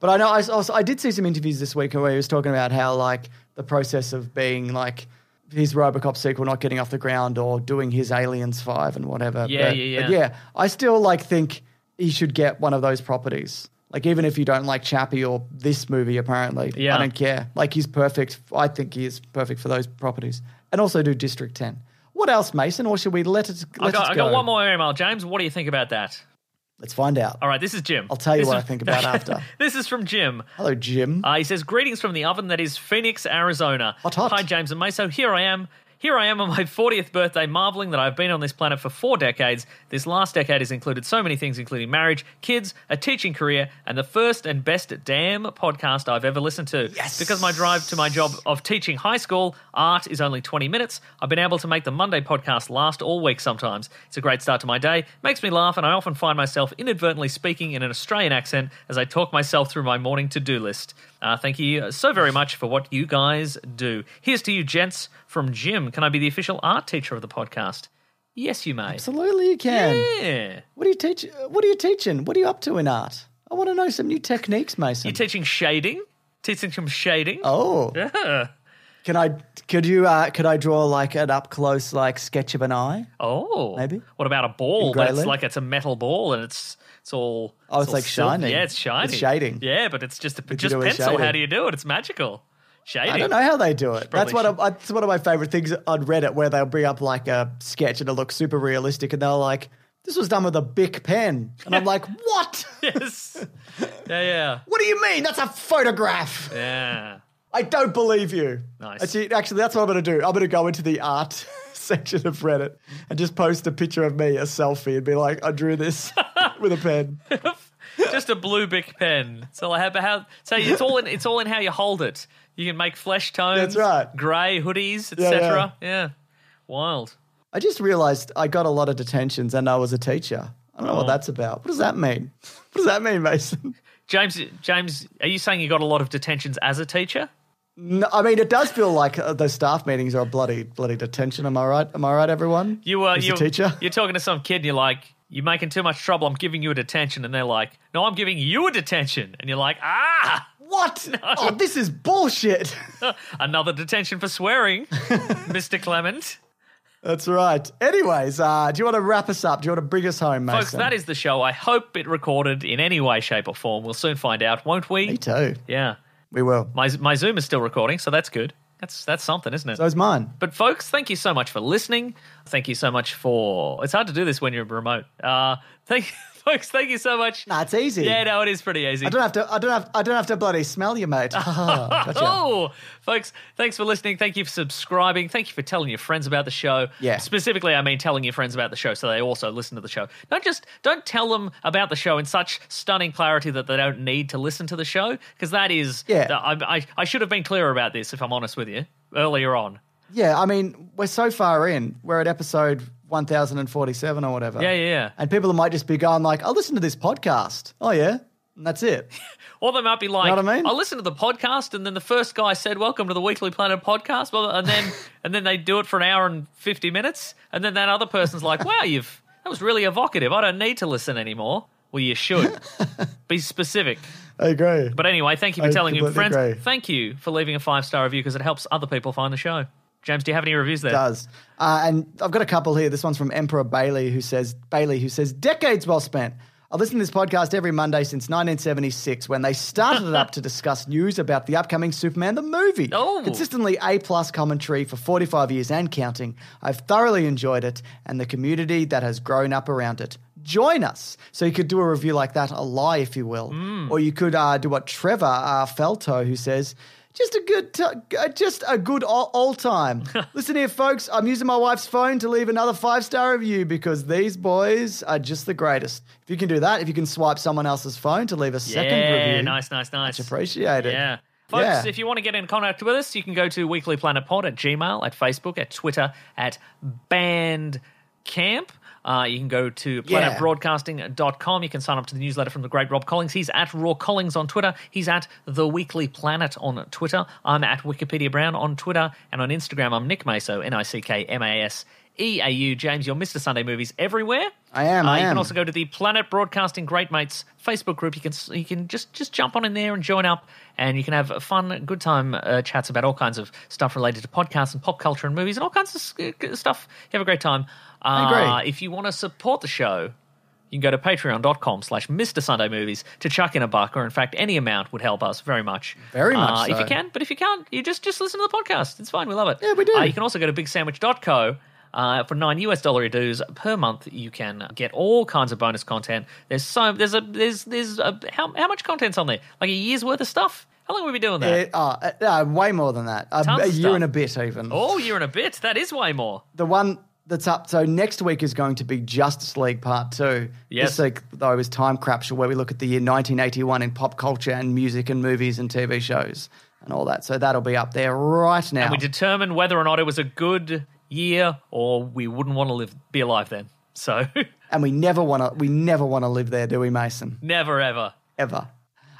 But I know I s- also I did see some interviews this week where he was talking about how like the process of being like his RoboCop sequel not getting off the ground or doing his Aliens Five and whatever.
Yeah,
but,
yeah,
but
yeah.
yeah, I still like think he should get one of those properties. Like even if you don't like Chappie or this movie, apparently,
Yeah.
I don't care. Like he's perfect. I think he is perfect for those properties, and also do District Ten. What else, Mason? Or should we let it?
I
Let
got,
it
I
go?
got one more email, James. What do you think about that?
Let's find out.
All right, this is Jim.
I'll tell you
This
what
is-
I think about after.
This is from Jim.
Hello, Jim.
Uh, he says, "Greetings from the oven that is Phoenix, Arizona.
Mm-hmm. Hot, hot.
Hi, James and Meso. Here I am. Here I am on my 40th birthday, marveling that I've been on this planet for four decades. This last decade has included so many things, including marriage, kids, a teaching career, and the first and best damn podcast I've ever listened to. Yes. Because my drive to my job of teaching high school art is only 20 minutes, I've been able to make the Monday podcast last all week sometimes. It's a great start to my day, makes me laugh, and I often find myself inadvertently speaking in an Australian accent as I talk myself through my morning to do list. Uh, thank you so very much for what you guys do. Here's to you, gents, from Jim. Can I be the official art teacher of the podcast? Yes, you may.
Absolutely, you can.
Yeah.
What are you teach? What are you teaching? What are you up to in art? I want to know some new techniques, Mason.
You're teaching shading? Teaching some shading?
oh,
Yeah.
Can I? Could you? Uh, could I draw like an up close like sketch of an eye?
Oh,
Maybe.
What about a ball?
In grey
That's
lead?
like it's a metal ball, and it's it's all
Oh, it's
all
like
silver.
shiny.
Yeah, it's shiny.
It's shading.
Yeah, but it's just a
you
just
do it with
pencil. How
shading?
do you do it? It's magical. Shading.
I don't know how they do it. That's
probably
one of that's one of my favorite things on Reddit, where they'll bring up like a sketch and it looks super realistic, and they're like, "This was done with a Bic pen," and I'm like, "What?
Yes. Yeah, yeah,
What do you mean? That's a photograph."
yeah.
I don't believe you.
Nice.
Actually, actually, that's what I'm going to do. I'm going to go into the art section of Reddit and just post a picture of me, a selfie, and be like, I drew this with a pen.
just a blue bic pen. So I have how so it's all in it's all in how you hold it. You can make flesh tones.
That's right.
Grey hoodies,
Yeah,
etc. Yeah, Wild.
I just realized I got a lot of detentions and I was a teacher. I don't know what that's about. What does that mean? What does that mean, Mason?
James, James, are you saying you got a lot of detentions as a teacher?
No, I mean, it does feel like uh, those staff meetings are a bloody, bloody detention. Am I right? Am I right, everyone?
You were
Mr.
you
teacher?
You're talking to some kid. and You're like, you're making too much trouble. I'm giving you a detention, and they're like, no, I'm giving you a detention, and you're like, ah,
What? Oh, this is bullshit.
another detention for swearing, Mister Clement.
that's right. Anyways, uh, do you want to wrap us up? Do you want to bring us home, Mason?
Folks, that is the show. I hope it recorded in any way, shape, or form. We'll soon find out, won't
Me
we?
too.
Yeah.
We will.
My my Zoom is still recording, so that's good. That's that's something, isn't it?
So is mine.
But folks, thank you so much for listening. Thank you so much for. It's hard to do this when you're remote. Uh, thank folks, thank you so much.
Nah, it's easy.
Yeah, no, it is pretty easy.
I don't have to. I don't have. I don't have to bloody smell you, mate.
Uh-huh.
gotcha.
Oh, folks, thanks for listening. Thank you for subscribing. Thank you for telling your friends about the show.
Yeah.
Specifically, I mean telling your friends about the show so they also listen to the show. Don't just don't tell them about the show in such stunning clarity that they don't need to listen to the show because that is
Yeah.
I, I I should have been clearer about this if I'm honest with you earlier on.
Yeah, I mean, we're so far in. We're at episode one thousand and forty-seven or whatever.
Yeah, yeah, yeah.
And people might just be going like, "I'll listen to this podcast." Oh yeah, and that's it.
Or they might be like,
Know what I mean?
listened to the podcast, and then the first guy said, "Welcome to the Weekly Planet podcast," blah, blah, and then and then they do it for an hour and fifty minutes, and then that other person's like, "Wow, you've that was really evocative. I don't need to listen anymore." Well, you should be specific.
I agree.
But anyway, thank you for
I
telling your
completely
friends.
agree.
Thank you for leaving a five star review because it helps other people find the show. James, do you have any reviews there?
It does. Uh, and I've got a couple here. This one's from Emperor Bailey, who says Bailey, who says decades well spent. I listen to this podcast every Monday since 1976 when they started it up to discuss news about the upcoming Superman the movie.
Oh.
Consistently A plus commentary for 45 years and counting. I've thoroughly enjoyed it and the community that has grown up around it. Join us. So you could do a review like that, a lie, if you will.
Mm.
Or you could uh, do what Trevor uh, Felto, who says, just a good, t- uh, just a good all, all time. Listen here, folks. I'm using my wife's phone to leave another five star review because these boys are just the greatest. If you can do that, if you can swipe someone else's phone to leave a second
yeah,
review,
nice, nice, nice.
appreciate it.
Yeah. Folks,
Yeah.
if you want to get in contact with us, you can go to weeklyplanetpod at Gmail, at Facebook, at Twitter, at Bandcamp. Uh, you can go to
Yeah.
planetbroadcasting.com. You can sign up to the newsletter from the great Rob Collings. He's at Raw Collings on Twitter. He's at The Weekly Planet on Twitter. I'm at Wikipedia Brown on Twitter. And on Instagram, I'm Nick Maso, N I C K M A S E A U. James, you're Mr. Sunday Movies everywhere.
I am,
Uh,
I
you can
am.
also go to the Planet Broadcasting Great Mates Facebook group. You can you can just just jump on in there and join up, and you can have fun, good time uh, chats about all kinds of stuff related to podcasts and pop culture and movies and all kinds of s- uh, stuff. You have a great time. Uh,
I agree.
If you want to support the show, you can go to patreon.com slash Mr. Sunday Movies to chuck in a buck, or in fact, any amount would help us very much.
Very much
Uh, If you
so.
can, but if you can't, you just, just listen to the podcast. It's fine. We love it.
Yeah, we do.
Uh, you can also go to bigsandwich.co. Uh, for nine US dollar dues per month, you can get all kinds of bonus content. There's so there's a there's there's a, how how much content's on there? Like a year's worth of stuff. How long have we been doing that?
It- oh, uh, uh, way more than that. A,
Tons
a
of
year
stuff.
and a bit, even.
oh, year and a bit. That is way more.
The one that's up. So next week is going to be Justice League Part Two.
Yes.
This week, though, is Time Capsule, where we look at the year 1981 in pop culture and music and movies and TV shows and all that. So that'll be up there right now.
And we determined whether or not it was a good year, or we wouldn't want to live be alive then. So
And we never want to. We never want to live there, do we, Mason?
never ever.
Ever.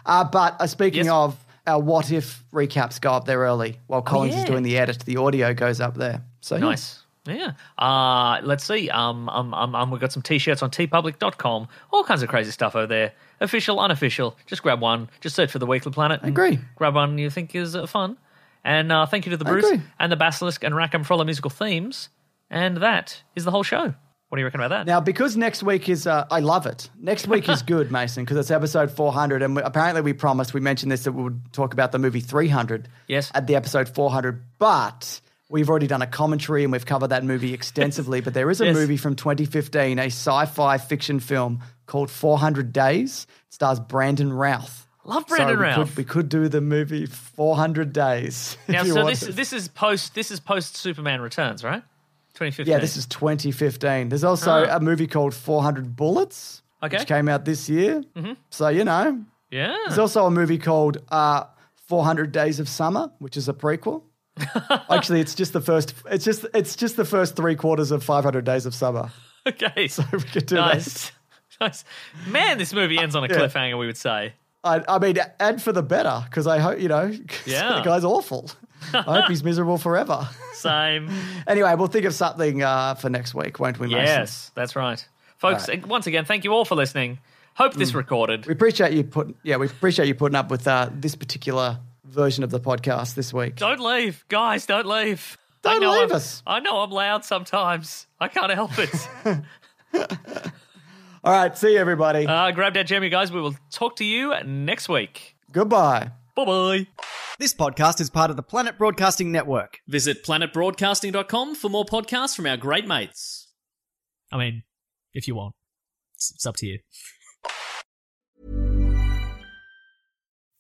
Uh, but uh, speaking
Yes. Oh,
of. Our what if recaps go up there early while Collins is
yeah.
doing the edit. The audio goes up there. So yeah.
Nice. Yeah. Uh, let's see. Um, um, um, um, we've got some t shirts on tpublic.com. All kinds of crazy stuff over there. Official, unofficial. Just grab one. Just search for the Weekly Planet. I
agree.
Grab one you think is uh, fun. And uh, thank you to the Bruce
agree.
and the Basilisk and Rackham for all the musical themes. And that is the whole show. What do you reckon about that?
Now, because next week is, uh, I love it. Next week is good, Mason, because it's episode 400. And we, apparently, we promised, we mentioned this, that we would talk about the movie 300
Yes.
at the episode 400. But we've already done a commentary and we've covered that movie extensively. But there is a
Yes.
movie from 2015, a sci fi fiction film called 400 Days. It stars Brandon Routh.
Love Brandon
we
Routh.
Could, we could do the movie 400 Days. if
now,
you
so
want
this
to.
this is post this is post Superman Returns, right? 2015.
Yeah, this is 2015. There's also
Uh-huh.
a movie called 400 Bullets,
Okay. Mm-hmm.
which came out this year. So, you know,
yeah.
there's also a movie called uh, 400 Days of Summer, which is a prequel. Actually, it's just the first. It's just it's just the first three quarters of 500 Days of Summer.
Okay.
We could do that.
nice. nice. Man, this movie ends on a cliffhanger. We would say.
I, I mean, and for the better, because I hope you know, 'cause
Yeah.
the guy's awful. I hope he's miserable forever.
Same.
anyway, we'll think of something uh, for next week, won't we? Mason?
yes, that's right, folks. uh, Once again, thank you all for listening. Hope this recorded.
Hmm. We appreciate you putting yeah, we appreciate you putting up with uh, this particular version of the podcast this week.
Don't leave, guys. Don't leave. I
Don't
know
leave
I'm-
us.
I know I'm loud sometimes. I can't help it.
All right, see you everybody.
uh, grab that jam, you guys. We will talk to you next week.
Goodbye.
Bye bye.
This podcast is part of the Planet Broadcasting Network.
Visit planetbroadcasting.com for more podcasts from our great mates.
I mean, if you want, it's, it's up to you.